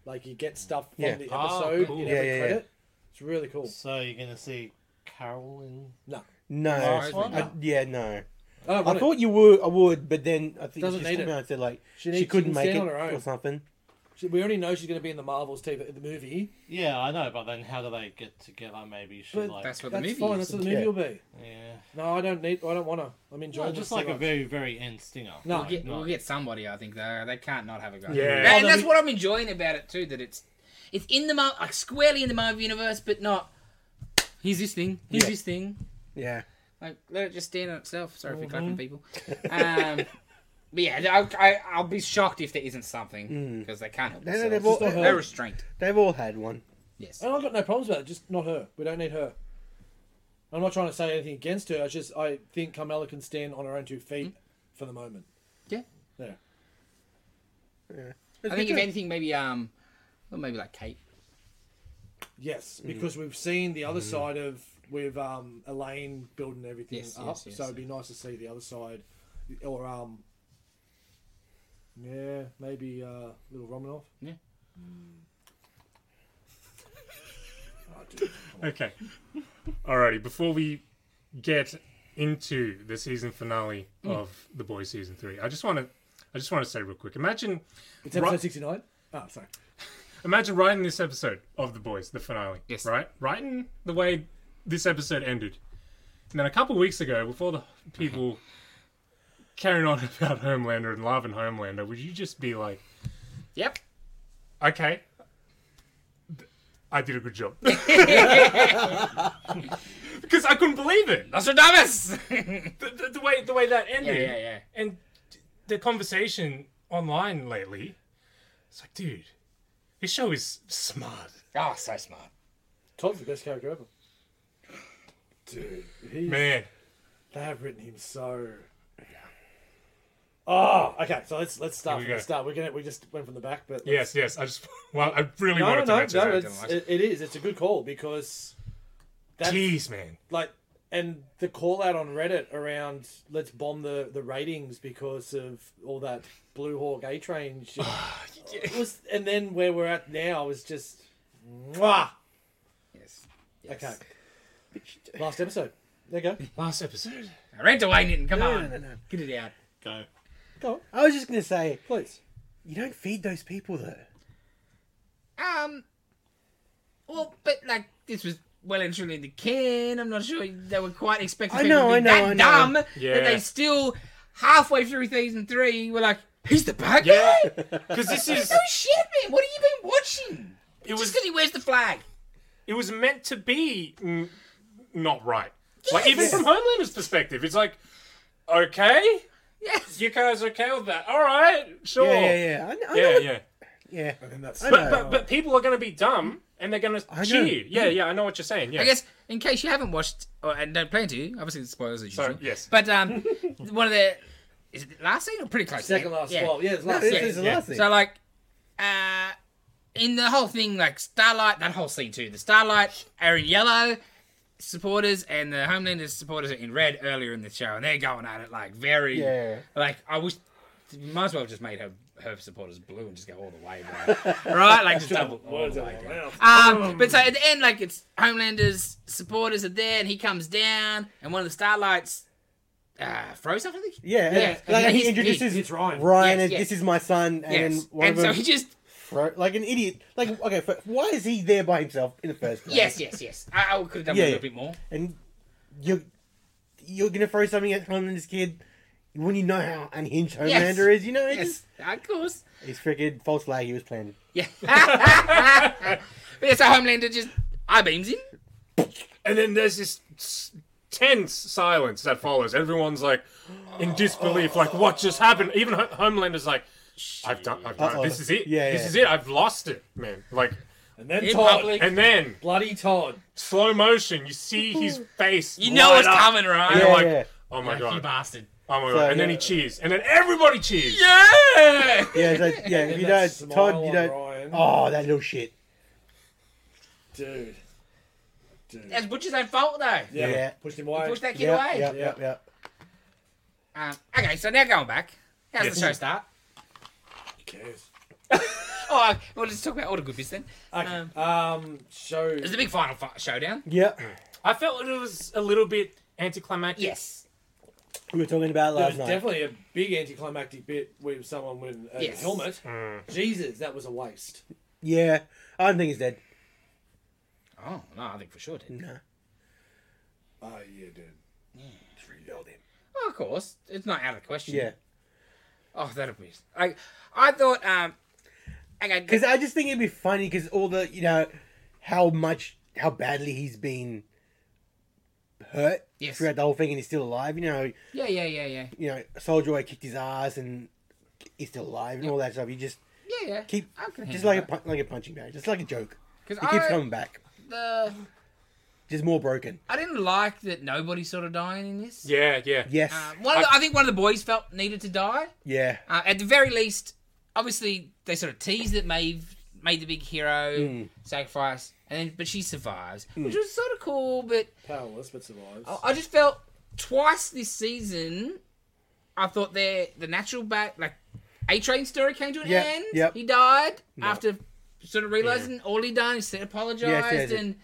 like you get stuff from
Yeah.
the
Ah,
episode
cool.
in
Yeah,
every
yeah, yeah.
credit. It's really cool.
So you're gonna see Carol in
No,
no,
Last
one?
I- yeah, no.
I don't
I
want it.
thought you would, I would, but then I think
Doesn't
she
need
came
it.
out and said like
She
she,
needs- she
couldn't
can
make
stand
it
on her own.
or something.
She- we already know she's going to be in the Marvels TV, the movie.
Yeah, I know, but then how do they get together? Maybe she
But
like
That's what the
That's
movie
fine.
is.
That's what the movie
Yeah.
will be.
yeah,
No, I don't need. I don't want to. I'm
No,
enjoying.
just
this
like
so
a
much.
very very end stinger.
No.
Like,
We'll get,
not-
we'll get somebody, I think. Though they can't not have a go.
Yeah.
That- and
Oh,
that's
they'll be-
what I'm enjoying about it too. That it's it's in the Mar- like squarely in the Marvel universe, but not. Here's this thing. Here's
Yeah.
this thing.
Yeah,
Like let it just stand on itself. Sorry
Mm-hmm.
for clapping people. Um, [LAUGHS] but yeah, I, I, I'll be shocked if there isn't something because they can't help
Mm. No, no,
themselves.
they've all-
They're
they've-
restrained.
they've all had one.
Yes.
And I've got no problems with it. Just not her. We don't need her. I'm not trying to say anything against her. I just I think Carmela can stand on her own two feet for the moment.
Yeah.
There.
I think if anything, maybe um, well, maybe like Kate.
Yes, because we've seen the other side of with um, Elaine building everything
Yes,
up,
yes, yes,
so it'd be nice to see the other side, or um, yeah, maybe uh, little Romanov. Mm.
Yeah.
[LAUGHS] Oh, dude.
Okay. Alrighty, before we get into the season finale
Mm.
of The Boys season three, I just want to, I just want to say real quick. Imagine,
It's episode
Ro-
sixty nine. Oh, sorry.
imagine writing this episode of The Boys, the finale.
Yes.
Right, writing the way this episode ended, and then a couple weeks ago, before the
[LAUGHS]
people carrying on about Homelander and Love and Homelander, would you just be like,
Yep.
okay, th- I did a good job? [LAUGHS] Because I couldn't believe it.
[LAUGHS] Nostradamus. yeah,
the, the, the way the way that ended.
yeah, yeah.
And the conversation online lately, it's like, dude, this show is smart.
Oh, so smart.
Todd's the best character ever. Dude, he's,
Man,
they have written him so. Oh, okay. So let's let's
Here
start
we
from the
go.
start. We're gonna we just went from the back, but
yes, yes. I just [LAUGHS] well, I really
no,
wanted
no,
to
no,
mention
no.
that.
It's, it, it is. It's a good call because that's
Jeez, man.
like, and the call out on Reddit around let's bomb the the ratings because of all that Blue Hawk A
[SIGHS]
Train shit It was, and then where we're at now is just, mwah.
Yes.
Okay, last episode. There you go.
Last episode.
Rent away, Nitton. Come
No,
on.
no, no, no.
Get it out.
Go.
Go on,
I was just going to say,
please.
you don't feed those people though.
Um. Well, but like this was well and truly in the can. I'm not sure they were quite expecting
I
people
know,
to be
I know,
that
I know.
dumb
Yeah.
that they still halfway through season three were like, "He's the bad
Yeah,
guy." [LAUGHS]
because this is
No shit, man. What have you been watching?
it
Just
was
because he wears the flag.
it was meant to be mm, not right. Like even from Homelander's perspective, it's like, okay,
Yes.
you guys okay with that? All right, sure.
Yeah, yeah, yeah. I, I
yeah,
know,
yeah.
yeah.
And that's
I
But,
know.
but but people are going to be dumb and they're going
I
to
know.
cheer. Yeah, yeah. I know what you're saying. Yeah.
I guess in case you haven't watched or and don't plan to, obviously the spoilers as
Sorry,
usual.
yes.
But um, [LAUGHS] one of the is it the last scene or pretty close? to
[LAUGHS]
Second
it?
last.
Yeah.
Well, yeah, it's last.
This
yeah.
is the
yeah.
last thing.
So like, uh, in the whole thing, like Starlight, that whole scene too. The Starlight are in yellow supporters, and the Homelanders supporters are in red earlier in the show, and they're going at it like very,
Yeah.
like I wish. Might as well have just made her her supporters blue and just go all the way, bro. [LAUGHS] right? Like just double all the way. Bro. Um, but so at the end, like it's Homelander's supporters are there, and he comes down, and one of the starlights uh, froze. I think.
Yeah,
Yeah,
and,
and
like
then
he
he's-
introduces
he- it's Ryan.
Ryan
Yes,
as
yes.
this is my son, and
Yes.
then
And,
one of
so
them,
he just
fro- like an idiot. Like okay, for, why is he there by himself in the first place?
yes, yes, yes. I, I could have done
Yeah,
with a
yeah.
little bit more.
and you're you're gonna throw something at Homelander's kid when you know how unhinged
Yes.
Homelander is. You know, it's
Yes, Ah, of course.
just, his freaking false flag he was planted.
Yeah. [LAUGHS] but yeah, so Homelander just I beams him.
And then there's this s- tense silence that follows. Everyone's like in disbelief, like what just happened? Even Ho- Homelander's like, I've done, I've done,
Uh-oh.
this is it.
Yeah,
this
yeah.
is it. I've lost it, man. Like,
And then
In
Todd,
public.
and then
bloody Todd.
slow motion, you see his face.
You know
light
it's
up.
coming, right?
And you're
Yeah,
like,
yeah.
oh my
You
god,
bastard.
oh my
So,
god. And then
yeah.
he cheers, and then everybody cheers.
Yeah.
Yeah,
[LAUGHS]
it's like, yeah. if you
that
don't, Todd,
smile
you
on
don't.
Ryan.
Oh, that little shit.
Dude. Dude.
That's Butcher's own fault though.
yeah.
Yeah.
Pushed him away.
Push that kid
Yep,
away.
yep,
Yeah.
yep, yep.
Um, okay, so now going back. How's
Yes.
the show start?
Who cares?
Oh, uh, well, let's talk about all the good bits then.
Okay.
Um,
Um, so
It's the big final fi- showdown.
Yep.
I felt it was a little bit anticlimactic.
Yes.
We were talking about it
there's
last night.
definitely a big anticlimactic bit with someone with a
Yes.
helmet. Jesus, that was a waste.
Yeah. I don't think he's dead.
Oh no, I think for sure did.
No.
Oh yeah, dude.
Oh, of course, it's not out of the question.
Yeah.
Oh, that'll be. I, I thought. Um, okay.
Because I just think it'd be funny because all the you know how much how badly he's been hurt
Yes.
throughout the whole thing, and he's still alive. You know,
Yeah, yeah, yeah, yeah,
you know, Soldier Boy kicked his ass, and he's still alive, and all that stuff. You just
yeah, yeah.
keep
I can
just
handle
like a
that.
pu- like a punching bag, just like a joke. It
'Cause
keeps
I-
coming back,
the
just more broken.
I didn't like that nobody's sort of dying in this.
Yeah, yeah.
Yes,
Um, one of the, I think one of the boys felt needed to die.
yeah,
Uh, at the very least, obviously they sort of teased that Maeve made the big hero sacrifice, and then, but she survives, which was sort of cool. But
Powerless but survives.
I- I just felt twice this season, I thought their the natural back like A Train story came to an
Yep,
end.
yep.
He died after sort of realizing all he done is apologized
Yes, yes, yes.
and.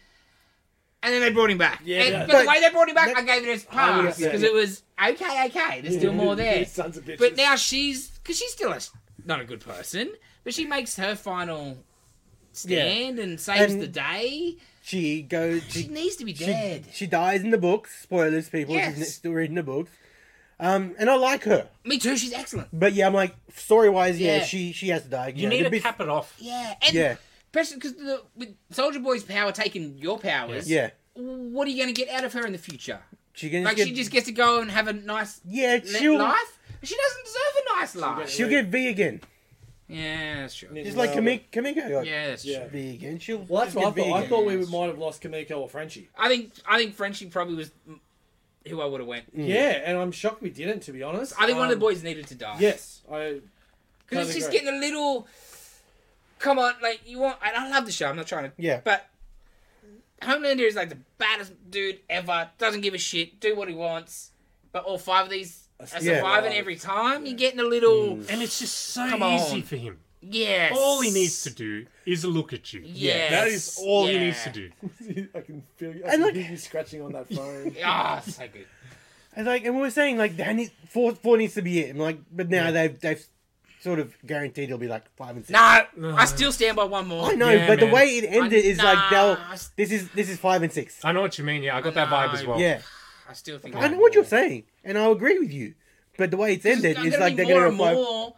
And then they brought him back. Yeah,
yeah.
but, the
But-
way they brought him back,
that-
I gave it as
yeah,
pass
yeah,
because
yeah.
it was okay, okay. There's still more there.
You Sons of bitches.
But now she's because she's still a, not a good person, but she makes her final stand and saves
And-
the day.
she goes.
She
She,
needs to be
she,
dead.
she dies in the books. Spoilers, people.
Yes.
She's ne- still reading the books. Um, and I like her,
Me too. She's excellent.
but yeah, I'm like story wise, yeah,
Yeah.
she she has to die.
You
know,
need
the
to
bits-
cap it off.
Yeah, and
Yeah.
especially because with Soldier Boy's power taking your powers,
Yeah,
What are you going to get out of her in the future?
she can
Like
get,
she just gets to go and have a nice
yeah,
li-
she'll
life. She doesn't deserve a nice life.
she'll get V again,
yeah, that's true.
Needs
just
to
like
know-
Kamiko. Kamiko got
Yeah, that's
Yeah.
true.
V again. She'll
Well, that's what I
just get
thought. I
V
thought
again.
we would- might have lost Kamiko or Frenchie.
I think I think Frenchie probably was who I would have went.
Yeah, and I'm shocked we didn't, to be honest.
I think one of the
Um,
boys needed to die.
Yes,
Because
I.
it's
Totally
just
agree.
getting a little. Come on, like you want. And I love the show. I'm not trying to.
Yeah.
But Homelander is like the baddest dude ever. Doesn't give a shit. Do what he wants. But all five of these are
Yeah.
surviving every time. You're getting a little.
And it's just so
Come
easy
on.
for him.
Yes.
All he needs to do is look at you.
Yes.
That is all he
Yeah.
needs to do.
[LAUGHS] I can feel. I
And like-
you scratching on [LAUGHS] that phone.
Ah, so good.
And like, and we were saying like that need, four four needs to be it. And like, but now
Yeah.
they've they've sort of guaranteed it'll be like five and six.
No,
[SIGHS]
I still stand by one more.
I know,
Yeah,
but
man.
the way it ended
I-
is like they'll.
nah, I s-
This is this is five and six.
I know what you mean. Yeah, I got that vibe
Oh.
as well.
Yeah,
I still think.
I know what you're saying, and I agree with you. But the way it's ended
I'm
is
gonna
like
be
they're
more
gonna
and
five.
more.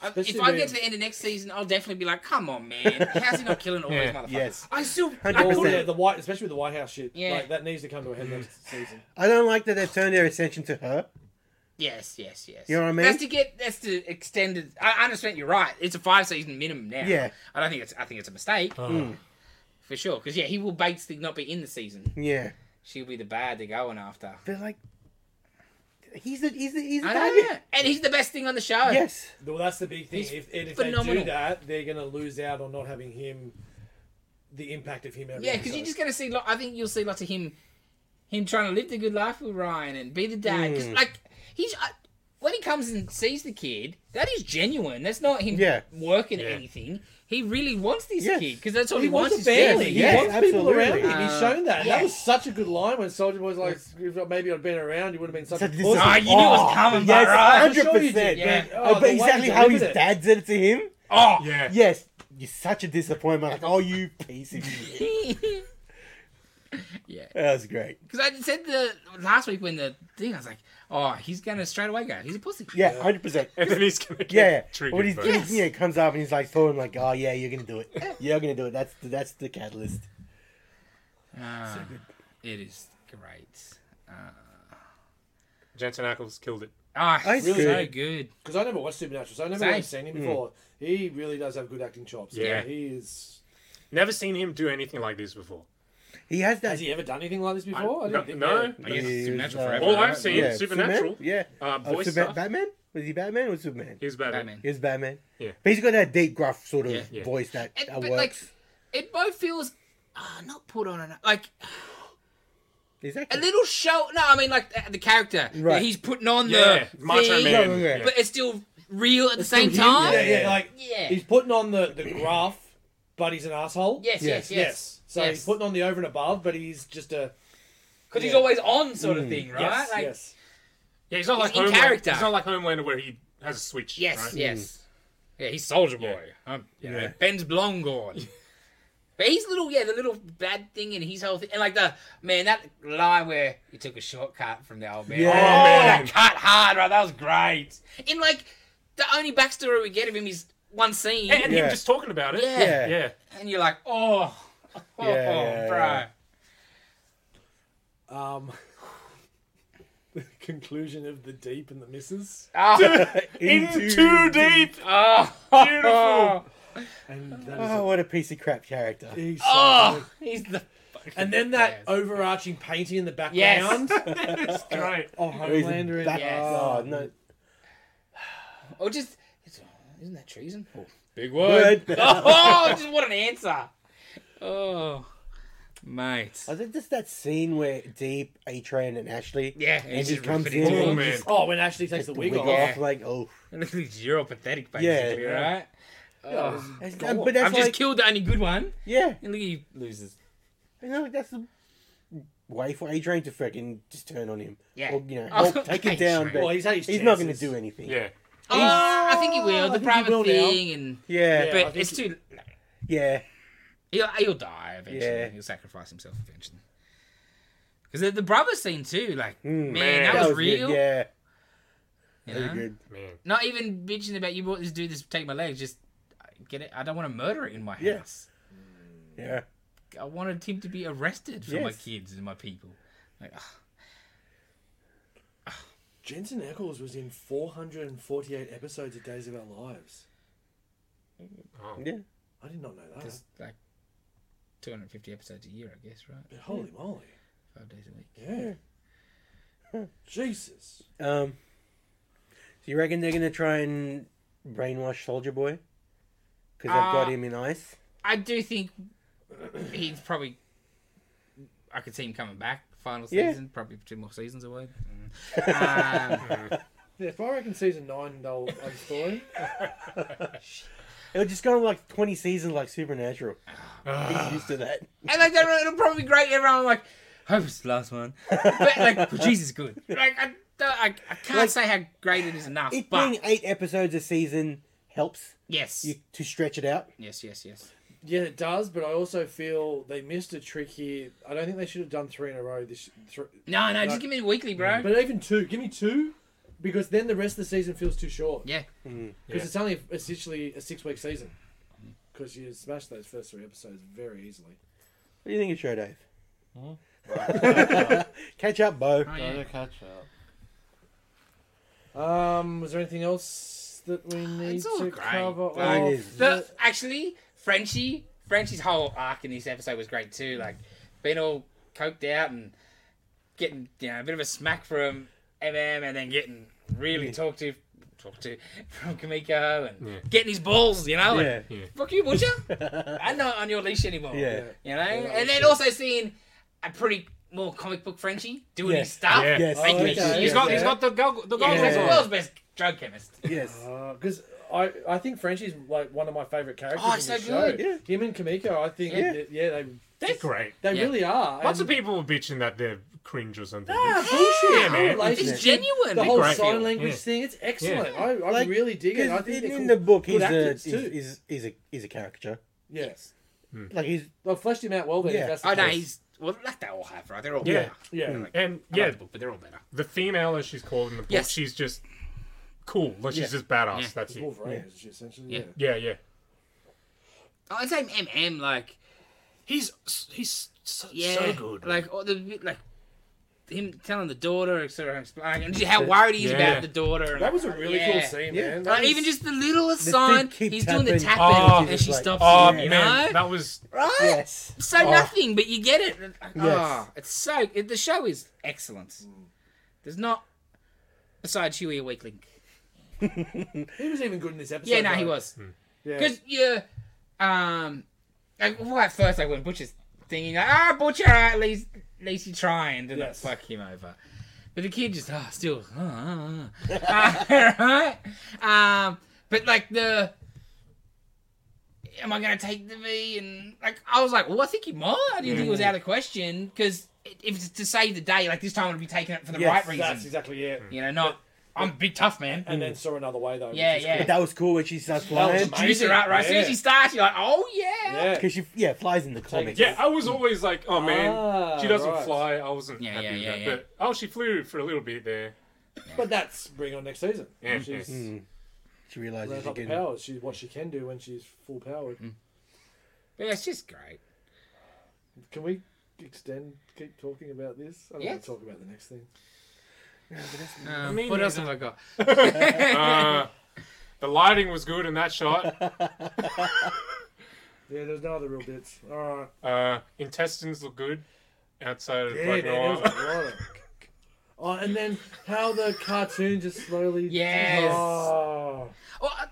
I- If
Especially
I
when-
get to the end of next season, I'll definitely be like, "Come on, man! How's he not killing all
Yeah.
these motherfuckers?"
Yes.
I still, I
Hundred
Oh,
couldn't-
yeah, the white, especially with the White House shit.
Yeah.
Like, that needs to come to a head next season.
I don't like that they've turned their attention to her.
Yes, yes, yes.
You know what I mean?
That's to get that's to extend it. I I understand you're right. It's a five season minimum now.
Yeah. Mm.
I don't think it's I think it's a mistake for sure. Because yeah, he will basically not be in the season.
Yeah,
She'll be the bad they're going after.
but like, he's the he's the he's the
I
target.
don't know. And he's the best thing on the show.
Yes,
Well, that's the big thing.
He's
If, and if they
phenomenal.
do that, they're going to lose out on not having him, the impact of him. Every
Yeah, because you're just gonna see. Lo- I think you'll see lots
Mm.
of him, him trying to live the good life with Ryan and be the dad. 'Cause, like he's. I, when he comes and sees the kid, that is genuine. That's not him
Yeah.
working at
Yeah.
anything. He really wants this
Yes.
kid because that's all he,
He
wants.
wants a
his
family.
family.
He
yeah,
wants people around
absolutely.
him. He's shown that.
yeah.
That was such a good line when Soldier Boy's like, "If I- maybe I'd been around, you would have been such
Such
a
a dis-
pussy."
Ah, you knew it was coming, but right?
I'm
hundred
sure you
percent.
did,
yeah.
Oh, the
but
way
exactly
he
how his
delivered it.
dad said it to him.
Oh, yeah.
Yes, you're such a disappointment. Like, oh, you piece of shit.
yeah.
That was great.
Because I said the last week when the thing, I was like, oh, he's gonna straight away go. He's a pussy.
Yeah, hundred percent.
And then he's gonna get
Yeah,
triggered.
when he's
but-
when he,
Yes.
you know, comes up and he's like throwing like, oh yeah, you're gonna do it. You're gonna do it. That's the, that's the catalyst.
Ah, it is great.
Jensen Ackles killed it.
Ah,
Oh, it's
really so
good.
good.
Because I never watched Supernatural, so I never
Same.
really seen him
Mm.
before. He really does have good acting chops.
Yeah.
he is.
Never seen him do anything like this before.
He has that.
Has he ever done anything like this before? I,
no,
don't think
no.
Oh, I guess
He
it's
is,
supernatural
uh,
forever.
All
right?
I've seen-
yeah,
Supernatural.
Yeah,
Uh,
Oh,
voice
Superba-
stuff.
Batman was he Batman or Superman?
He was Batman.
Batman.
He's Batman.
Yeah.
But he's got that deep, gruff sort of
Yeah,
yeah.
voice that,
It,
that
but
works.
like, it both feels ah not put on enough. Like a
exactly.
little show. No, I mean like the, the character.
Right.
that He's putting on
Yeah,
the
Macho
thing,
Man.
No, no, no.
Yeah.
but it's still real at the same
Yeah,
time.
yeah, yeah, like
Yeah.
he's putting on the the graph, but he's an asshole.
Yes, yes, yes.
Yes,
yes.
So he's putting on the over and above, but he's just a
because he's
yeah.
always on sort of thing, right?
yes,
like,
yes.
Yeah, he's not like
He's in
Homeland-
character.
He's not like Homelander where he has a switch.
Yes,
right?
yes. Mm. Yeah, he's Soldier Boy. Um, you know, Ben's Blongorn. [LAUGHS] but he's little, yeah, the little bad thing and his whole thing. And like the, man, that line where he took a shortcut from the old man.
Yeah.
Oh,
Oh,
man.
man.
That cut hard, right? That was great. In like, the only backstory we get of him is one scene.
And, and him
Yeah.
just talking about it.
Yeah.
Yeah.
Yeah.
and you're like, oh, [LAUGHS] oh,
yeah,
bro.
yeah.
Um, [LAUGHS] the conclusion of the deep and the misses,
[LAUGHS]
Oh,
[LAUGHS] In too deep.
[LAUGHS] oh,
Beautiful.
[LAUGHS]
and that is
Oh, what a piece of crap character.
a, [LAUGHS] he's so good.
Oh, he's the.
and then that overarching painting in the background.
[LAUGHS] It's great.
Oh,
He's a
Homelander.
back-
And,
Yes.
Oh, no.
Or just. it's- Isn't that treason?
Oh.
Big
Good.
[LAUGHS]
[LAUGHS]
oh, just what an answer. Oh, mate.
I think just that scene where Deep, A Train, and Ashley.
Yeah,
And
it's
he
just
comes
ripping it
in
Oh
off.
and
man.
oh, when Ashley takes the
the
wig
wig
off.
Yeah.
off, like, oh.
Look at these, You're all pathetic,
Yeah.
basically, right? Oh.
And-
God.
but that's
I've
like,
just killed the only good one,
yeah.
and look at you losers.
You know, that's the way for A Train to freaking just turn on him.
Yeah.
Or, you know,
Oh,
or take him
A-Train.
down, but
Well, he's had his
he's not going to
chances.
do anything.
Yeah.
Oh, I think he will.
I
The
think he
private
will now.
thing, and
Yeah.
Yeah. I
but
think
it's
he-
too.
Yeah.
He'll, he'll die eventually.
Yeah.
He'll sacrifice himself eventually. Because the, the brother scene too, like man,
man.
that,
That
was,
Hmm. good,
real.
Yeah.
you
Very
know?
good.
Man.
Not even bitching about you brought this dude this take my legs. Just uh, get it. I don't want to murder it in my house.
Yeah. Yeah.
I wanted him to be arrested for my
Yes.
kids and my people. Like, ah,
Jensen Ackles was in 448 episodes of Days of Our Lives.
Oh.
Yeah.
I did not know that.
that's like 250 episodes a year, I guess, right?
But holy moly.
Five days a week.
Yeah. Jesus.
Um, so you reckon they're gonna try and brainwash Soldier Boy because they've got
Uh,
him in ice?
I do think he's probably. I could see him coming back final
Yeah.
season, probably two more seasons away.
[LAUGHS]
Mm. um,
Yeah, if I reckon season 9 they'll [LAUGHS] unspoil.
It'll just go on like twenty seasons, like Supernatural. He's used to that.
and like that, it'll probably be great. Everyone like, hope it's the last one. But
[LAUGHS]
like, but Jesus, good. Like I, don't, I, I can't
Like,
say how great it is enough,
It
but
being eight episodes a season helps
yes,
you to stretch it out.
yes, yes, yes.
Yeah, it does, but I also feel they missed a trick here. I don't think they should have done three in a row. This, thr
No, no, just
Like-
give me the weekly, bro.
But even two. Give me two, because then the rest of the season feels too short.
Yeah,
Because
Yeah.
it's only essentially a six week season. Because you smash those first three episodes very easily.
What do you think of show, Dave? [LAUGHS] Catch up, Bo.
oh, yeah.
Gotta catch up.
Um, was there anything else that we need
It's all
to
great.
cover? Oh,
Like,
off?
It is.
the, actually, Frenchie, Frenchie's whole arc in this episode was great too. Like being all coked out and getting you know a bit of a smack from MM, and then getting really talked to, talked to from Kamiko, and
Yeah.
getting his balls. You know, like,
Yeah. [LAUGHS]
fuck you, butcher. I'm not on your leash anymore.
Yeah.
You know,
Yeah.
and then also seeing a pretty more comic book Frenchie doing
Yeah.
his stuff.
Yeah.
Yes.
Like,
Oh,
he's,
okay.
he's got
Yeah.
he's got the goggles. The goggles
Yeah.
as the world's best drug chemist.
Yes.
Because uh, I, I think Frenchie's like one of my favorite characters.
Oh,
in
so
the show.
good.
Yeah.
Him and Kamiko, I think,
Yeah.
yeah, yeah they
That's
Great.
they
Yeah.
really are.
Lots
and-
of people were bitching that they're cringe or something.
Ah, bullshit.
Yeah, man.
Like,
It's
It's
genuine.
the whole
great.
sign
Feel.
language
Yeah.
thing, it's excellent. I, I
Like,
really dig it. I think
in,
they're
in
cool-
the book,
good
he's a,
actors
is,
too.
is, is a is a caricature.
yes.
Like he's
They've fleshed him out well then.
Yeah.
If that's the
Oh no,
case.
he's well, like they all have, right? They're all
Yeah.
better.
Yeah.
Like,
And
I yeah,
yeah,
the book, but they're all better.
the female as she's called in the book,
Yes.
she's just cool. Like she's
Yeah.
just badass.
Yeah.
That's it.
Wolverine, is essentially.
Yeah.
Yeah,
Yeah.
yeah.
Oh, it's like MM, like
He's he's so,
yeah, like all the like him telling the daughter, etc. Explaining and how worried he is
Yeah.
about the daughter. and
That
like,
was a really
yeah.
cool scene,
Yeah.
man.
Like,
That
even
was-
just the littlest
The
sign,
thing keep
he's doing the
tapping.
tapping,
Oh,
and she
like-
stops
Oh
him. you
man,
know?
that was
right?
yes.
So nothing, but you get it. Oh, it's so it, the show is excellent. There's not besides Huey a weak link.
he was even good in this episode.
Yeah, no, he
though.
was.
Yeah.
Because you, um, like well, at first, like when Butcher's thinking, like, ah, Butcher, ah, at least, at least you try and didn't
Yes.
fuck him over. But the kid just, ah, still, ah, ah, ah.
[LAUGHS]
right? Um, but like the, am I gonna take the V? And like, I was like, well, I think he might. I didn't think it was
Mm-hmm.
out of question because if it's to save the day, like this time, I'd be taking it for the
Yes,
right reason.
That's exactly it.
You know, not I'm a big tough man.
And then saw another way though.
Hmm. Yeah,
which is
yeah.
But
good.
that was cool when she starts flying
amazing.
Juice her out, right? As soon as
Yeah.
he starts, you're like, oh
[LAUGHS]
Yeah.
because she yeah flies in the comics.
yeah. I was always like, oh man,
Ah,
she doesn't
right.
fly. I wasn't
Yeah,
happy
yeah,
with
yeah,
that.
yeah.
But oh, she flew for a little bit there.
But that's bring on next season.
Yeah.
She's
Mm.
She realizes
ramped
she
up the
can.
powers. She's what she can do when she's full powered.
Yeah, it's just great.
Can we extend? Keep talking about this. I don't
Yes.
want to talk about the next thing.
Um,
mean,
what
yeah,
else have I got?
Uh, the lighting was good in that
[LAUGHS]
shot.
Yeah, there's no other real bits. All right.
Uh, intestines look good outside of
Yeah,
Black
man, there was
Noir.
a lot of. [LAUGHS] Oh, and then how the cartoon just slowly.
[LAUGHS] Yes.
Oh,
Oh, I,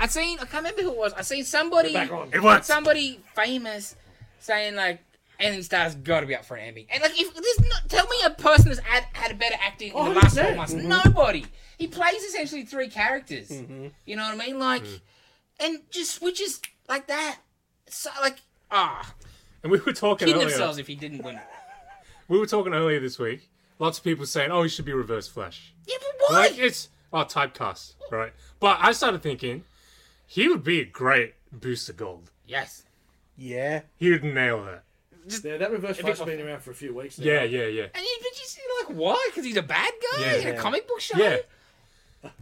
I seen. I can't remember who it was. I seen somebody.
back on.
Somebody famous saying like. Anthony Starr's got to be up for an Emmy. And like, if there's not, tell me a person that's had, had a better acting in the last four
100%.
months. Nobody. He plays essentially three characters. You know what I mean? Like, and just switches like that. So like, ah,
[LAUGHS] And we were talking
kidding
earlier.
themselves if he didn't win. it.
We were talking earlier this week. Lots of people saying, "Oh, you should be Reverse Flash."
Yeah, but why?
Like it's oh typecast, right? But I started thinking he would be a great Booster Gold.
yes.
Yeah.
He would nail that.
yeah, that reverse
It'd be
flash has been around for a few weeks. Now.
Yeah, yeah, yeah,
And you, but you see, like, why? Because he's a bad guy
Yeah.
in a comic book show.
yeah.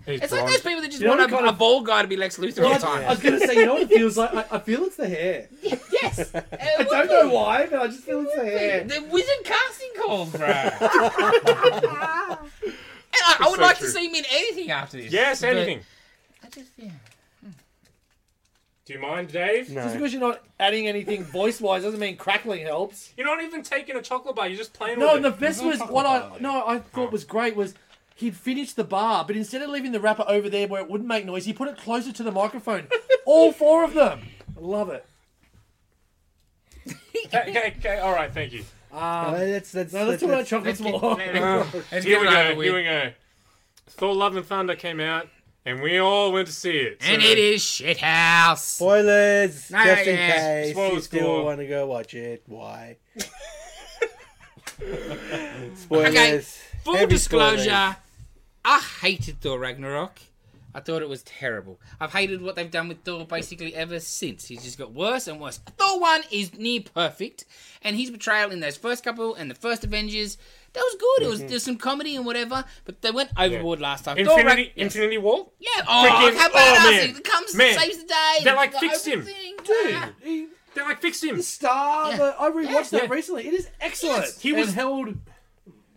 He's
It's
blonde.
like those people that just
You know
want
what
a,
kind
a
of-
bald guy to be Lex Luthor all the
I,
time.
I [LAUGHS] was gonna say, you know what it feels like? I, I feel it's the hair.
Yes,
I don't know why, but I just feel it's the hair.
Uh, The wizard casting calls,
[LAUGHS]
bro. and I, I would
so
like
true.
to see him in anything after this.
Yes,
but
anything.
I just, yeah.
Do you mind, Dave?
Just
No.
because you're not adding anything voice wise doesn't mean crackling helps.
You're not even taking a chocolate bar. You're just playing.
No,
with
the
it.
best was what I no I thought was great was he'd finished the bar, but instead of leaving the wrapper over there where it wouldn't make noise, he put it closer to the [LAUGHS] microphone. All four of them. I love it.
Okay, [LAUGHS] okay, okay, all right, thank
[LAUGHS]
you.
Uh, that's that's,
No, let's
that's,
talk about
that's,
chocolates
Let's get,
more. [LAUGHS]
let's
Here
get
we
it over
go.
with.
Here we go. Thor: Love and Thunder came out, and we all went to see it.
And
so-
it is shit house.
spoilers.
No,
just in
yeah.
case you
Spoilers galore.
still want to go watch it.
[LAUGHS]
Why? spoilers.
Full
Heavy
disclosure,
spoilers.
I hated Thor Ragnarok. I thought it was terrible. I've hated what they've done with Thor basically ever since. He's just got worse and worse. Thor 1 is near perfect, and his betrayal in those first couple and the first Avengers, that was good. It
Mm-hmm.
was there's some comedy and whatever, but they went overboard last time. Thor
Infinity,
Ragn-
Infinity War.
yeah, oh,
Freaking-
how
oh,
badass!
man.
He comes,
Man.
saves the day.
They, like,
the
fixed him.
opening. Ah.
Dude, he-
They like fixed him.
the star.
Yeah.
the- I rewatched
Yeah.
that recently. It is excellent.
Yes. He was-
and held.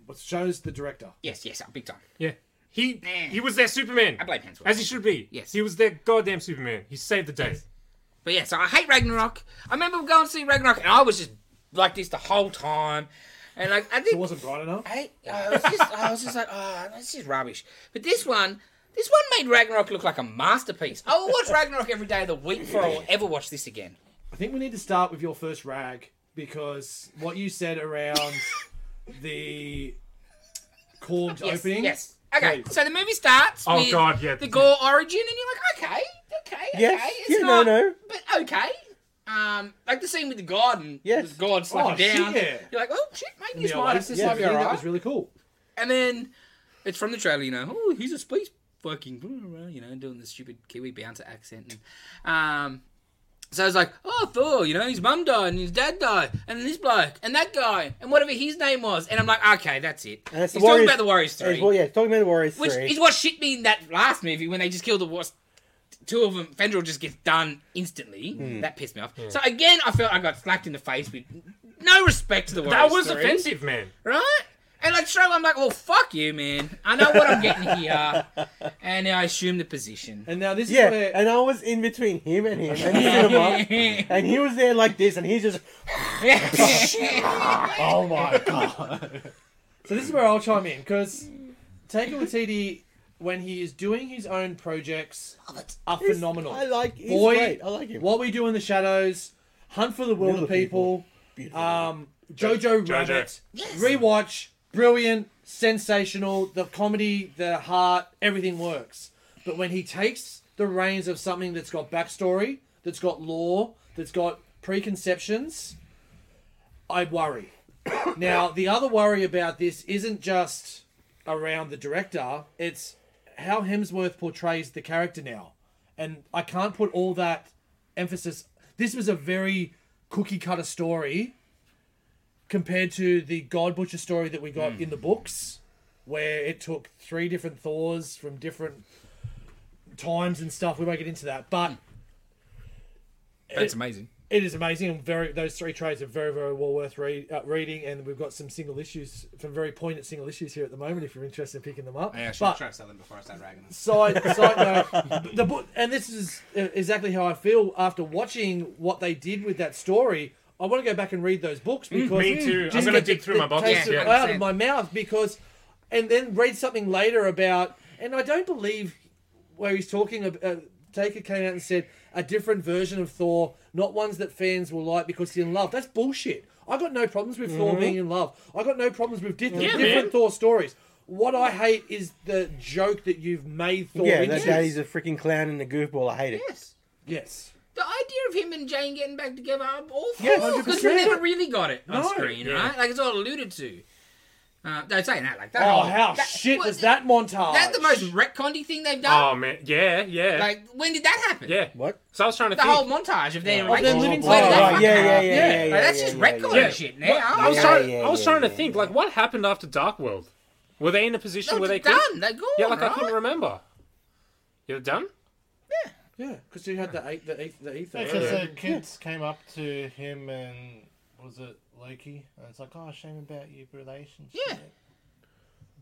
What shows the director?
Yes, yes, big time.
Yeah. He
Man.
he was their Superman.
I blame Hemsworth.
As he should be.
Yes.
He was their goddamn Superman. He saved the day.
But yeah, so I hate Ragnarok. I remember going to see Ragnarok and I was just like this the whole time. And like I
It
think
wasn't bright enough.
I, I was just I was just like, oh this is rubbish. But this one this one made Ragnarok look like a masterpiece. I will watch Ragnarok every day of the week before I will ever watch this again. [LAUGHS]
I think we need to start with your first rag because what you said around the Korg
Yes,
opening.
Yes. Okay,
Wait.
so the movie starts.
Oh,
with
God, yeah.
The gore origin, and you're like, okay, okay,
Yes,
okay. It's
yeah, no,
not,
no.
But okay. Um, like the scene with the garden.
Yes.
The god slapping
Oh, shit,
down.
yeah.
You're like, oh shit, maybe
The
this might, this
Oasis
might be
opening, That
alright.
was really cool.
And then it's from the trailer, you know. Oh, he's a space fucking, you know, doing the stupid Kiwi bouncer accent. And, um, so I was like, oh, Thor, you know, his mum died and his dad died, and this bloke and that guy and whatever his name was. And I'm like, okay, that's it.
And it's the
he's talking
Warriors-
about the Warriors three,
Well, yeah, talking about the Warriors
which
three.
is what shit me in that last movie when they just killed the was Two of them, Fendral just gets done instantly.
Hmm.
That pissed me off. So again, I felt I got slapped in the face with no respect to the Warriors.
That was
three
offensive, man.
right? And like straight away, I'm like, well, fuck you, man. I know what I'm getting here, and I assume the position.
And now this
yeah,
is where
and I was in between him and him, and, he's in the bar,
[LAUGHS]
and he was there like this, and he's just
Oh my god.
so this is where I'll chime in because Taika Waititi, when he is doing his own projects, are
he's-
phenomenal.
I like, he's
Boy,
great. I like him.
What we do in the shadows, Hunt for the World of
Little People.
People, um, Jojo
Jojo.
Rabbit,
Yes.
rewatch, brilliant, sensational. The comedy, the heart, everything works. But when he takes the reins of something that's got backstory, that's got lore, that's got preconceptions, I worry. [COUGHS] now, the other worry about this isn't just around the director, it's how Hemsworth portrays the character now. And I can't put all that emphasis. This was a very cookie cutter story compared to the God Butcher story that we got in the books, where it took three different Thors from different times and stuff. We won't get into that, but
That's amazing.
it is amazing and very those three trades are very very well worth read, uh, reading and we've got some single issues some very poignant single issues here at the moment if you're interested in picking them up
Yeah, I should
but
try something before I start ragging them.
side side note the book and this is uh, exactly how I feel after watching what they did with that story I want to go back and read those books because
Mm, me too. I'm
just
gonna
get the-
dig through my
the
boxes,
taste of-
yeah.
out of my mouth because and then read something later about and I don't believe where he's talking about uh, Taker came out and said a different version of Thor, not ones that fans will like because he's in love. That's bullshit. I got no problems with
Mm-hmm.
Thor being in love. I got no problems with different,
Yeah,
different
man.
Thor stories. What I hate is the joke that you've made Thor
yeah,
into.
that daddy's a freaking clown and a goofball. I hate it.
Yes.
Yes.
The idea of him and Jane getting back together, I'm all for
Yes,
because
100%.
we never really got it on
No,
screen,
yeah.
right? Like it's all alluded to. Uh, no, saying that like that.
Oh,
whole-
how
that-
shit
what-
was that montage?
That's the most retcondy thing they've done.
Oh man, yeah, yeah,
like when did that happen?
yeah.
What?
So I was trying to
The
think.
whole montage of their
Of them
relationship.
living
Where did that
together. Oh,
fucking
yeah, yeah,
happen?
yeah, yeah,
Like,
yeah,
that's
yeah,
just
yeah,
retconning
yeah.
shit now.
I was
Yeah,
trying.
yeah,
I was
yeah,
trying to
yeah,
think.
yeah.
Like, what happened after Dark World? Were they in a position
No,
where
they're
they
done.
could?
They're gone.
Yeah, like I
right?
couldn't remember. You're done.
Yeah, because you had the eight, the eight, the ether.
Because the kids came up to him and was it Loki? And it's like, oh, shame about your relationship.
Yeah.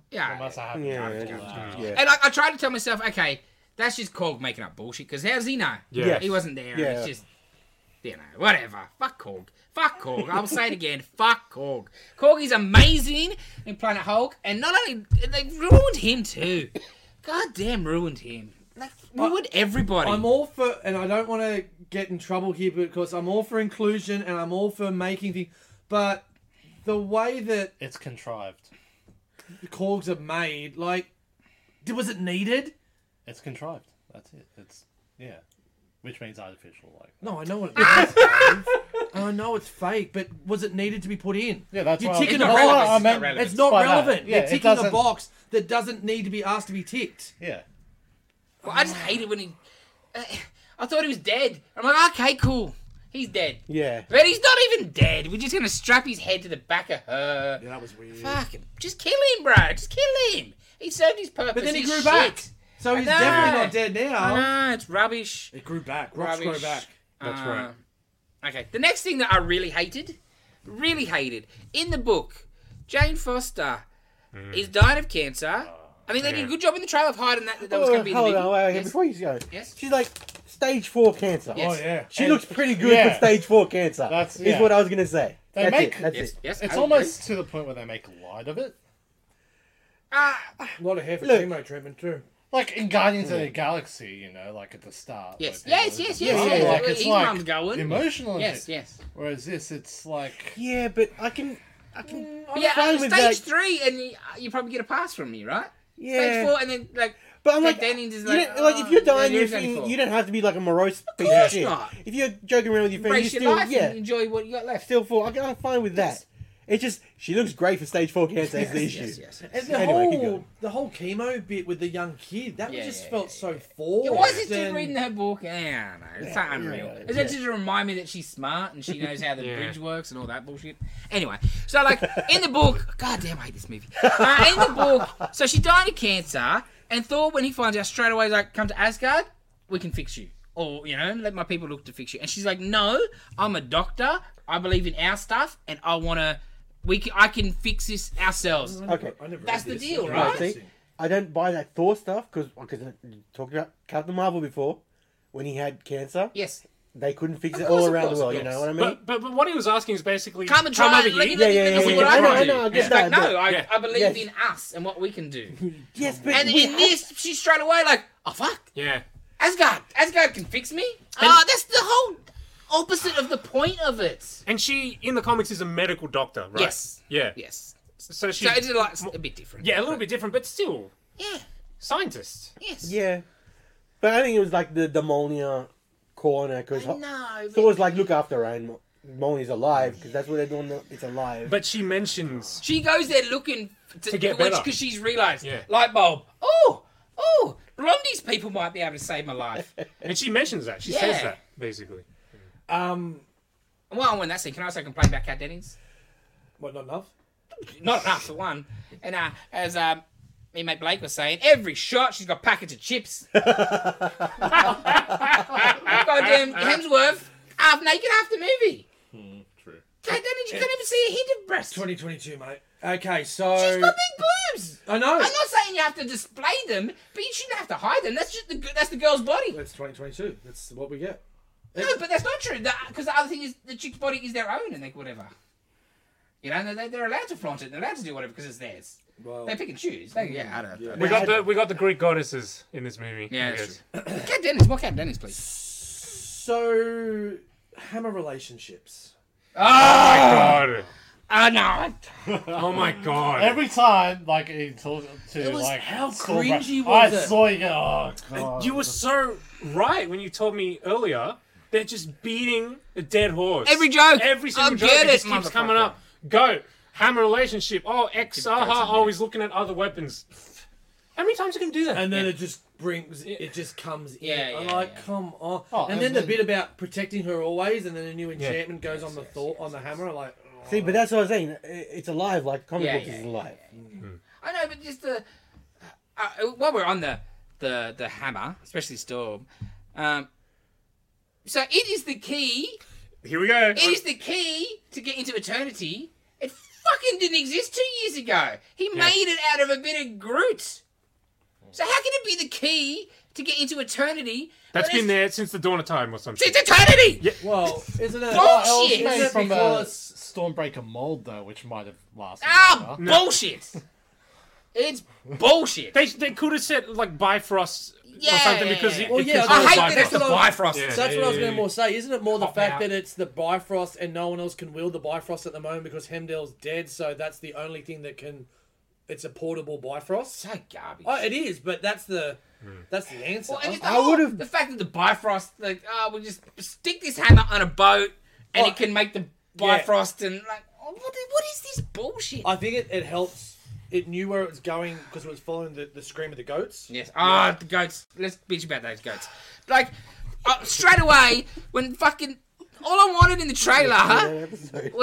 Yeah.
That must have happened.
Yeah,
after
yeah,
that.
yeah.
And like, I tried to tell myself, okay, that's just Korg making up bullshit. Because how does he know?
Yeah. Yes.
he wasn't there. Yeah.
Yeah.
It's just, you know, whatever. Fuck Korg. Fuck Korg. I'll say it again. [LAUGHS] Fuck Korg. Korg is amazing in Planet Hulk, and not only they ruined him too. Goddamn, ruined him. Like ruined everybody.
I'm all for, and I don't want to get in trouble here because I'm all for inclusion and I'm all for making things, but the way that
It's contrived.
the Korgs are made, like, d- was it needed?
It's contrived. That's it. It's yeah, which means artificial. Like
No, I know what it is. [LAUGHS] I know it's fake, but was it needed to be put in?
yeah, that's
You're
why oh,
ticking
It's not
the
relevant, it's not
box. I meant-
relevant.
It's not
By that,
relevant.
yeah,
You're
it
ticking the
doesn't-
box that doesn't need to be asked to be ticked.
Yeah,
Well, I just hated when he. Uh, I thought he was dead. I'm like, okay, cool. He's dead.
Yeah.
But he's not even dead. We're just gonna strap his head to the back of her.
Yeah, that was weird.
Fuck him. Just kill him, bro. Just kill him. He served his purpose.
But then he
He's
grew
shit.
back. So he's
know.
definitely not dead
I
now.
Oh.
know, it's rubbish.
It grew back. Rocks grew
Rubbish.
back.
That's right.
Uh, Okay. The next thing that I really hated, really hated, in the book, Jane Foster
Mm.
is dying of cancer. I mean, they did a good job in the trailer of hiding that, that, that was
Oh,
going to be the
hold
big-
on, wait, wait,
Yes.
before Oh, you go,
Yes.
she's like stage four cancer.
Yes.
yeah.
She
And-
looks pretty good
yeah.
for stage four cancer.
That's-
is
yeah.
what I was gonna say.
They
that's
make-
it. That's
Yes.
it.
Yes. I
it's
agree.
almost to the point where they make light of it.
Ah,
A lot of hair for
Look.
chemo treatment too.
Like in Guardians of the Galaxy, you know, like at the start. where
Yes.
people
Yes,
are
yes, yes,
just- Yeah,
yes.
Like
Well,
it's
his
like
Oh,
mum's going.
emotional. and
yes.
shit.
Yes.
Whereas this, it's like
Yeah, but I can I'm
yeah,
fine
uh,
with
stage
that.
three, and you, uh, you probably get a pass from me, right? Stage
Yeah.
four, and then like,
But I'm
Ted
like,
Dennings is
you
like,
don't- like, if you're
"Oh,
dying,
there
your
is only
thing,
four."
you don't have to be like a morose piece of
course
shit.
not.
If you're joking around with your friends,
embrace
you
your
still,
life
yeah,
and enjoy what you got left.
still four. I- I'm fine with that. It's just she looks great for stage four cancer. is the
Yes,
issue.
yes, yes, yes.
And the
Anyway, keep
whole
going.
the whole chemo bit with the young kid that
Yeah,
just
yeah,
felt
yeah,
so forced.
It wasn't just
and-
reading her book. Yeah, no, it's not unreal.
yeah,
Is that just to remind me that she's smart and she knows how the
[LAUGHS] Yeah.
bridge works and all that bullshit? Anyway, so like in the
[LAUGHS]
book, God damn, I hate this movie. Uh, in the book, so she died of cancer, and Thor, when he finds out straight away, is like, "Come to Asgard, we can fix you." Or you know, let my people look to fix you. And she's like, "No, I'm a doctor. I believe in our stuff, and I want to. We, can, I can fix this ourselves."
Okay.
I never
That's the
read this.
deal,
I never
right?
read this.
See, I don't buy that Thor stuff because uh, you talked about Captain Marvel before when he had cancer.
Yes.
They couldn't fix
Of
it
course,
all
of
around
course,
the world.
of
You
course.
know what I mean?
But, but but what he was asking is basically
Come and try.
come over
like,
here.
let me-
Yeah, yeah,
let me
yeah,
see
yeah,
what
yeah.
I
I know,
can
I
do.
know,
I get
She's like,
that.
no, I,
Yeah.
I believe
Yes.
in us and what we can do.
yes, but
And
we
in
have-
this, she's straight away like, oh fuck,
Yeah.
Asgard, Asgard can fix me. Ah, that's the whole opposite of the point of it.
And she in the comics is a medical doctor, right?
Yes.
Yeah.
Yes. So
So she
it's like it's a bit different.
Yeah, a little bit different, but still
Yeah.
scientist.
Yes.
yeah. But I think it was like the Demonia corner because
No.
Thor's like look after her and Moni's alive because that's what they're doing. now. It's alive.
But she mentions
She goes there looking to,
To get better.
because she's realised
Yeah.
light bulb. Oh, oh, Blondie's people might be able to save
[LAUGHS]
my life.
and she mentions that. She says
Yeah.
that, basically.
Um,
well, when that scene, can I also complain about Cat Dennings?
what not enough?
Not enough for one. And uh, as um, me mate Blake was saying, every shot she's got packets of chips. Goddamn Hemsworth, half naked half the movie.
True.
Kate Dennings, you can't even see a hint of breast.
Hmm, Twenty twenty two, mate. Okay, so
She's got big boobs.
I know.
I'm not saying you have to display them, but you shouldn't have to hide them. That's just the that's the girl's body.
That's twenty twenty two. That's what we get.
No, but that's not true. Because the other thing is the chick's body is their own, and they whatever. You know, and they, they're allowed to flaunt it. They're allowed to do whatever because it's theirs.
Well,
They pick and choose. They, yeah, I don't.
Yeah.
We got the we got the Greek goddesses in this movie.
Yeah,
I
that's
guess.
[COUGHS] Cat Dennis, more Cat Dennis, please.
so hammer relationships.
Ah, God.
Oh no!
Oh my god.
Every time, like he talks to
was-
like
how
Saul
cringy
Rush-
was
I
it?
saw you go. Oh god.
you were so right when you told me earlier. They're just beating a dead horse.
Every joke.
Every
I
single joke.
get
It just
it,
keeps coming up. Go. Hammer relationship. Oh, X.
goes
Aha.
in
Oh,
there.
he's looking at other weapons. How many times are you going to do that?
And then it just brings it just comes in.
Yeah,
I'm
yeah,
like,
yeah.
come on.
Oh,
and
and
then the
then-
bit about protecting her always, and then a new enchantment goes on the thought on the hammer. I'm like, oh.
See, but that's what I was saying. i- It's alive, like comic
Yeah,
books
yeah,
is
yeah,
alive.
I know, but just the uh, while we're on the the the hammer, especially Storm. Um, so it is the key.
Here we go.
It is the key to get into eternity. It fucking didn't exist two years ago. He made it out of a bit of Groot. So how can it be the key to get into eternity?
That's
when
been
it's-
there since the dawn of time or something.
It's eternity.
well, isn't it?
Well, it's
Bullshit.
made
Isn't it
from a
because-
Stormbreaker mold though, which might have lasted.
Ah,
longer.
bullshit. It's bullshit.
They, they could have said like Bifrost
Yeah,
or something
yeah,
because
yeah.
It,
Well,
it
yeah,
controls
I hate that
Bifrost.
it's the Bifrost.
Yeah.
So that's what I was going to more say. Isn't it more the
Cop
fact
out.
that it's the Bifrost and no one else can wield the Bifrost at the moment because Hemdale's dead, so that's the only thing that can. It's a portable Bifrost.
So garbage.
Oh, it is, but that's the that's the answer.
Well, and just the,
I
whole-
would've-
the fact that the Bifrost, like, oh, we just stick this hammer on a boat and
Well,
it can make the
yeah.
Bifrost and like, oh, what, is- what is this bullshit?
I think it, it helps. It knew where it was going because it was following the, the scream of the goats.
yes. Ah, the goats. Let's bitch about those goats. Like, uh, straight away when fucking all I wanted in the trailer.
[LAUGHS] Episode.
[LAUGHS]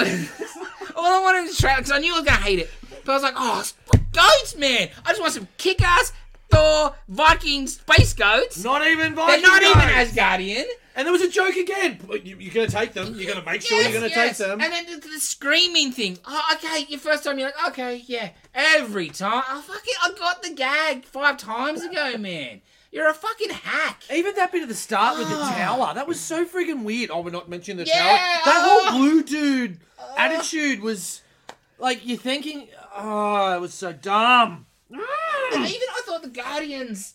All I wanted was trailer because I knew I was gonna hate it. But I was like, oh, it's f- goats, man! I just want some kick-ass Thor Viking space goats.
Not even
They're
Viking
not
goats!
even Asgardian.
And there was a joke again. You, you're going to take them. You're going to make sure
Yes,
you're going to
yes.
take them.
And then the, the screaming thing. Oh, okay, your first time, you're like, okay, yeah. Every time, oh fucking, I got the gag five times [LAUGHS] ago, man. You're a fucking hack.
Even that bit at the start with the tower, that was so friggin' weird. Oh, we're not mentioning the
Ah. Yeah, Ah.
tower. That
uh,
whole blue dude attitude was like you're "Ah, thinking, oh, it was so dumb.
Even I thought the Guardians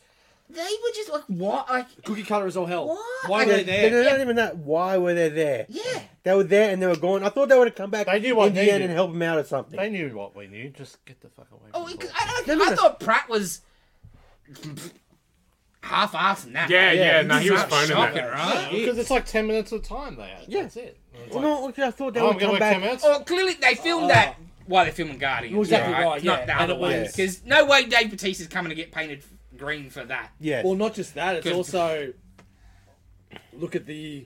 They were just like, what? Like,
Cookie cutter is all hell.
What?
Why were
Okay,
they
They-
there?
they're not even that. Why were they there?
yeah.
They were there and they were gone. I thought they would have come back
They knew what
in
they
the end
did.
and help him out or something.
They knew what we knew. Just get the fuck away.
Oh,
from
because
us.
I,
They're
don't, I
not-
thought Pratt was half-assed in that.
Yeah, yeah,
Yeah,
no, he was
That's
phoning
shocking,
that.
right?
Because it's like ten minutes of time they had.
Yeah.
That's it. And it's
Well,
like,
no, okay, I thought they
oh,
would
we got
come
like
back.
ten minutes.
Or clearly they filmed that while they're filming Guardians.
Oh. Well, exactly
right?
right, yeah,
Not the
and
other
it
way.
was-
Because no way Dave Batista is coming to get painted green for that.
Yeah.
Well, not just that. It's
Good.
also look at the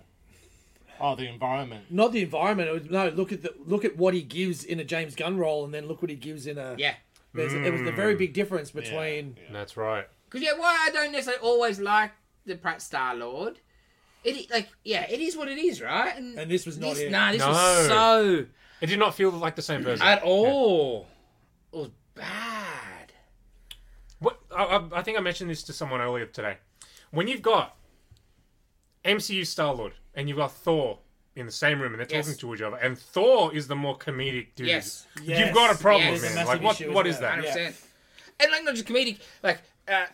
Oh, the environment.
not the environment. it was- No, look at the look at what he gives in a James Gunn role, and then look what he gives in a
Yeah.
There's, It was a very big difference
Yeah,
between
yeah.
That's right.
Because yeah, why I don't necessarily always like the Pratt Star Lord. It i- like yeah, it is what it is, right?
And this was not
this,
it.
Nah, this was
No.
so
It did not feel like the same person.
at all. It was bad.
What I, I- I think I mentioned this to someone earlier today. When you've got MCU Star Lord and you've got Thor in the same room and they're
Yes.
talking to each other, and Thor is the more comedic dude.
Yes.
Yes.
You've got a problem,
Yes. There's a
man. Like,
massive
what,
issue,
what
isn't
is
there?
that?
Hundred
Yeah.
percent. And like not just comedic, like uh,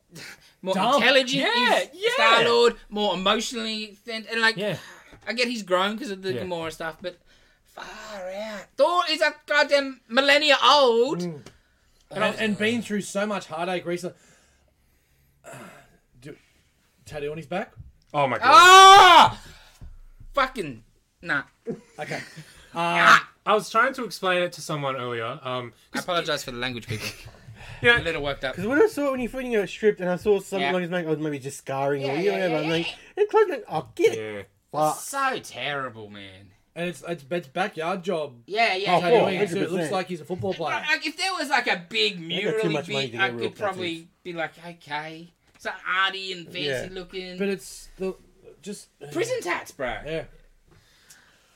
[SIGHS] more
Dumb.
intelligent
Yeah, yeah.
Star Lord, more emotionally thin, and like
Yeah.
I get he's grown because of the
Yeah.
Gamora stuff, but far out. Thor is a goddamn millennia old.
Mm.
and, and been through so much heartache recently. Do, tattoo on his back.
Oh my god.
Ah, fucking nah.
Okay.
I was trying to explain it to someone earlier.
[COUGHS]
Um,
I apologize for the language, [LAUGHS] people.
Yeah.
a little worked up.
Because when I saw it when you're reading a script and I saw something
Yeah.
like his mate, I was maybe just scarring
Yeah,
or
yeah,
whatever.
yeah,
I'm
yeah,
like, and Clark's like, I get it.
yeah.
But
So terrible, man.
And it's it's Ben's backyard job.
Yeah, yeah.
Oh,
yeah.
Paul.
Tattooing, so it looks
100%.
like he's a football
[LAUGHS]
player.
Like, like, if there was like a big mural
much money
bit,
to get
I
real
could probably be like, okay, it's like arty and fancy
Yeah.
looking.
But it's the just
prison tats, bro.
Yeah.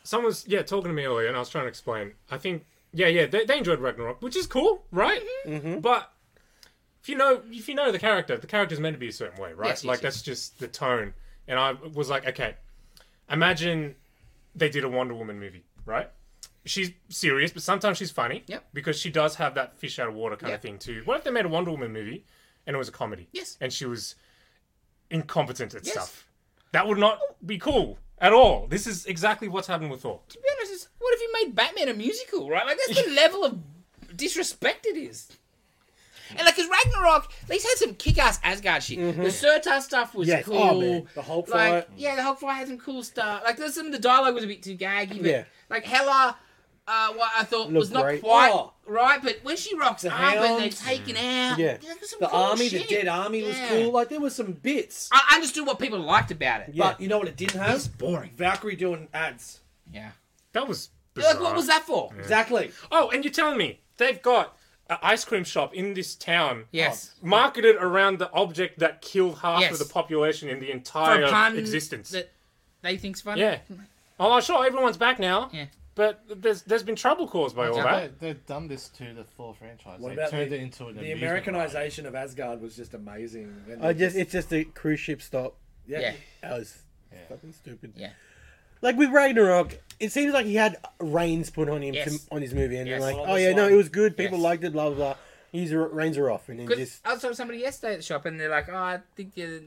Someone was yeah talking to me earlier, and I was trying to explain. I think yeah, yeah, they, they enjoyed Ragnarok, which is cool, right? Mm-hmm. But if you know if you know the character, the character's meant to be a certain way, right?
Yes, yes,
like
yes.
that's just the tone. And I was like, okay, imagine they did a Wonder Woman movie, right? She's serious, but sometimes she's funny.
Yep.
Because she does have that fish out of water kind
Yeah.
of thing too. What if they made a Wonder Woman movie and it was a comedy?
Yes.
And she was incompetent at
Yes.
stuff. That would not be cool at all. This is exactly what's happened with Thor.
To be honest, it's, what if you made Batman a musical, right? Like
[LAUGHS]
that's the level of disrespect it is. And like, cause Ragnarok, at least had some kick-ass Asgard shit.
Mm-hmm.
The Surtur stuff was
Yes,
cool.
oh, man.
The Hulk
like,
fight.
yeah, the Hulk fight had some cool stuff. Like, there's some of the dialogue was a bit too gaggy, but
Yeah.
like Hella, uh, what I thought was
Looked
not
great.
quite
Oh.
right. But when she rocks
The
up and they're
hounds.
taken out,
Yeah.
there was some
The
cool
army,
shit.
the dead army was
Yeah.
cool. Like there was some bits.
I understood what people liked about it.
But you know what it didn't have?
It's boring.
Valkyrie doing ads.
Yeah.
That was bizarre.
Like, what was that for?
Exactly.
Oh, and you're telling me they've got an ice cream shop in this town. uh,
Yes.
Marketed around the object that killed half
Yes.
of the population in the
For
entire
a pun
existence.
that they think's funny.
Yeah. Oh, sure, everyone's back now.
Yeah.
But there's there's been trouble caused by all
Now, they,
that.
they've done this to the Thor franchise.
What
they
about
turned
the-
it into an
The
amusement ride.
Americanization of Asgard was just amazing. And
I just, it's just a cruise ship stop.
Yeah.
That was
Yeah.
fucking stupid.
Yeah.
Like with Ragnarok, it seems like he had reins put on him
Yes.
to, on his movie, and
Yes.
like,
Well,
oh
this
yeah, no,
one-
it was good. People
Yes.
liked it. Blah blah. blah. His r- reins are off, and then
Because
just
I saw somebody yesterday at the shop, and they're like, "Oh, I think uh,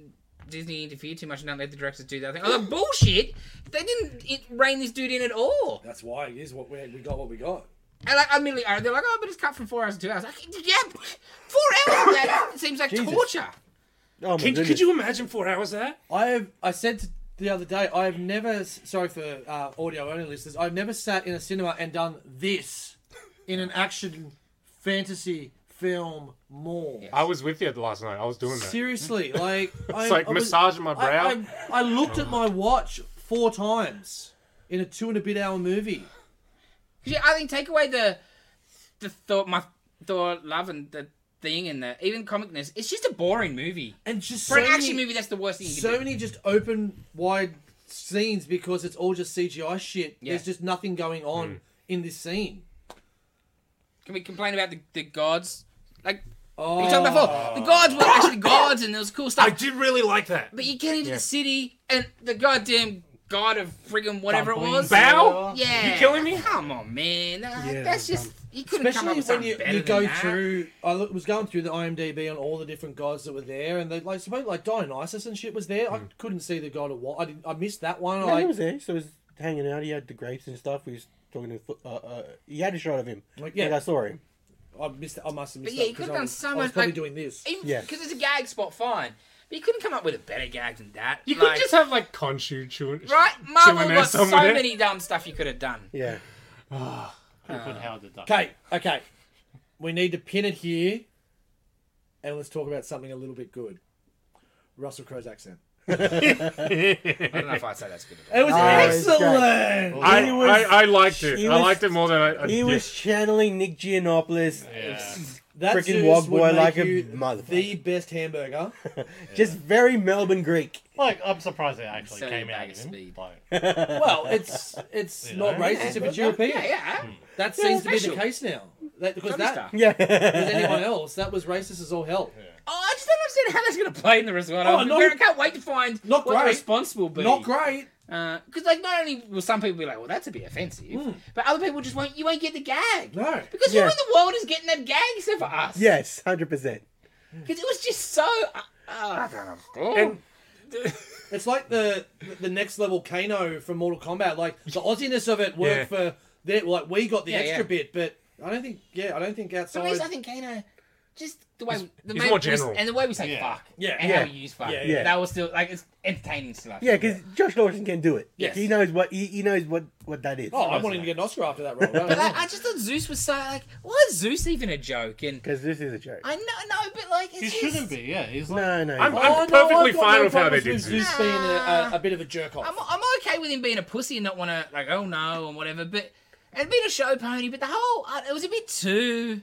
Disney interfered too much and don't let the directors do that thing." I was like, "Bullshit! They didn't it, rein this dude in at all."
That's why it is what we, we got. What we got.
And like, I mean, like, they're like, "Oh, but it's cut from four hours to two hours." Like, yeah, four hours. Of that [LAUGHS] seems like torture.
oh my
Could,
goodness.
could you imagine four hours of that?
I have. I said to- the other day. I have never. Sorry for uh, audio only listeners. I've never sat in a cinema and done this in an action fantasy film more.
I was with you last night. I was doing that.
Seriously, like
[LAUGHS]
I,
It's like
I was-
massaging my
I,
brow.
I, I looked at my watch four times in a two and a bit hour movie.
'Cause, yeah, I think take away the the thought, my thought, love, and the thing, and the even comicness. It's just a boring movie.
And just
For an
so
action
many-
movie, that's the worst thing you can
so
do.
many just open wide scenes because it's all just CGI shit.
Yeah.
There's just nothing going on in this scene.
Can we complain about the, the gods? Like
Oh,
we talked about
Oh.
before, the gods were actually gods, and there was cool stuff.
I did really like that.
But you get into
Yeah.
the city, and the goddamn god of friggin' whatever it
Dumpling.
was.
Ba-
Bow?
yeah,
You killing me?
Come on, man. Uh,
Yeah,
that's just
dumb.
you couldn't come up with
Especially when
something
you,
better
you
than
go
that.
through, I look, was going through the IMDb on all the different gods that were there, and they like suppose like Dionysus and shit was there. I couldn't see the god of what I didn't, I missed that one.
No,
I,
he was there. So he was hanging out. He had the grapes and stuff. He was talking to. Uh, uh, he had a shot of him.
Like,
Like,
yeah.
yeah, I saw him.
I missed. I must have missed.
yeah,
that
you
because
could've
I
done
was-
so
I was
much,
probably
like-
doing this.
Yeah.
because it's a gag spot, fine. But you couldn't come up with a better gag than that.
You
Like,
could just have like Conchu chewing.
right.
chewing
Marvel
there
got so
somewhere.
many dumb stuff you could have done.
Yeah,
Could've put Howard the Duck.
Okay, okay, we need to pin it here, and let's talk about something a little bit good. Russell Crowe's accent.
[LAUGHS]
I don't know if I'd say that's good.
It was
Ah, it's great.
excellent.
I,
He was-
I, I liked it.
he
I
was-
liked it more than I. I
he
yeah.
was channeling Nick Giannopoulos.
Yeah.
That
Frickin'
Zeus
Wog
would
Boy
make
like a
you
motherfucker.
The best
[LAUGHS]
hamburger.
Just very Melbourne Greek. [LAUGHS]
Like, I'm surprised they actually
So
came
bag
out
of
of him.
speed.
Like,
well, it's it's
You
not
know?
racist if it's European.
Yeah, yeah.
That seems to be the
Special.
case now. That, because
Dummy
that
stuff.
Yeah.
[LAUGHS]
with anyone else, that was racist as all hell.
Oh, I just don't understand how that's going to play in the result.
Oh,
I,
no.
I can't wait to find
Not
what
great.
the response will be.
Not great.
Because like, not only will some people be like, "Well, that's a bit offensive," but other people just won't. You won't get the gag.
No.
Because
Yeah.
who in the world is getting that gag except for us?
yes, hundred percent.
Because it was just so. Uh, uh, I don't know.
And-
It's like the the next level Kano from Mortal Kombat.
[LAUGHS]
Like the Aussiness of it worked for that. Like we got the
Yeah,
extra
yeah.
bit, but I don't think. Yeah, I don't think
For
outside.
me, I think Kano, just the way the
he's
way
more
we-
general.
and the way we say
Yeah.
fuck,
Yeah.
and
Yeah.
how we use fuck,
Yeah,
yeah.
that was still like it's entertaining stuff.
Yeah, because Josh Lawson can do it.
Yes.
he knows what he, he knows what what that is.
oh, I wanted to get an Oscar after that
[LAUGHS]
Oh, role.
But like, I just thought Zeus was so like, why is Zeus even a joke? And
because this is a joke.
I know, no, but like, it's
he
just,
shouldn't be, yeah. He's like,
No, no.
I'm,
no.
I'm
Oh, no,
perfectly
I've got
fine
no
with how they
problems
did
with
Zeus.
Zeus being a, a, a bit of a jerk off.
I'm, I'm okay with him being a pussy and not want to like, oh no, and whatever. But and being a show pony, but the whole uh, it was a bit too.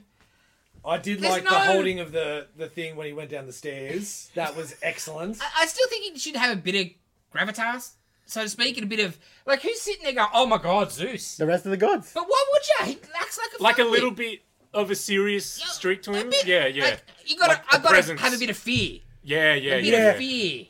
I did
There's
like the
no-
holding of the, the thing when he went down the stairs.
[LAUGHS]
That was excellent.
I, I still think he should have a bit of gravitas, so to speak, and a bit of like, who's sitting there going, oh my god, Zeus?
the rest of the gods.
But why would you? He acts like a
Like a
fucking-
little bit of a serious streak to
a
him.
bit-
Yeah, yeah,
Like, you gotta,
Like a
I gotta
presence.
have a bit of fear,
yeah, yeah,
a bit
yeah.
of fear.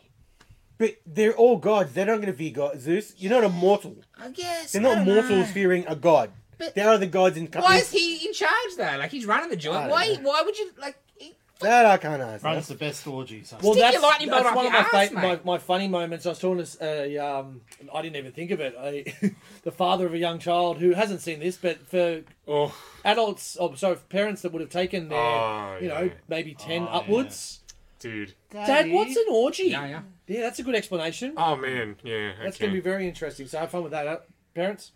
But they're all gods. They're not going to fear God. Zeus. You're not a mortal.
I guess
They're
I
not
don't
mortals
know.
fearing a god.
But-
they are the gods in
Why
company.
is he in charge though? Like he's running the joint.
don't
Why?
know.
Why would you like? He,
That I can't answer.
runs the best orgy. so-
Well,
Stick your
that's,
lightning bolt
that's
up
one of
your
my, fa-
ass,
my
mate.
my funny moments. I was talking to a, um, I didn't even think of it. I, the father of a [LAUGHS] young child who hasn't seen this, but for
Oh,
adults, oh, sorry, for parents that would have taken their,
Oh,
you know,
yeah.
maybe ten
Oh,
upwards.
dude.
Dad, what's an orgy?
yeah, yeah.
Yeah, that's a good explanation.
Oh man, yeah.
that's
okay.
going to be very interesting. So have fun with that, uh, parents.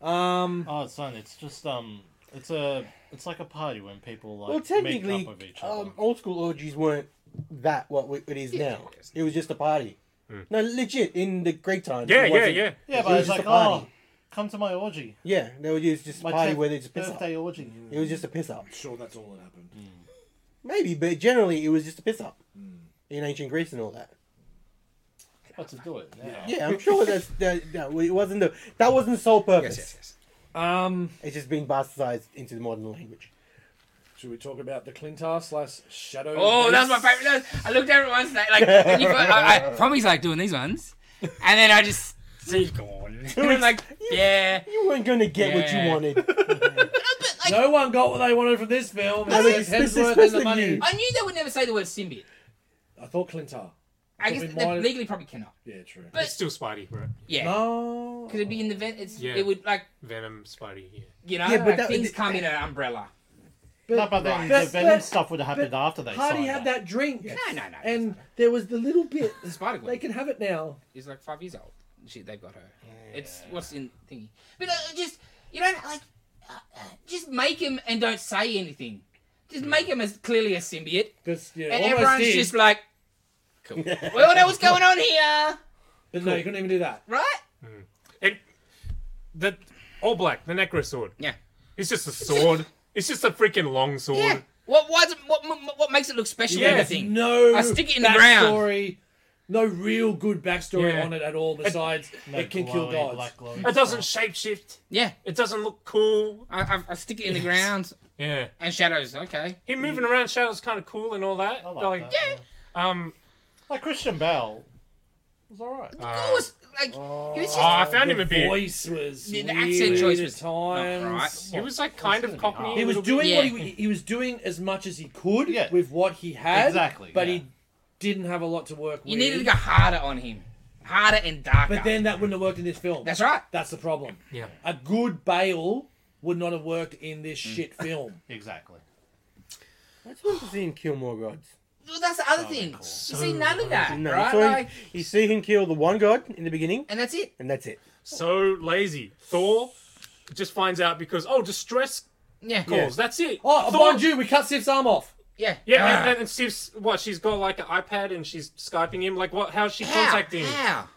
Oh, son, it's just um, it's a, it's like a party when people like
Well,
meet
technically,
up with each other.
um, old school orgies weren't that what we- it is
Yeah,
now.
yes.
It was just a party. No, legit. In the Greek times.
yeah,
it
yeah,
wasn't-
yeah.
yeah,
it
but
was
it's
just
like,
a party.
oh, come to my orgy,
Yeah, they were just just
my
party
tenth
where they just piss up.
birthday orgy.
It was just a piss up.
Sure, that's all that happened.
Maybe, but generally it was just a piss up
Hmm.
in ancient Greece and all that.
But to do it, now.
Yeah, I'm
[LAUGHS]
sure that's that. that it wasn't the that wasn't the sole purpose.
Yes, yes, yes.
Um,
It's just being bastardized into the modern language.
should we talk about the Clintar slash Shadow?
Oh, that's my
Beast?
favorite. That- I looked at it once, like, like when you, [LAUGHS] I, I, Tommy's like doing these ones, and then I just see it gone. And [LAUGHS] I'm like, yeah.
You weren't going to get what
Yeah.
you wanted.
No one got what they wanted from this film.
No,
It's
it's-
Hemsworth
it's-
and the money.
it's-
I knew they would never say the word symbiote.
I thought Clintar.
I
Probably
guess they
mine-
legally probably cannot.
Yeah, true. Oh,
But
It's still Spidey, right?
yeah,
No.
could it be in the vent? It's
Yeah.
it would like
Venom, Spidey. Yeah.
you know
Yeah, but
like,
that-
things come in an umbrella.
No, but then
Right.
the
But-
Venom
but-
stuff would have happened after they
Hardy
signed
had
that.
that drink.
No, no, no.
And there was the little bit.
Spider
They
Gwen
can have it now.
is like five years old. She they've got her. It's what's in thingy. But uh, just you don't like uh, uh, just make him and don't say anything. Just make him as clearly a symbiote.
Because yeah,
and
almost
everyone's
did,
just like, cool. we all know what's going on here,
But no, you couldn't even do that.
right?
It, the all black, the necro sword.
Yeah.
It's just a sword. it's just a freaking long sword.
Yeah. What why, does it- what m- what makes it look special?
Yeah.
and everything.
No.
I stick it in the ground.
backstory, No real good backstory
Yeah.
on it at all. Besides,
No
it can kill
glowy,
gods.
black glowy
It doesn't
stuff.
shapeshift.
Yeah.
It doesn't look cool.
I, I, I stick it in the ground
Yeah.
and shadows. Okay.
Him moving around Shadow's kind of cool and all that.
I
like,
like, that.
yeah.
um,
Like Christian Bale was alright.
It was like he was just
Oh, I found him a
The
bit.
voice was
the, the
weird
accent choice
at
was
times.
not right.
He was like kind of cockney.
He
a
was
little bit.
doing what
Yeah.
he, he was doing as much as he could
Yeah.
with what he had.
Exactly,
but
yeah.
he didn't have a lot to work
You
with.
needed to go harder on him, harder and darker.
But then that wouldn't have worked in this film.
that's right.
That's the problem.
Yeah.
A good Bale would not have worked in this
Mm. [LAUGHS]
shit film.
Exactly.
I just want to see him kill more gods.
Well, that's the other
So
thing.
cool.
You see none of that,
No,
right?
you, saw him,
Like,
you see him kill the one god in the beginning,
and that's it.
and that's it.
so lazy. Thor just finds out because oh distress
Yeah.
calls. That's it.
Oh, I
Thor-
bond you. We cut Sif's arm off.
Yeah. Ah.
Yeah, and, and, and Steve's what? She's got like an iPad and she's skyping him. Like what? How's she
How?
contacting? him?
How?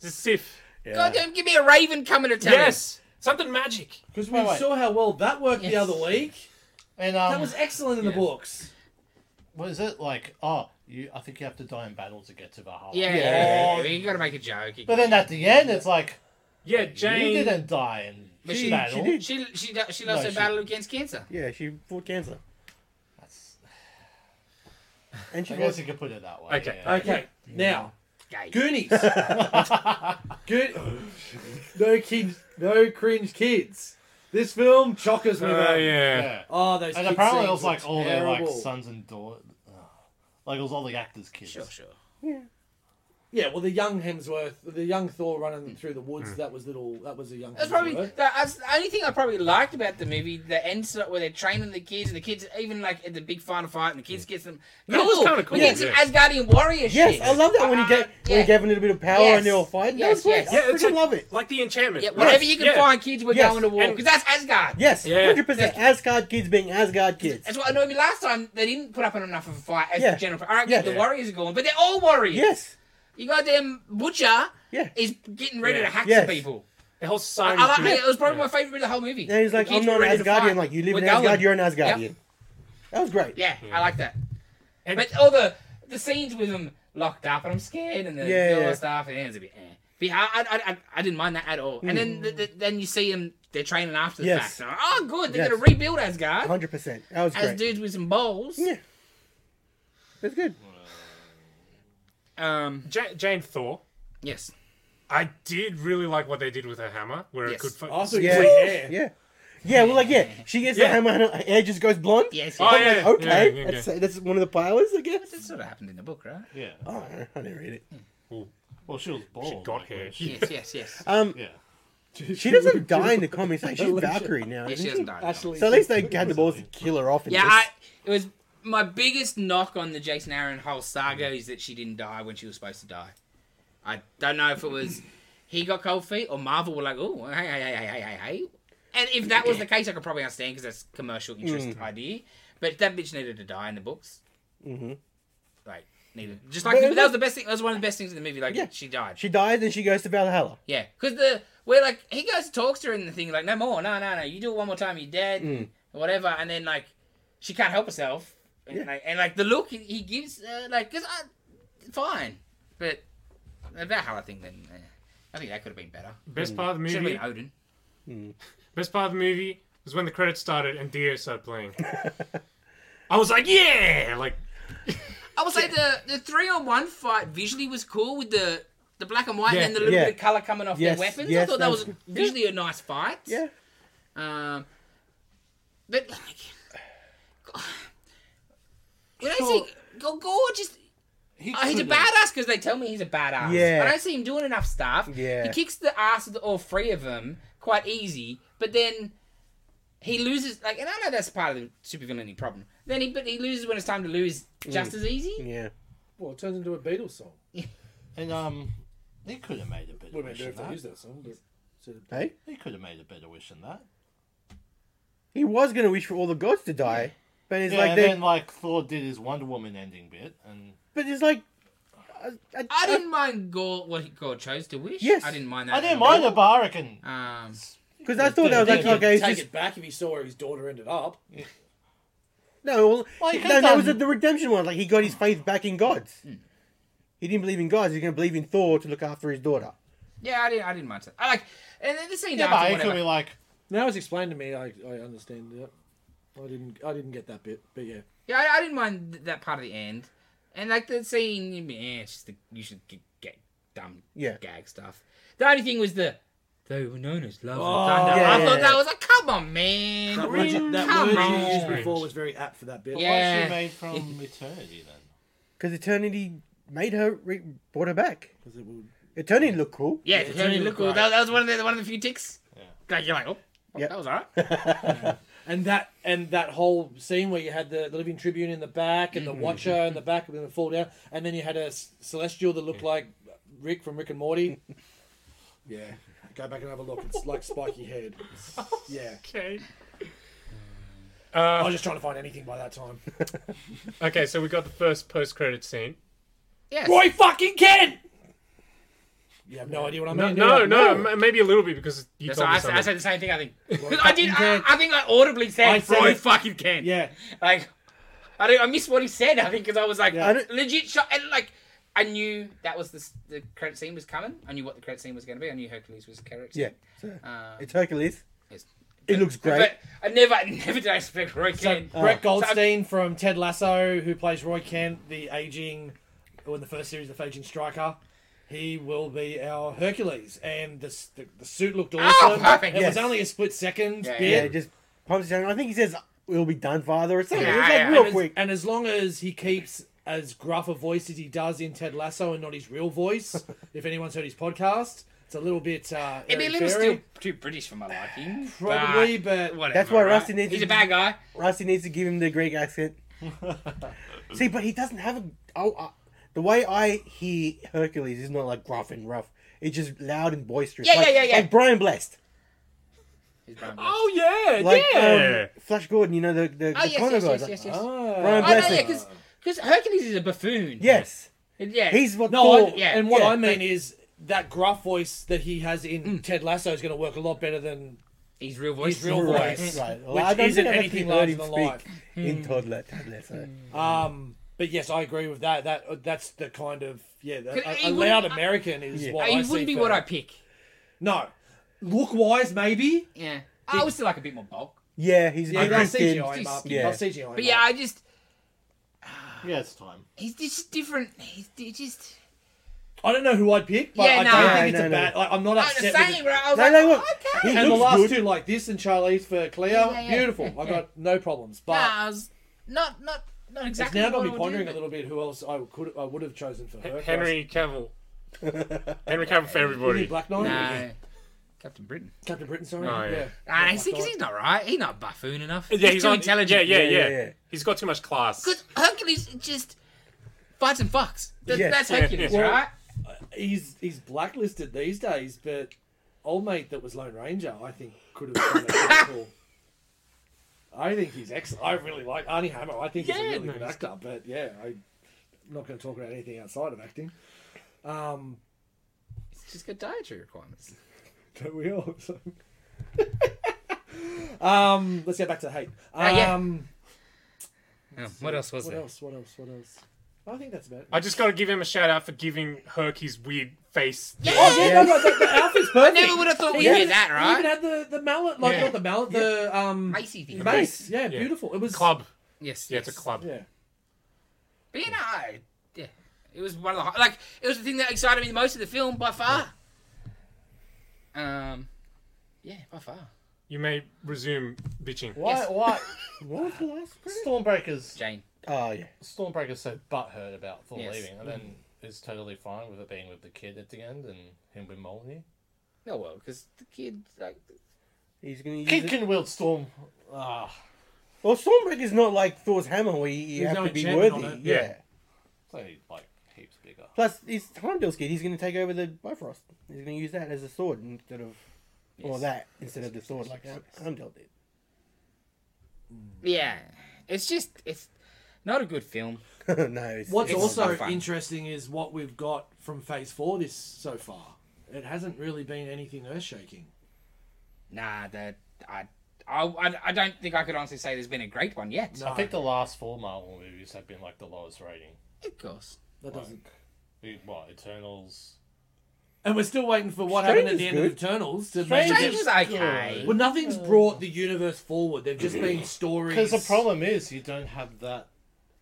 This is Sif.
Yeah.
God damn, give me a raven coming to town.
Yes, something magic.
Because we
Wait, wait.
saw how well that worked the
Yes.
other week.
And
That
um,
was excellent in the books.
what is it like? Oh, you. I think you have to die in battle to get to Valhalla.
Yeah. Oh,
Yeah.
You gotta make a joke.
But then at the end, it's like
Yeah,
you
Jane.
didn't die in
But she-
battle.
she did.
she she do- she lost
No,
her
she-
battle against cancer.
Yeah, she fought cancer,
That's-
and she
I guess
fought.
you could put it that way.
Okay.
yeah.
Okay, now
Gay.
[LAUGHS]
Goonies. Good. No kids. No cringe kids. This film chockers me.
Oh
though.
yeah.
Yeah.
Oh, those.
And
kid
apparently it
scenes
was
were
like all their like
terrible.
sons and daughters. Like it was all the actors' kids.
Sure, sure.
Yeah, well, the young Hemsworth, the young Thor
Hmm.
running through the woods. That was little. That was a young.
That's
Hemsworth.
probably [LAUGHS] that- that's the only thing I probably liked about the movie. The end shot where they're training the kids, and the kids even like at the big final fight, and the kids gets them.
Mm. That was
Cool.
kinda cool,
We get some
yeah.
Asgardian warrior
Yes,
shit.
I love that when he
Uh,
gave when
yeah.
he gave him a little bit of power
Yes.
and they all fighting.
Yes,
Yes, yes,
yes.
I freaking love it.
Like the enchantment.
Yeah, whatever
Yes,
you can
yeah.
find, kids, we're
Yes,
going to war
and-
because that's Asgard.
Yes,
Yeah.
hundred percent. Asgard kids being Asgard kids.
That's what annoyed me last time. They didn't put up enough of a fight as
Yeah.
the general. All right,
Yeah.
the warriors are going, but they're all warriors.
Yes,
You goddamn butcher
yeah.
is getting ready
Yeah.
to hack
Yes.
some people.
The whole
I,
sign.
I, like- it was probably my favorite bit of the whole movie.
And he's
The
like,
kids were
I'm not an
ready to fight.
Asgardian. Like you live
We're
in
going.
Asgard, you're an Asgardian. That was great.
Yeah, I like that.
And-
but all the the scenes with them locked up, and I'm scared, and the
Yeah,
all
yeah.
that stuff, and it's a bit. Eh. But yeah, I, I, I, I didn't mind that at all. And then the, the, then you see them they're training after the
Hmm. Yes.
fact. And I'm like, oh, good, they're
Yes.
gonna rebuild Asgard
hundred percent. That was
as
great.
dudes with some balls.
Yeah, that's good.
Um.
Jane, Jane Thor.
Yes.
I did really like what they did with her hammer, where
Yes.
it could. Fu-
Also,
Yeah,
yeah.
yeah,
[LAUGHS]
yeah. well, like yeah, she gets
Yeah.
the hammer and her hair just goes blonde.
Yes.
Oh,
yes.
yeah.
Like, okay,
yeah, yeah.
that's that's one of the powers, I
That
guess. Oh,
sort of happened in the book, right?
Yeah.
I don't know. I didn't read it.
Well, she was bald.
got
like,
hair.
when she-
[LAUGHS]
Yes. Yes. Yes.
Um,
Yeah.
she
[LAUGHS]
doesn't die in the comics. Like, she's
Alicia.
Valkyrie now.
yeah.
isn't
She doesn't die. no.
Actually,
So at least
[LAUGHS]
they had the balls to kill her off. In
Yeah,
this.
I, it was my biggest knock on the Jason Aaron whole saga
Mm.
is that she didn't die when she was supposed to die. I don't know if it
[LAUGHS]
was he got cold feet or Marvel were like, oh, hey, hey, hey, hey, hey, hey, hey. And if that was the case, I could probably understand because that's
Mm.
commercial interest idea. But that bitch needed to die in the books.
Mhm.
Like, needed. Just like,
But it
that was
was-
the best thing. That was one of the best things in the movie. Like,
Yeah.
she died.
She dies and she goes to Valhalla.
Yeah, because the where like he goes and talks to her in the thing like no more, no, no, no, you do it one more time, you're dead,
Mm.
and whatever, and then like she can't help herself, and,
Yeah.
like, and like the look he- he gives, uh, like, cause I, fine, but about how I think then, eh, I think that could have been better.
Best part of the
Should have
movie.
been Odin.
Best part of the movie was when the credits started and Dio started playing. [LAUGHS] I was like, yeah, like
I would say the the three on one fight visually was cool with the the black and white
Yeah,
and then the little
yeah.
bit of color coming off
Yes,
their weapons. I
yes,
thought
that
that was
was good.
visually a nice fight.
Yeah.
Um, but like, [SIGHS] when I
Sure.
see Go- Gore, just
He
oh, he's a
could've-
badass because they tell me he's a badass.
Yeah.
I don't see him doing enough stuff.
Yeah.
he kicks the ass of the, all three of them quite easy, but then he loses. Like, and I know that's part of the supervillainy problem. Then he but he loses when it's time to lose
Mm.
just as easy.
Yeah.
well, it turns into a Beatles song.
And um, he could have made a better
Would have
wish
been
in
better if they
that.
used that song. But so-
Hey,
He could have made a better wish in that.
he was gonna wish for all the gods to die, but it's
yeah,
like
and
they,
then like Thor did his Wonder Woman ending bit, and
but it's like. I, I,
I didn't mind Gore what he- Gore chose to wish.
Yes.
I didn't mind that.
I
at
didn't
all.
mind it, but I reckon
Um,
because I thought that was
Then
like
he'd
okay, it's
take
just
it back if he saw where his daughter ended up.
no, well,
Well, he
no,
could've
that was
done-
the redemption one. Like he got his faith back in gods. He didn't believe in gods. He's gonna believe in Thor to look after his daughter.
yeah, I didn't. I didn't mind that. I like, and then the scene
yeah,
after
but he
whatever.
could be like,
Now it's explained to me. I, I understand. Yep. I didn't. I didn't get that bit. But yeah.
Yeah, I, I didn't mind th- that part of the end, and like the scene, you mean, eh, it's just the, you should g- get dumb
Yeah.
gag stuff. The only thing was the they were known as Love and
Oh,
Thunder. I
yeah.
thought that was like, come on, man.
That word,
Really?
you- that
Come
word you used
on.
before was very apt for that bit.
Yeah.
Why is
[LAUGHS]
she made from eternity then?
Because Eternity made her, re- brought her back.
'Cause it would-
Eternity looked cool.
Yeah, it totally looked cool. That, that was one of the one of the few ticks.
Yeah.
Like you're like, oh, oh,
Yep.
that was
[LAUGHS]
alright.
And that and that whole scene where you had the, the Living Tribune in the back and the Watcher in the back and then fall down, and then you had a s- Celestial that looked like Rick from Rick and Morty. [LAUGHS] yeah, go back and have a look. It's like spiky [LAUGHS] head. Yeah,
Okay.
I
Uh,
was just trying to find anything by that time.
okay, so we got the first post-credit scene.
Yes.
Roy fucking Kent. You have no idea what I
No,
mean. do
no,
you?
no, m- maybe a little bit because you
That's
told
why
me
I, said-
something.
I said the same thing. I think 'Cause [LAUGHS] I did. I,
Kent.
I think I audibly said,
I said
Roy
it.
fucking Kent.
Yeah,
Like, I don't, I missed what he said. I think because I was like
I don't-
legit shot and like I knew that was the s- the credit scene was coming. I knew what the credit scene was going to be. I knew Hercules was correct.
Yeah. So,
Um,
it's Hercules.
it's-
It looks great. Oh.
But I never, I never did I expect Roy
So
Kent.
Brett
So I'm-
Goldstein from Ted Lasso, who plays Roy Kent, the aging, or in the first series, the aging striker. He will be our Hercules, and the s- the, the suit looked awesome.
Oh, perfect.
It was
Yes.
only a split second
Yeah,
bit,
Yeah, just pumps it down. I think he says, we'll be done, father, or something.
Yeah,
it's like
yeah,
and
real
as,
quick.
and as long as he keeps as gruff a voice as he does in Ted Lasso and not his
[LAUGHS]
real voice, if anyone's heard his podcast, it's a little bit. Uh,
It'd be a
airy
little
fairy.
still too British for my liking.
Probably, but-
whatever.
That's why
right?
Rusty needs
He's
to-
a bad guy.
Rusty needs to give him the Greek accent. [LAUGHS] See, but he doesn't have a. Oh, uh, the way I hear Hercules is not like gruff and rough. It's just loud and boisterous.
Yeah,
like,
yeah, yeah, yeah.
Like Brian Blessed.
He's bad guy.
Oh yeah,
Like
Yeah.
um, Flash Gordon, you know, the, the,
Oh
the
yes,
Congo
yes,
guys.
yes,
Like,
yes, yes.
Ah.
Brian
Oh, no,
Blessed.
yeah, because Hercules is a buffoon.
Yes.
Yeah.
He's what
No,
Thor.
I,
yeah, Mm.
and what
yeah.
I mean is that gruff voice that he has in Ted Lasso is going to work a lot better than
He's real voice.
He's real
Right,
voice.
right. Well,
Which
I don't
isn't
think I've
anything
actually
larger
heard him
than
speak
life.
Hmm.
in toddler, toddler. So.
Um, but yes, I agree with that. That uh, that's the kind of yeah, that,
He
a, a
wouldn't-
loud American is
Yeah.
what
he
I see
wouldn't be
for-
what I pick.
no. Look wise, maybe.
Yeah. I would still like a bit more bulk.
Yeah, he's
Yeah,
yeah,
I'll
thin.
CGI him up.
Yeah.
I'll CGI him
But yeah,
up.
I just
Yeah, it's time.
he's just different. He's di- just
I don't know who I'd pick, but
Yeah,
I
no.
don't
No,
think it's
no,
a
no.
bad. Like, I'm not
I'm the
upset. with
same,
it.
right? I was
No,
like,
no, look.
oh, okay.
He
And the
looks
last
good.
two, like this and Charlize for Cleo,
Yeah, yeah, yeah.
beautiful. I got no problems. But
Nah, I was not not not exactly.
it's now got
what
me
I would
pondering
do,
a little bit who else I could I would have chosen for her.
Henry Cavill. Henry Cavill for
Henry
everybody.
Black Knight,
but- No. Captain Britain.
Captain Britain. Sorry,
Oh, yeah.
yeah.
Ah, he's,
Black Knight.
because he's not right. He's not buffoon enough.
Yeah,
he's,
he's
too
on. Yeah,
intelligent.
yeah,
Yeah,
yeah,
yeah, yeah.
He's got too much class.
Because Hercules just fights and fucks. That,
Yes.
That's Hercules,
Yeah.
right?
he's he's blacklisted these days, but old mate that was Lone Ranger, I think could have been that cool. I think he's excellent. I really like Arnie Hammer. I think he's
Yeah,
a really
no,
good
he's
actor, but yeah, I'm not going to talk about anything outside of acting. Um, [LAUGHS]
It's just got dietary requirements.
but we all. So. [LAUGHS] um, let's get back to hate.
Ah, yeah.
Um,
Oh, what else was
what
there?
else? What else? What else? I think that's about it.
I just got to give him a shout out for giving Herc his weird face.
Yeah,
Yeah, no, but the, the outfit's
I
perfect.
never would have thought we'd
Yeah.
hear that,
He
right?
even had the, the mallet, like
Yeah.
not the mallet, the um
Macy thing.
The mace. Yeah,
Yeah.
beautiful. It was
Club.
Yes.
Yeah, it's a
yes.
club.
Yeah,
But you know, I, yeah, it was one of the hi- like it was the thing that excited me the most of the film by far. Um, yeah, by far.
You may resume bitching.
Why?
Yes.
Why?
What was the last credit?
Stormbreaker's
Jane.
Oh, yeah.
Stormbreaker's so butthurt about Thor
Yes. Mm.
leaving, and then is totally fine with it being with the kid at the end and him with Molny.
No, well, because the kid like
He's going to use
Kid
it.
can wield storm. Ah,
Well, Stormbreaker's not like Thor's hammer where you, you
There's
have
no
to be
enchantment
worthy.
on it.
Yeah.
Yeah.
so he's like heaps bigger.
Plus, his Heimdall's kid, he's going to take over the Bifrost. He's going to use that as a sword instead of. Or
Yes.
that instead of the sword like Heimdall did.
yeah, it's just it's not a good film.
no, it's.
What's
It's
also
not fun.
interesting is what we've got from Phase Four this so far. It hasn't really been anything earth shaking.
Nah, that I. I, I, I don't think I could honestly say there's been a great one yet.
No,
I think the last four Marvel movies have been like the lowest rating.
Of course.
that doesn't.
The- What Eternals?
And we're still waiting for what happened at the end
Strange is
of Eternals to
Strange
make
Strange
it.
was okay.
Well, nothing's
[CLEARS THROAT]
brought the universe forward. They've just been stories.
Because the problem is you don't have that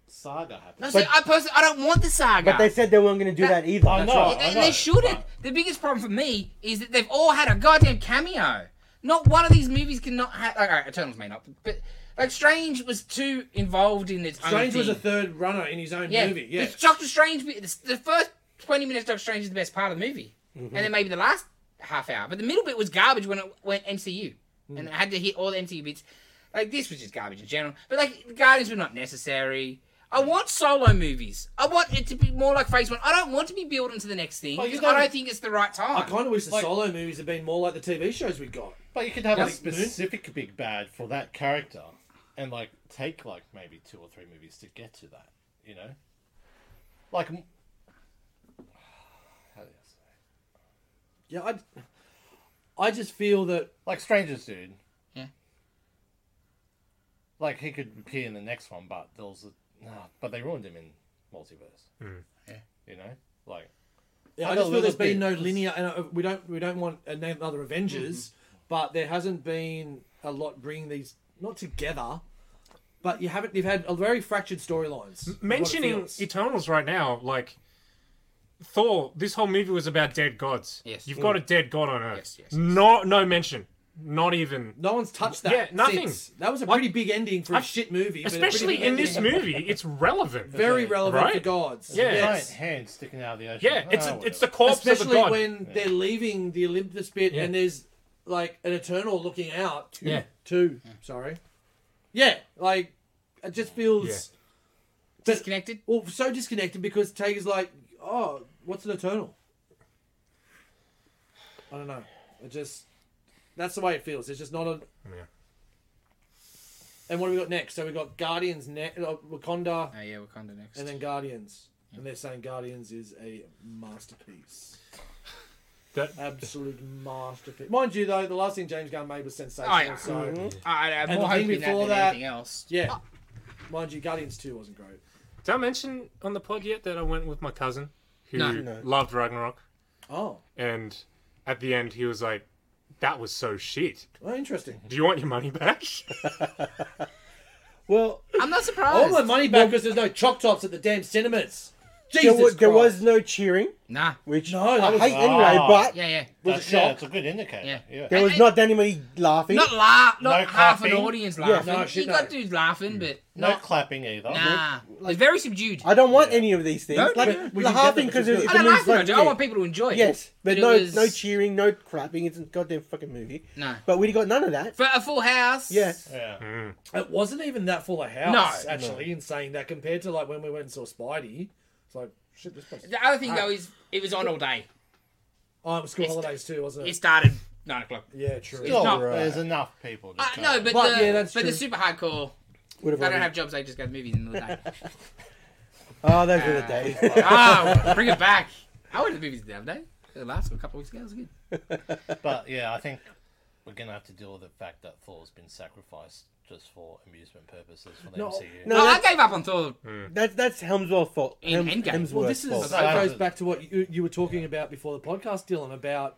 saga happen.
No, see, I personally, I don't want the saga.
But they said they weren't going to do that, either.
I
That's
know.
right.
And
I know.
they shouldn't. The biggest problem for me is that they've all had a goddamn cameo. Not one of these movies cannot have. Like, alright, Eternals may not, but like Strange was too involved in its own
Strange was
thing.
a third runner in his own
yeah.
movie. Yeah.
The Doctor Strange, bit- the, the first twenty minutes of Doctor Strange is the best part of the movie,
Mm-hmm.
and then maybe the last half hour. But the middle bit was garbage when it went MCU,
Mm.
and it had to hit all the MCU bits. Like this was just garbage in general. But like the Guardians were not necessary. I
Mm.
want solo movies. I want it to be more like Phase One. I don't want to be built into the next thing.
Well, you
'cause I
don't-
don't think it's the right time.
Oh, I kind of wish the
Like-
solo movies had been more like the TV shows we got.
But you could have a
Yes.
specific big bad for that character, and like take like maybe two or three movies to get to that. You know, like m- how do I say?
Yeah, I, I just feel that
like Strangers, dude.
Yeah.
Like he could appear in the next one, but there was a, nah, but they ruined him in multiverse.
Yeah.
You know, like
Yeah,
I
I
know
just feel
a
there's
little
been no
bit.
linear, and uh, we don't we don't want another Avengers, but there hasn't been a lot bringing these not together, but you haven't. You've had a very fractured storylines. is what it
mentioning
feels.
Eternals right now, like Thor, this whole movie was about dead gods.
Yes. Mm.
you've got a dead god on Earth.
Yes, yes, yes.
No, no mention. Not even.
no one's touched that.
Yeah, nothing.
since. That was a pretty big ending for a shit movie, but a pretty
Especially
big
in this
ending.
movie, it's relevant.
[LAUGHS] Very relevant for
Right?
gods.
Yeah.
giant
Yes.
hand sticking out of the ocean.
yeah, it's
Ah,
a, it's the
whatever.
corpse of a
Oh. Especially
god.
when they're leaving the Olympus bit,
Yeah.
and there's like an Eternal looking out.
Yeah.
Two. Sorry. Yeah, like it just feels.
Yeah.
disconnected.
Well, so disconnected because Taker's like, oh, what's an eternal? I don't know. It just that's the way it feels. It's just not a.
Yeah.
And what have we got next? So we got Guardians next, uh, Wakanda,
Oh yeah, we're kind of next.
and then Guardians. And they're saying Guardians is a masterpiece,
That-
absolute masterpiece. Mind you, though, the last thing James Gunn made was sensational.
Oh, yeah.
So
I, am
And
more
the thing
hoping that
before
than
that-
anything else.
yeah, mind you, Guardians Two wasn't great.
Did I mention on the pod yet that I went with my cousin who
No.
No.
loved Ragnarok,
Oh,
and at the end he was like, "That was so shit.
well, Oh, interesting.
Do you want your money
[LAUGHS]
back?"
Well,
I'm not
All
surprised.
my money back because there's no choc tops at the damn cinemas. Jesus
there, was, there
Christ.
was no cheering,
nah.
which
No, that
I
was-
hate anyway,
Ah.
but
Yeah, yeah.
That's,
a
yeah,
shock.
it's a good indicator.
Yeah.
yeah.
there was
And-
not anybody laughing.
Not laugh, not
No
half an
clapping.
audience laughing.
No, shit,
you got
no.
dudes laughing, but
No
not,
clapping either.
nah. it's very subdued. I,
I don't want any of these things.
No,
like,
but we
the hard
should get them
thing, because
because
it's
we-
a
I
don't like
movie
them.
like
I, do. I
this.
want people to enjoy it.
Yes, but
it
no,
was-
no cheering, no clapping. It's a goddamn fucking movie.
No.
But we got none of that.
For a full house.
Yeah.
Yeah.
Hmm.
It wasn't even that full of house,
No.
actually, in saying that compared to like when we went and saw Spidey. It's like, shit, this place.
The other thing though is it was on all day.
Oh, it was school
It's-
holidays too, wasn't it?
It started nine o'clock.
yeah, true.
Still,
not-
there's enough people. to
Uh,
go.
no, but,
But,
the,
yeah, that's
but the
true.
super hardcore.
Would have
I don't
already-
have jobs. I just go to movies in the middle of the day.
Oh, those were
[LAUGHS]
the days.
oh, bring it back. I went to the movies the other day. The last one, a couple of weeks ago, it was good.
But yeah, I think we're gonna have to deal with the fact that Thor's been sacrificed just for amusement purposes for the
No,
MCU.
no.
well, Oh, I
that's-
gave up on Thor.
That's that's Helmsworth's fault.
In
Helms-
Endgame.
Hemsworth's
Well, this is
fault.
that
Sorry.
goes back to what you, you were talking about before the podcast, Dylan, about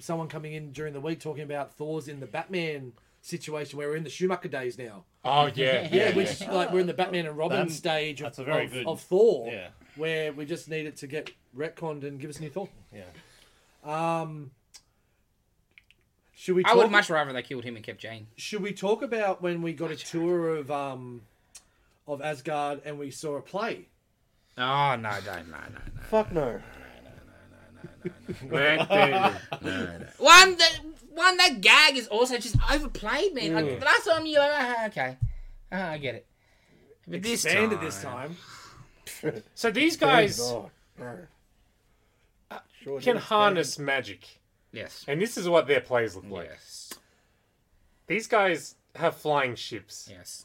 someone coming in during the week talking about Thor's in the Batman situation where we're in the Schumacher days now.
oh yeah, [LAUGHS]
Yeah,
yeah, yeah.
which like we're in the Batman and Robin
That-
stage of,
that's a very
of,
good-
of Thor,
yeah.
where we just need it to get retconned and give us a new Thor.
Yeah.
Should we? Talk,
I would much rather they killed him and kept Jane.
Should we talk about when we got a tour of um of Asgard and we saw a play?
Oh no, don't, no, no, no.
Fuck no.
Let the-
One that one that gag is also just overplayed, man. Like the last time you like, ah, okay, ah, I get it. But this
Expanded
time,
this time.
so these guys
Oh, no. Sure
can
did.
harness magic,
yes,
and this is what their plays look like.
yes,
These guys have flying ships,
yes.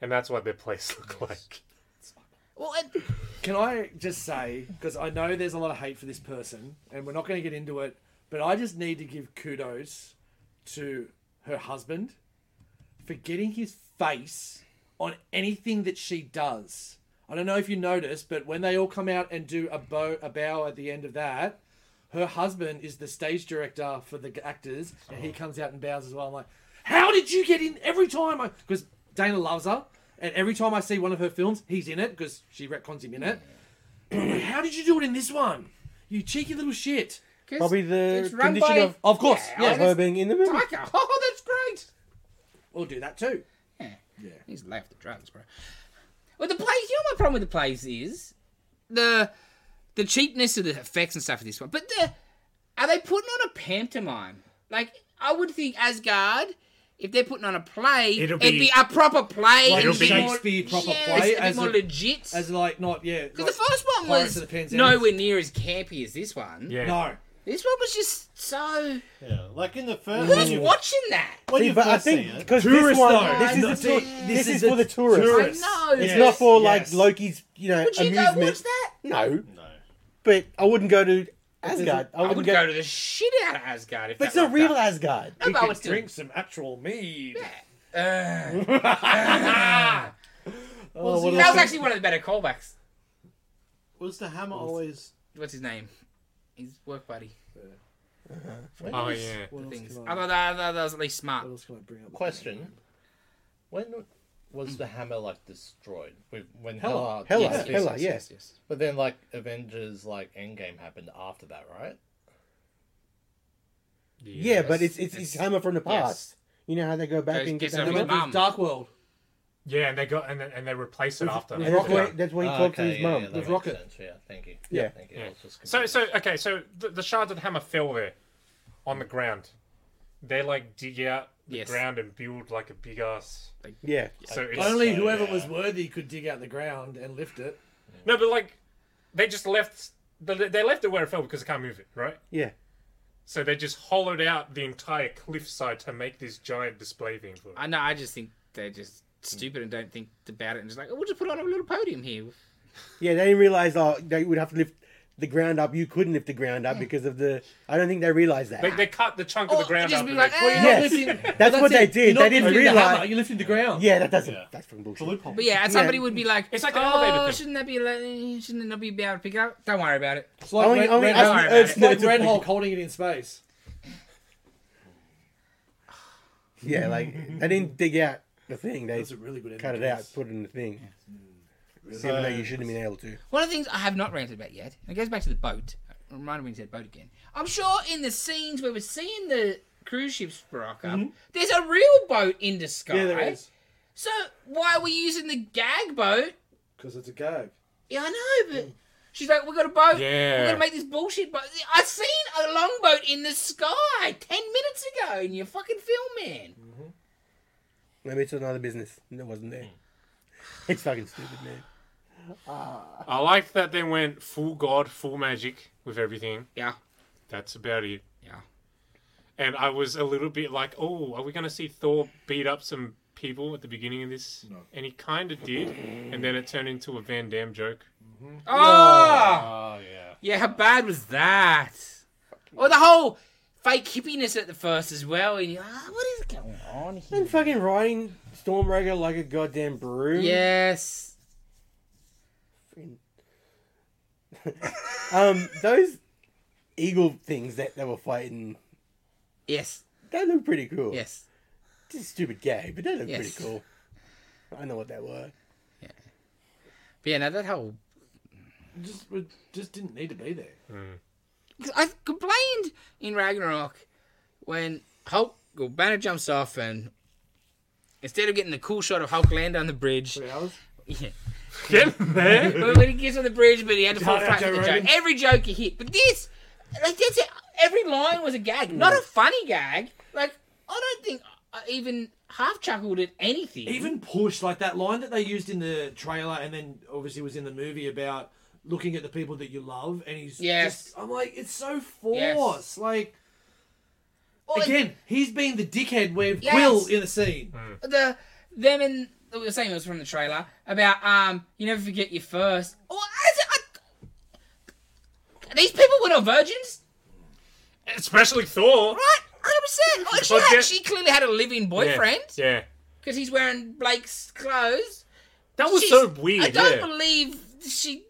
and that's what their plays [LAUGHS] look like.
Well, it,
Can I just say because I know there's a lot of hate for this person, and we're not going to get into it, but I just need to give kudos to her husband for getting his face on anything that she does. I don't know if you noticed, but when they all come out and do a bow a bow at the end of that, her husband is the stage director for the actors, and he comes out and bows as well. I'm like, how did you get in every time? Because Dana loves her, And every time I see one of her films, he's in it because she retcons him in it. [CLEARS THROAT] How did you do it in this one? You cheeky little shit. [LAUGHS]
'Cause
Probably the
it's run
condition
by-
of-
Of course, yeah.
I
of her being in the movie.
Taika. Oh, that's great.
We'll do that too.
Yeah.
Yeah.
He's lay off the drugs, bro. Well, the plays. You know my problem with the plays is the the cheapness of the effects and stuff of this one. But the are they putting on a pantomime? Like I would think Asgard, if they're putting on a play,
It'll
it'd be,
be-
a proper play.
Like
It'll be-
Shakespeare proper
yeah,
play
It's a
as
bit more
a-
legit.
As like not yeah.
Because
like-
the first one
Pirates of the
was
Penzance.
nowhere near as campy as this one.
Yeah.
no.
This one was just so.
Yeah, like in the first
Who's
when you,
watching that?
when
See,
you
but I
first
think
see it,
because this
Tourists,
one,
though.
this,
No,
is, the
see,
tour-
this
this
is
is for
the
the tourists.
tourist.
I know.
It's
Yes,
not for like
yes.
Loki's, you know,
Would you
amusement.
go watch that?
No,
no,
but I wouldn't go to Asgard. I
I
wouldn't
would
go.
go to the shit out of Asgard if
but
that
it's not
like
real
that.
Asgard.
No, but I would still.
some actual mead.
was, the,
[LAUGHS] That was actually one of the better callbacks.
was the hammer always?
What's his name? His work buddy.
Oh yeah.
What else
Things.
can
I
I,
thought that, that, that was at least smart.
what else can I bring up?
Question: When was the hammer like destroyed? When- When
Hela.
Hela,
Hela,
yeah.
Hela, yeah.
yes.
But then like Avengers like Endgame happened after that, right?
Yeah, but it's it's,
Yes.
it's Hammer from the past. You know how they go back
Goes-
and get
gets
that.
her
No,
with
but
Hammer?
mum.
there's Dark World.
Yeah, and they got and, and they replace it after.
And that's where, that's where he
Ah,
talks to his
yeah,
mum.
yeah, that
With
makes
Rocket.
sense, Yeah, thank you.
Yeah.
thank you. I
Yeah.
was just
So so
confused.
okay, so the, the shards of the hammer fell there, on the ground. They like dig out the
Yes.
ground and build like a big ass.
yeah.
So it's,
Only
So,
whoever
yeah.
was worthy could dig out the ground and lift it.
no, but like they just left. They they left it where it fell because they can't move it, right?
yeah.
So they just hollowed out the entire cliffside to make this giant display thing for it.
I know. I just think they're just stupid and don't think about it and just like, oh, we'll just put on a little podium here.
Yeah, they didn't realize oh they would have to lift the ground up. You couldn't lift the ground up because of the. I don't think they realized that.
They, they cut the chunk
Or
of the ground
just
up.
be
and
like,
they-
"Eh."
You're not
Yes.
lifting-
That's
that's
what
it.
they did.
You're not
They didn't
lifting the
realize-
hammer, You're lifting the ground.
yeah, that doesn't.
Yeah.
That's from
The
bullshit.
loophole.
But yeah, and somebody
Yeah.
would be like,
It's like an elevator
oh,
thing.
shouldn't that be like, shouldn't that be able to pick it up? Don't worry about it.
It's like
Only-
Red,
only
Red,
us
Hulk-
and
it's
Earth
like
know to
Red
make-
Hulk holding it in space.
Yeah, like they didn't dig out the thing. They
That's a really good.
cut it out, put it in the thing. Even though you shouldn't have been able to.
One of the things I have not ranted about yet, and it goes back to the boat. Remind me when you said boat again. I'm sure in the scenes where we're seeing the cruise ships rock up, there's a real boat in the sky.
Mm-hmm. Yeah, there is
So why are we using the gag boat?
because it's a gag.
Yeah, I know,
Mm.
but she's like, we got a boat. We're
Yeah.
gonna make this bullshit boat. I've seen a longboat in the sky ten minutes ago in your fucking film, man.
Maybe it's another business that wasn't there. It's fucking stupid, man.
I like that they went full god, full magic with everything.
Yeah,
That's about it.
yeah.
And I was a little bit like, oh, are we going to see Thor beat up some people at the beginning of this?
No.
And he kind of did. And then it turned into a Van Damme joke.
Oh.
Oh yeah.
Yeah, how bad was that? Or the whole fake hippiness at the first as well, and you're like, "Ah, what is going on here?
And fucking riding Stormbreaker like a goddamn broom.
Yes.
[LAUGHS] Um, those eagle things that they were fighting,
Yes.
they look pretty cool.
Yes.
Just stupid gay, but they look
Yes.
pretty cool. I know what that were.
But yeah, no, that whole
Just it just didn't need to be there.
'cause I complained in Ragnarok when Hulk or Banner jumps off and instead of getting the cool shot of Hulk land on the bridge,
Three hours.
[LAUGHS] yeah.
[LAUGHS] Get there!
But when he gets on the bridge, but he had to fall
Shout out
flat for the
Joe
joke.
Rogan.
Every joke he hit. But this, like, that's it. Every line was a gag. Not a funny gag. Like, I don't think I even half chuckled at anything.
Mm-hmm.
Even push like that line that they used in the trailer, and then obviously was in the movie about looking at the people that you love, and he's
Yes.
just- I'm like, it's so forced. Like
Or
again, he's being the dickhead with
Yes.
Quill in the scene.
Mm.
the them and it was the same it was from the trailer about um you never forget your first. Or is it, I, these people were not virgins,
Especially Thor!
right? Hundred percent. She,
Well,
had-
yeah.
she clearly had a living
Yeah.
boyfriend
Yeah.
because he's wearing Blake's clothes.
That was
She's-
so weird.
I don't
yeah.
believe she.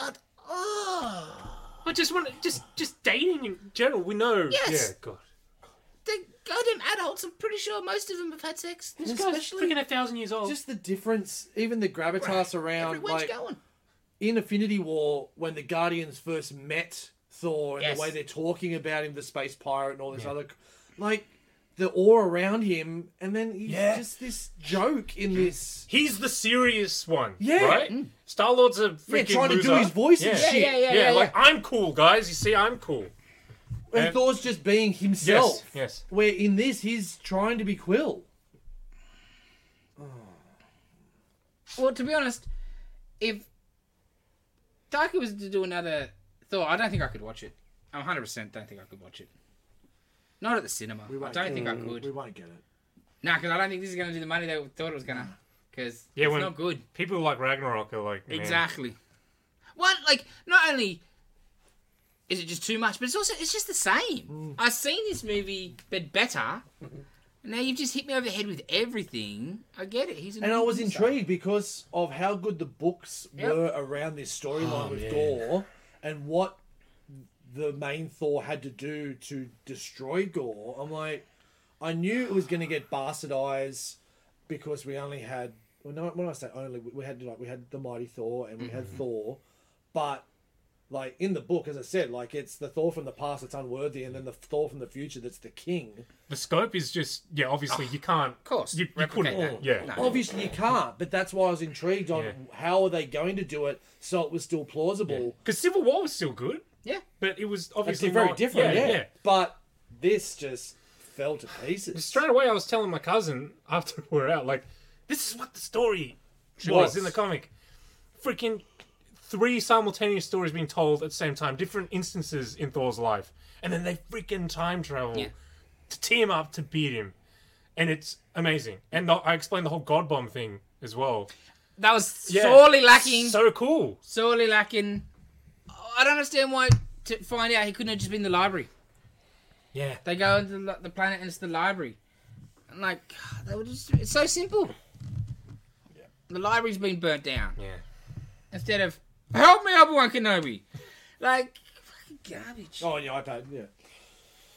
I- Oh,
I just want to, just, just dating in general, we know.
Yes.
Yeah, God.
they, goddamn adults. I'm pretty sure most of them have had sex.
And
This guy's
especially-
freaking a thousand years old.
Just the difference, even the gravitas around
Everywhere's
like
going.
in Infinity War when the Guardians first met Thor and
Yes.
the way they're talking about him, the space pirate and all this other, like the awe around him, and then he's
Yeah.
just this joke
[LAUGHS]
in this.
He's the serious one,
Yeah. Mm.
right? Star Lord's a freaking
trying to do
loser.
his voice and
yeah.
shit.
Yeah, yeah, yeah,
yeah,
yeah.
like I'm cool, guys. You see, I'm cool.
And
And-
Thor's just being himself.
yes.
Where in this, he's trying to be Quill.
Well, to be honest, if Taika was to do another Thor, I don't think I could watch it. I 100% don't think I could watch it. Not at the cinema. I don't think I
We
could.
won't get it.
Nah, because I don't think this is going to do the money they thought it was going to. Because
Yeah,
it's
when-
not good.
People like Ragnarok are like man,
Exactly. What like not only is it just too much, but it's also it's just the same. I've seen this movie, but better. Now you've just hit me over the head with everything. I get it. He's an
And I was
loser.
intrigued because of how good the books
Yep.
were around this storyline with Gore and what the main Thor had to do to destroy Gore. I'm like, I knew it was going to get bastardized because we only had, well, no, when I say only, we we had like we had the mighty Thor and we had Thor, but like in the book, as I said, like it's the Thor from the past that's unworthy, and then the Thor from the future that's the king.
The scope is just yeah. Obviously, you can't. Of
Ah, course,
you, you
replicate
couldn't.
that.
Yeah,
No.
Obviously, you can't, but that's why I was intrigued on
Yeah.
how are they going to do it so it was still plausible.
because Civil War was still good,
Yeah.
but it was
It's
obviously
very
not-
different, yeah,
yeah.
But this just fell to pieces.
Straight away, I was telling my cousin [LAUGHS] after we were out, like, this is what the story was,
Was.
in the comic. Freaking three simultaneous stories being told at the same time, different instances in Thor's life, and then they freaking time travel
Yeah.
to team up to beat him, and it's amazing. And the, I explained the whole God bomb thing as well.
That was
Yeah.
sorely lacking.
So cool.
sorely lacking. I don't understand why. To find out, he couldn't have just been in the library.
Yeah.
They go into the, li- the planet and it's the library. And like, God, they were just—it's so simple. The library's been burnt down.
Yeah.
instead of "Help me, Obi Wan Kenobi," like fucking garbage.
Oh, yeah, iPad, yeah.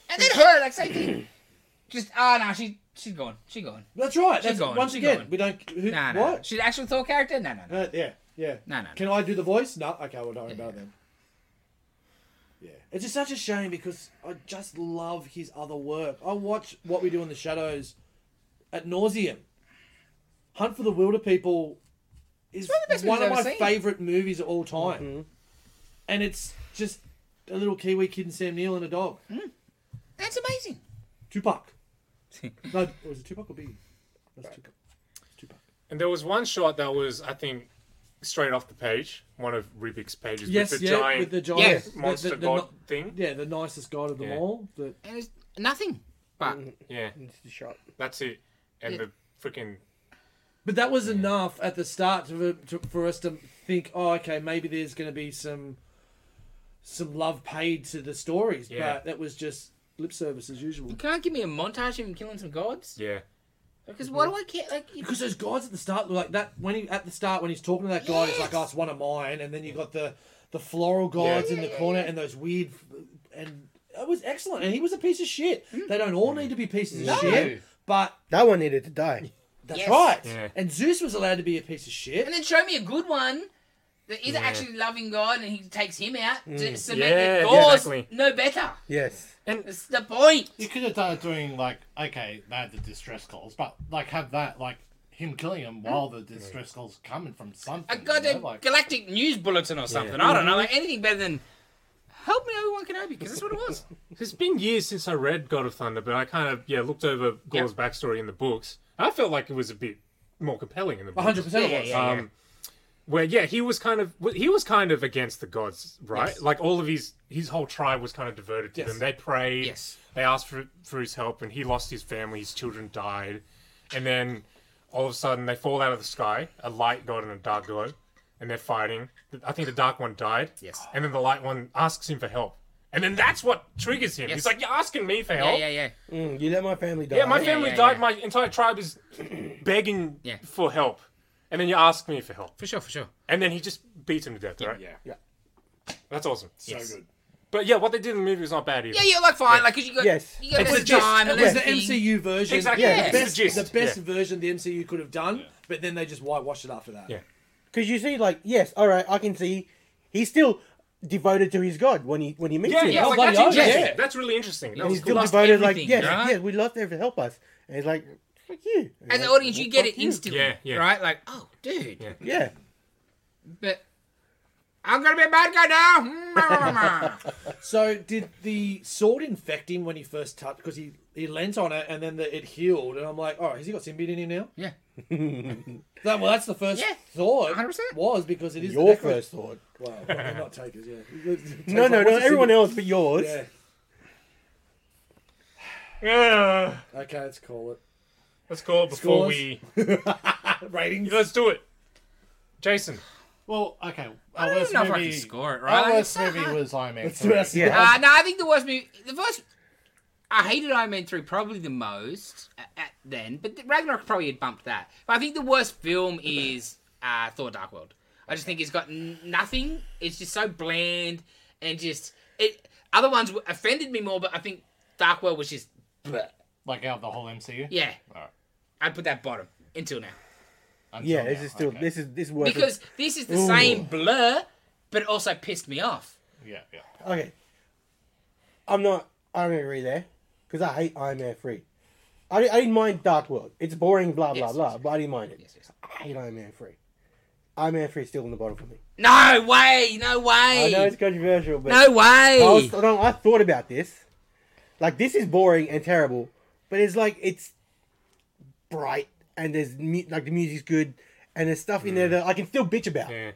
And then her, like same thing. [CLEARS THROAT] Just ah, no, she she's gone, she gone.
That's right.
She's
That's,
gone,
Once
she's
again,
gone.
we don't. Who,
Nah, nah,
what?
she's an actual Thor character. No, no, no.
Uh, yeah, yeah.
No, no, no.
Can I do the voice? No. Okay, we'll don't about them. Yeah. It's just such a shame because I just love his other work. I watch What We Do in the Shadows at nauseum. Hunt for the Wilder People is
of the best
one of
movies
my
I've ever seen.
favorite movies of all time, and it's just a little Kiwi kid and Sam Neill and a dog.
Hmm. That's amazing. [LAUGHS]
Tupac. no, was it Tupac or Biggie? That's Tupac. Tupac.
And there was one shot that was, I think, straight off the page, one of Rubik's pages
Yes,
with the
yeah,
giant
with the giant
Yes.
the- the-
monster
the-
god thing.
Yeah, the nicest god of them
Yeah.
all. The
And it's nothing. But
Yeah,
It's the shot.
that's it. And the freaking
But that was enough at the start to, to, for us to think, oh, okay, maybe there's going to be some some love paid to the stories.
Yeah.
But that was just lip service as usual.
you can't give me a montage of him killing some gods.
yeah,
Because why do I care? Like, you-
Because those guys at the start, like that, when he at the start when he's talking to that guy, he's like,
Yes.
"Oh, it's one of mine," and then you got the the floral gods in the corner and those weird, and it was excellent. And he was a piece of shit.
Mm.
They don't
Mm.
all need to be pieces of shit, but
That one needed
[LAUGHS]
to die.
that's
Yes.
right.
Yeah.
And Zeus was allowed to be a piece of shit.
and then show me a good one that is actually loving God and he takes him out to cement
Yeah,
that Thor's
exactly.
no better.
Yes.
That's the point.
You could have done it doing like okay, they had the distress calls, but like have that like him killing him while
Hmm.
the distress calls coming from something.
a
you know,
goddamn
like-
galactic news bulletin or something. I don't know, like anything better than help me Obi Wan Kenobi because that's what it [LAUGHS] was.
It's been years since I read God of Thunder, but I kind of yeah looked over Gore's backstory in the books. I felt like it was a bit more compelling in the books.
100% it was.
Yeah, yeah, yeah.
Um, where yeah, he was kind of he was kind of against the gods, right?
Yes.
Like all of his his whole tribe was kind of devoted to
Yes.
them. They prayed,
Yes.
they asked for for his help, and he lost his family. His children died, and then all of a sudden they fall out of the sky. A light god and a dark god, and they're fighting. I think the dark one died.
Yes.
and then the light one asks him for help. And then that's what triggers him.
Yes.
He's like, "You're asking me for
Yeah,
help?
yeah, yeah.
Mm, you let my family die.
Yeah, my family
yeah,
died.
yeah.
My entire tribe is [CLEARS THROAT] begging
Yeah.
for help, and then you ask me for help,
For sure, for sure.
and then he just beats him to death, right?
yeah,
That's awesome.
so good.
But yeah, what they did in the movie was not bad either.
Yeah, yeah, like fine, like 'cause you got
Yes.
you got
It's
less
the gist.
time and
It was
less
the
thing.
MCU version.
Exactly.
Yeah,
The
it's
best,
the gist.
the best
Yeah.
version the MCU could have done, but then they just whitewashed it after that.
Yeah.
Because you see, like, yes, all right, I can see he's still devoted to his god when he when he meets
Yeah,
him.
yeah,
Oh,
like,
bloody
that's
hell,
interesting.
yeah.
That's really interesting. That
And
was
he's still
cool.
lost
devoted, like,
everything,
yes,
right?
yeah, we'd love to to help us. And he's like, fuck you. And
As an
like,
audience,
well,
you get
fuck
it instantly,
Yeah, yeah.
right? Like, oh, dude,
Yeah.
Yeah.
but I'm gonna be a bad guy [LAUGHS] now.
So did the sword infect him when he first touched? Because he he leant on it and then the, it healed, and I'm like, all right, has he got symbiote in him now?
yeah,
That, well, that's the first
Yeah,
thought.
100%.
was because it is the
Your
necro-
first thought.
Well, well, they're not takers,
[LAUGHS]
yeah.
No, no,
What's
no,
the
everyone
symbiote?
else but yours.
Yeah.
Yeah.
Okay, let's call it
Let's call it before
Scores.
we.
ratings.
Let's do it. Jason.
Well, okay.
I
our
don't even
worst
know if I
movie,
can score it
Our
right. Like, it's
worst
so
movie
hard.
was
[LAUGHS]
Iron Man.
Let's do it.
3.
Yeah.
Uh, no, I think the worst movie, the first, I hated Iron Man 3 probably the most at, at then, but Ragnarok probably had bumped that. But I think the worst film is uh, Thor Dark World. I just think it's got n- nothing. It's just so bland and just, it. other ones w- offended me more, but I think Dark World was just, bleh.
Like out of the whole MCU.
yeah,
Alright.
I'd put that bottom until now.
Until
Yeah,
now,
this is still
okay.
this is this is worth it.
Because this is the
Ooh.
same blur, but it also pissed me off.
Yeah, yeah.
Okay. I'm not Iron Man 3 there because I hate Iron Man 3. I, I didn't mind Dark World. It's boring, blah, blah,
Yes,
blah,
yes,
but I didn't mind it.
Yes, yes.
I hate Iron Man 3. Iron Man 3 is still in the bottom for me.
No way, no
I
way.
know it's controversial, but
no way.
I, was, no, I thought about this. Like, this is boring and terrible, but it's like it's bright and there's mu- like the music's good and there's stuff in
Mm.
there that I can still bitch about,
Yeah.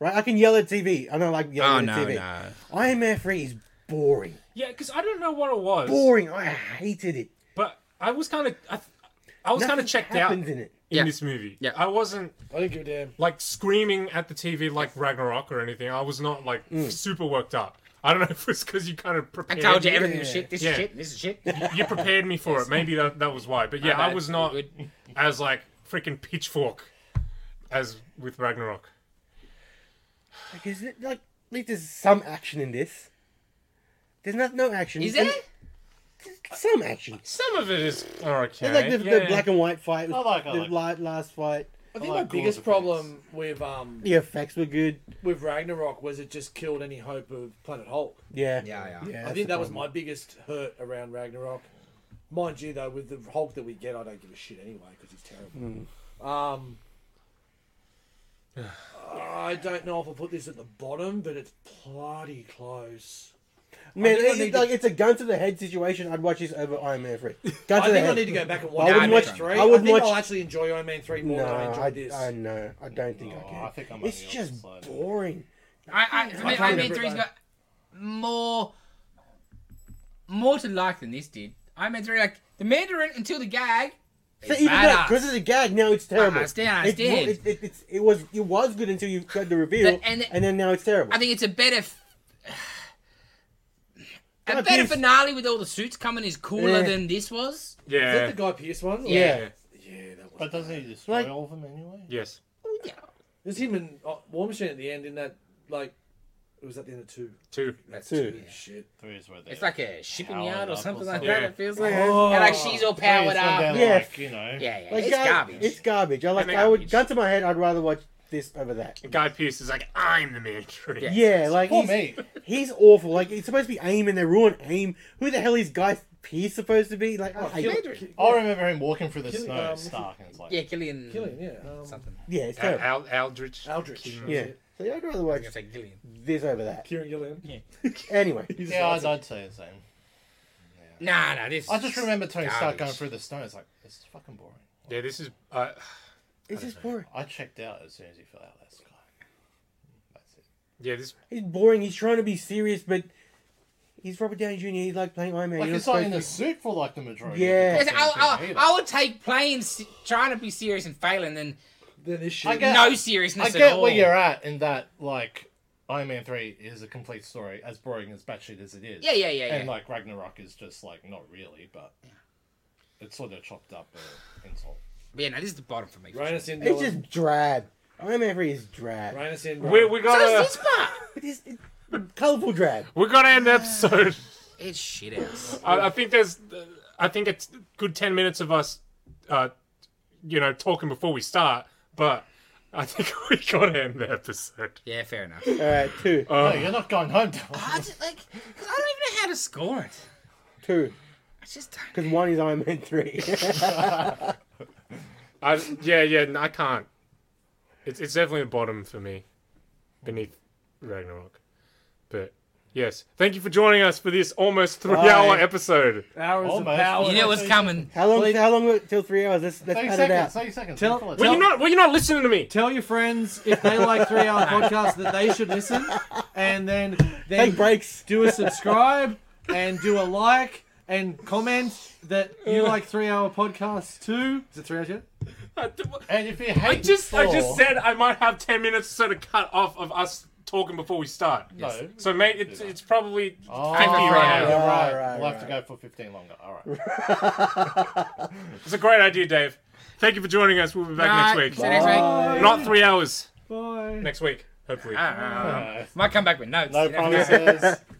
right? I can yell at TV. I don't like
Oh
yelling
no,
at TV.
no.
Iron Man 3 is boring.
Yeah, because I don't know what it was,
boring. I hated it.
but I was kind of, I, th- I was kind of
Nothing
checked out
happens
in
in it.
Yeah.
this movie.
Yeah.
I wasn't
I didn't give a damn.
like screaming at the TV like Ragnarok or anything. I was not like
Mm.
super worked up. I don't know if it's because you kind of
I
prepared.
told you everything was shit. This
Yeah.
is shit. This is shit.
You prepared me for it. Maybe that, that was why. But yeah, I
bad.
was not
Good.
as like freaking pitchfork as with Ragnarok.
Like, is it like at least there's some action in this? There's not no action.
Is
And
there?
some action?
Some of it is okay.
There's like the, the
yeah.
black and white fight, with
I like- I
the
like.
la- last fight.
I think
like
my
Gor's
biggest
effects.
problem with um
The effects were good.
with Ragnarok was it just killed any hope of Planet Hulk.
Yeah,
Yeah, yeah.
I think that was my biggest hurt around Ragnarok. Mind you, though, with the Hulk that we get, I don't give a shit anyway because he's terrible.
Hmm.
Um, [SIGHS] I don't know if I'll put this at the bottom, but it's bloody close.
my man.
I think I
It's,
need to-
like it's a gun to the head situation. I'd watch this over Iron Man three. Gun to
I
the
think I
head.
need to go back and
I
watch Iron
wouldn't
Man
watch-
three.
I
I,
wouldn't
think I'll
watch-
actually enjoy Iron Man three more
No,
than I enjoy
I,
this.
I know. I don't think I
Oh,
can.
I think I'm on
it's
the
just
other side.
boring.
I, I, for me,
can't
Iron Man
remember
three's
it,
got more, more to like than this did. Iron Man three, like the Mandarin until the gag.
So
is
even that,
badass.
because it's a gag, now it's terrible.
understand, I
It's-
understand.
It, it, it's- it was it was good until you got the reveal,
But- and it-
and then now it's terrible.
I think it's a better. f- [SIGHS] A
God,
better
yes.
finale with all the suits coming is cooler
Yeah.
than this was.
yeah.
Is that the Guy Pierce one?
yeah.
Yeah.
yeah, that was.
But doesn't he destroy
Like-
all of them anyway?
Yes.
There's him and uh, War Machine at the end in that like. It was at the end of two.
Two.
That's
Two.
true.
Shit.
Three is where they.
It's like a shipping
Powered
yard or
up or
something like
something.
that.
Yeah.
It feels like,
Oh.
and like she's all
Three is
powered
when
up.
they're
Yeah.
Like, you know.
Yeah, yeah,
Like,
it's
gar-
garbage.
It's garbage. I like.
And
I would
garbage.
gun to my head. I'd rather watch this over that.
Guy Pearce is like, I'm the Mandarin.
Yeah.
Yeah, like
For
he's,
me,
[LAUGHS]
he's awful. Like it's supposed to be aim, and they ruin aim. Who the hell is Guy Pearce supposed to be?
Oh,
Oh,
Like, I hate it.
Mandarin.
I remember him walking through the
Killing,
snow,
um,
Stark, and it's like,
Yeah, Gillian.
Killing, yeah. Um,
Something.
yeah, Uh, it's
Al-
terrible.
Al- Aldrich.
Aldrich.
yeah, so yeah, I'd rather
I
watch
was gonna say Gillian.
this over that.
Kieran Gillen.
[LAUGHS]
Anyway,
yeah, I'd, I'd say the same.
Nah, nah, this.
I just remember Tony Stark
Garbage.
going through the snow. It's like this is fucking boring.
Yeah, this is. Uh,
it's just boring.
I checked out as soon as he fell out of the sky. That's it.
yeah, this.
He's boring. He's trying to be serious, but he's Robert Downey Jr. He's like playing Iron Man.
Like
You're
he's not in
supposed
a
to-
suit for like the majority.
Yeah.
Yes,
Of the
I,
goddamn
I,
thing
"Oh, I
either.
would take playing, se- trying to be serious and failing than
Then this shit.
I get-
no seriousness
I get
at all.
where you're at in that like Iron Man three is a complete story, as boring as batshit as it is.
Yeah, yeah, yeah, yeah.
And like Ragnarok is just like not really, but it's sort of chopped up uh, insult.
yeah, no, this is the bottom for me. For sure.
Raina Sindel.
It's just drab. Iron Man Three is drab.
Raina Sindel.
We, we
So
got
does
a.
this part.
But it's, it, Colourful drag.
We're gonna end the
[LAUGHS]
episode.
It's shit ass.
I, I think there's, I think it's good ten minutes of us, uh, you know, talking before we start. But I think [LAUGHS] we gotta end the episode.
Yeah, fair enough.
[LAUGHS]
All right, two,
Uh,
No, you're not going home. Tom.
I just, like, 'cause I don't even know how to score it.
two.
I just don't.
Because one is Iron Man three. [LAUGHS]
I yeah yeah no, I can't. It's it's definitely the bottom for me, beneath Ragnarok. But yes, thank you for joining us for this almost three-hour
Bye.
episode.
Hours of
Almost.
power.
You knew it was coming.
how long? How long till three hours? Let's let's
Thirty
cut it out.
seconds. Thirty seconds.
Tell-
Call it.
Well, you're not well, you're not listening to me.
Tell your friends if they like
[LAUGHS]
three hour podcasts that they should listen, and then then
Take breaks.
do a subscribe and do a like and comment that you like three hour podcasts too. Is it three hours yet?
I,
And if you hate, I
just I just said I might have ten minutes sort of cut off of us talking before we start.
no.
So mate, it's it's probably
Oh,
Fifty
you're
right.
right. You're right.
Right, right,
we'll have to go
right.
for fifteen longer. All right.
it's a great idea, Dave. Thank you for joining us. We'll be back
Right,
next
See
week.
you next week.
Not three hours
Bye.
next week, hopefully.
Ah,
Uh,
might come back with notes. [LAUGHS]
no
You never know.
promises.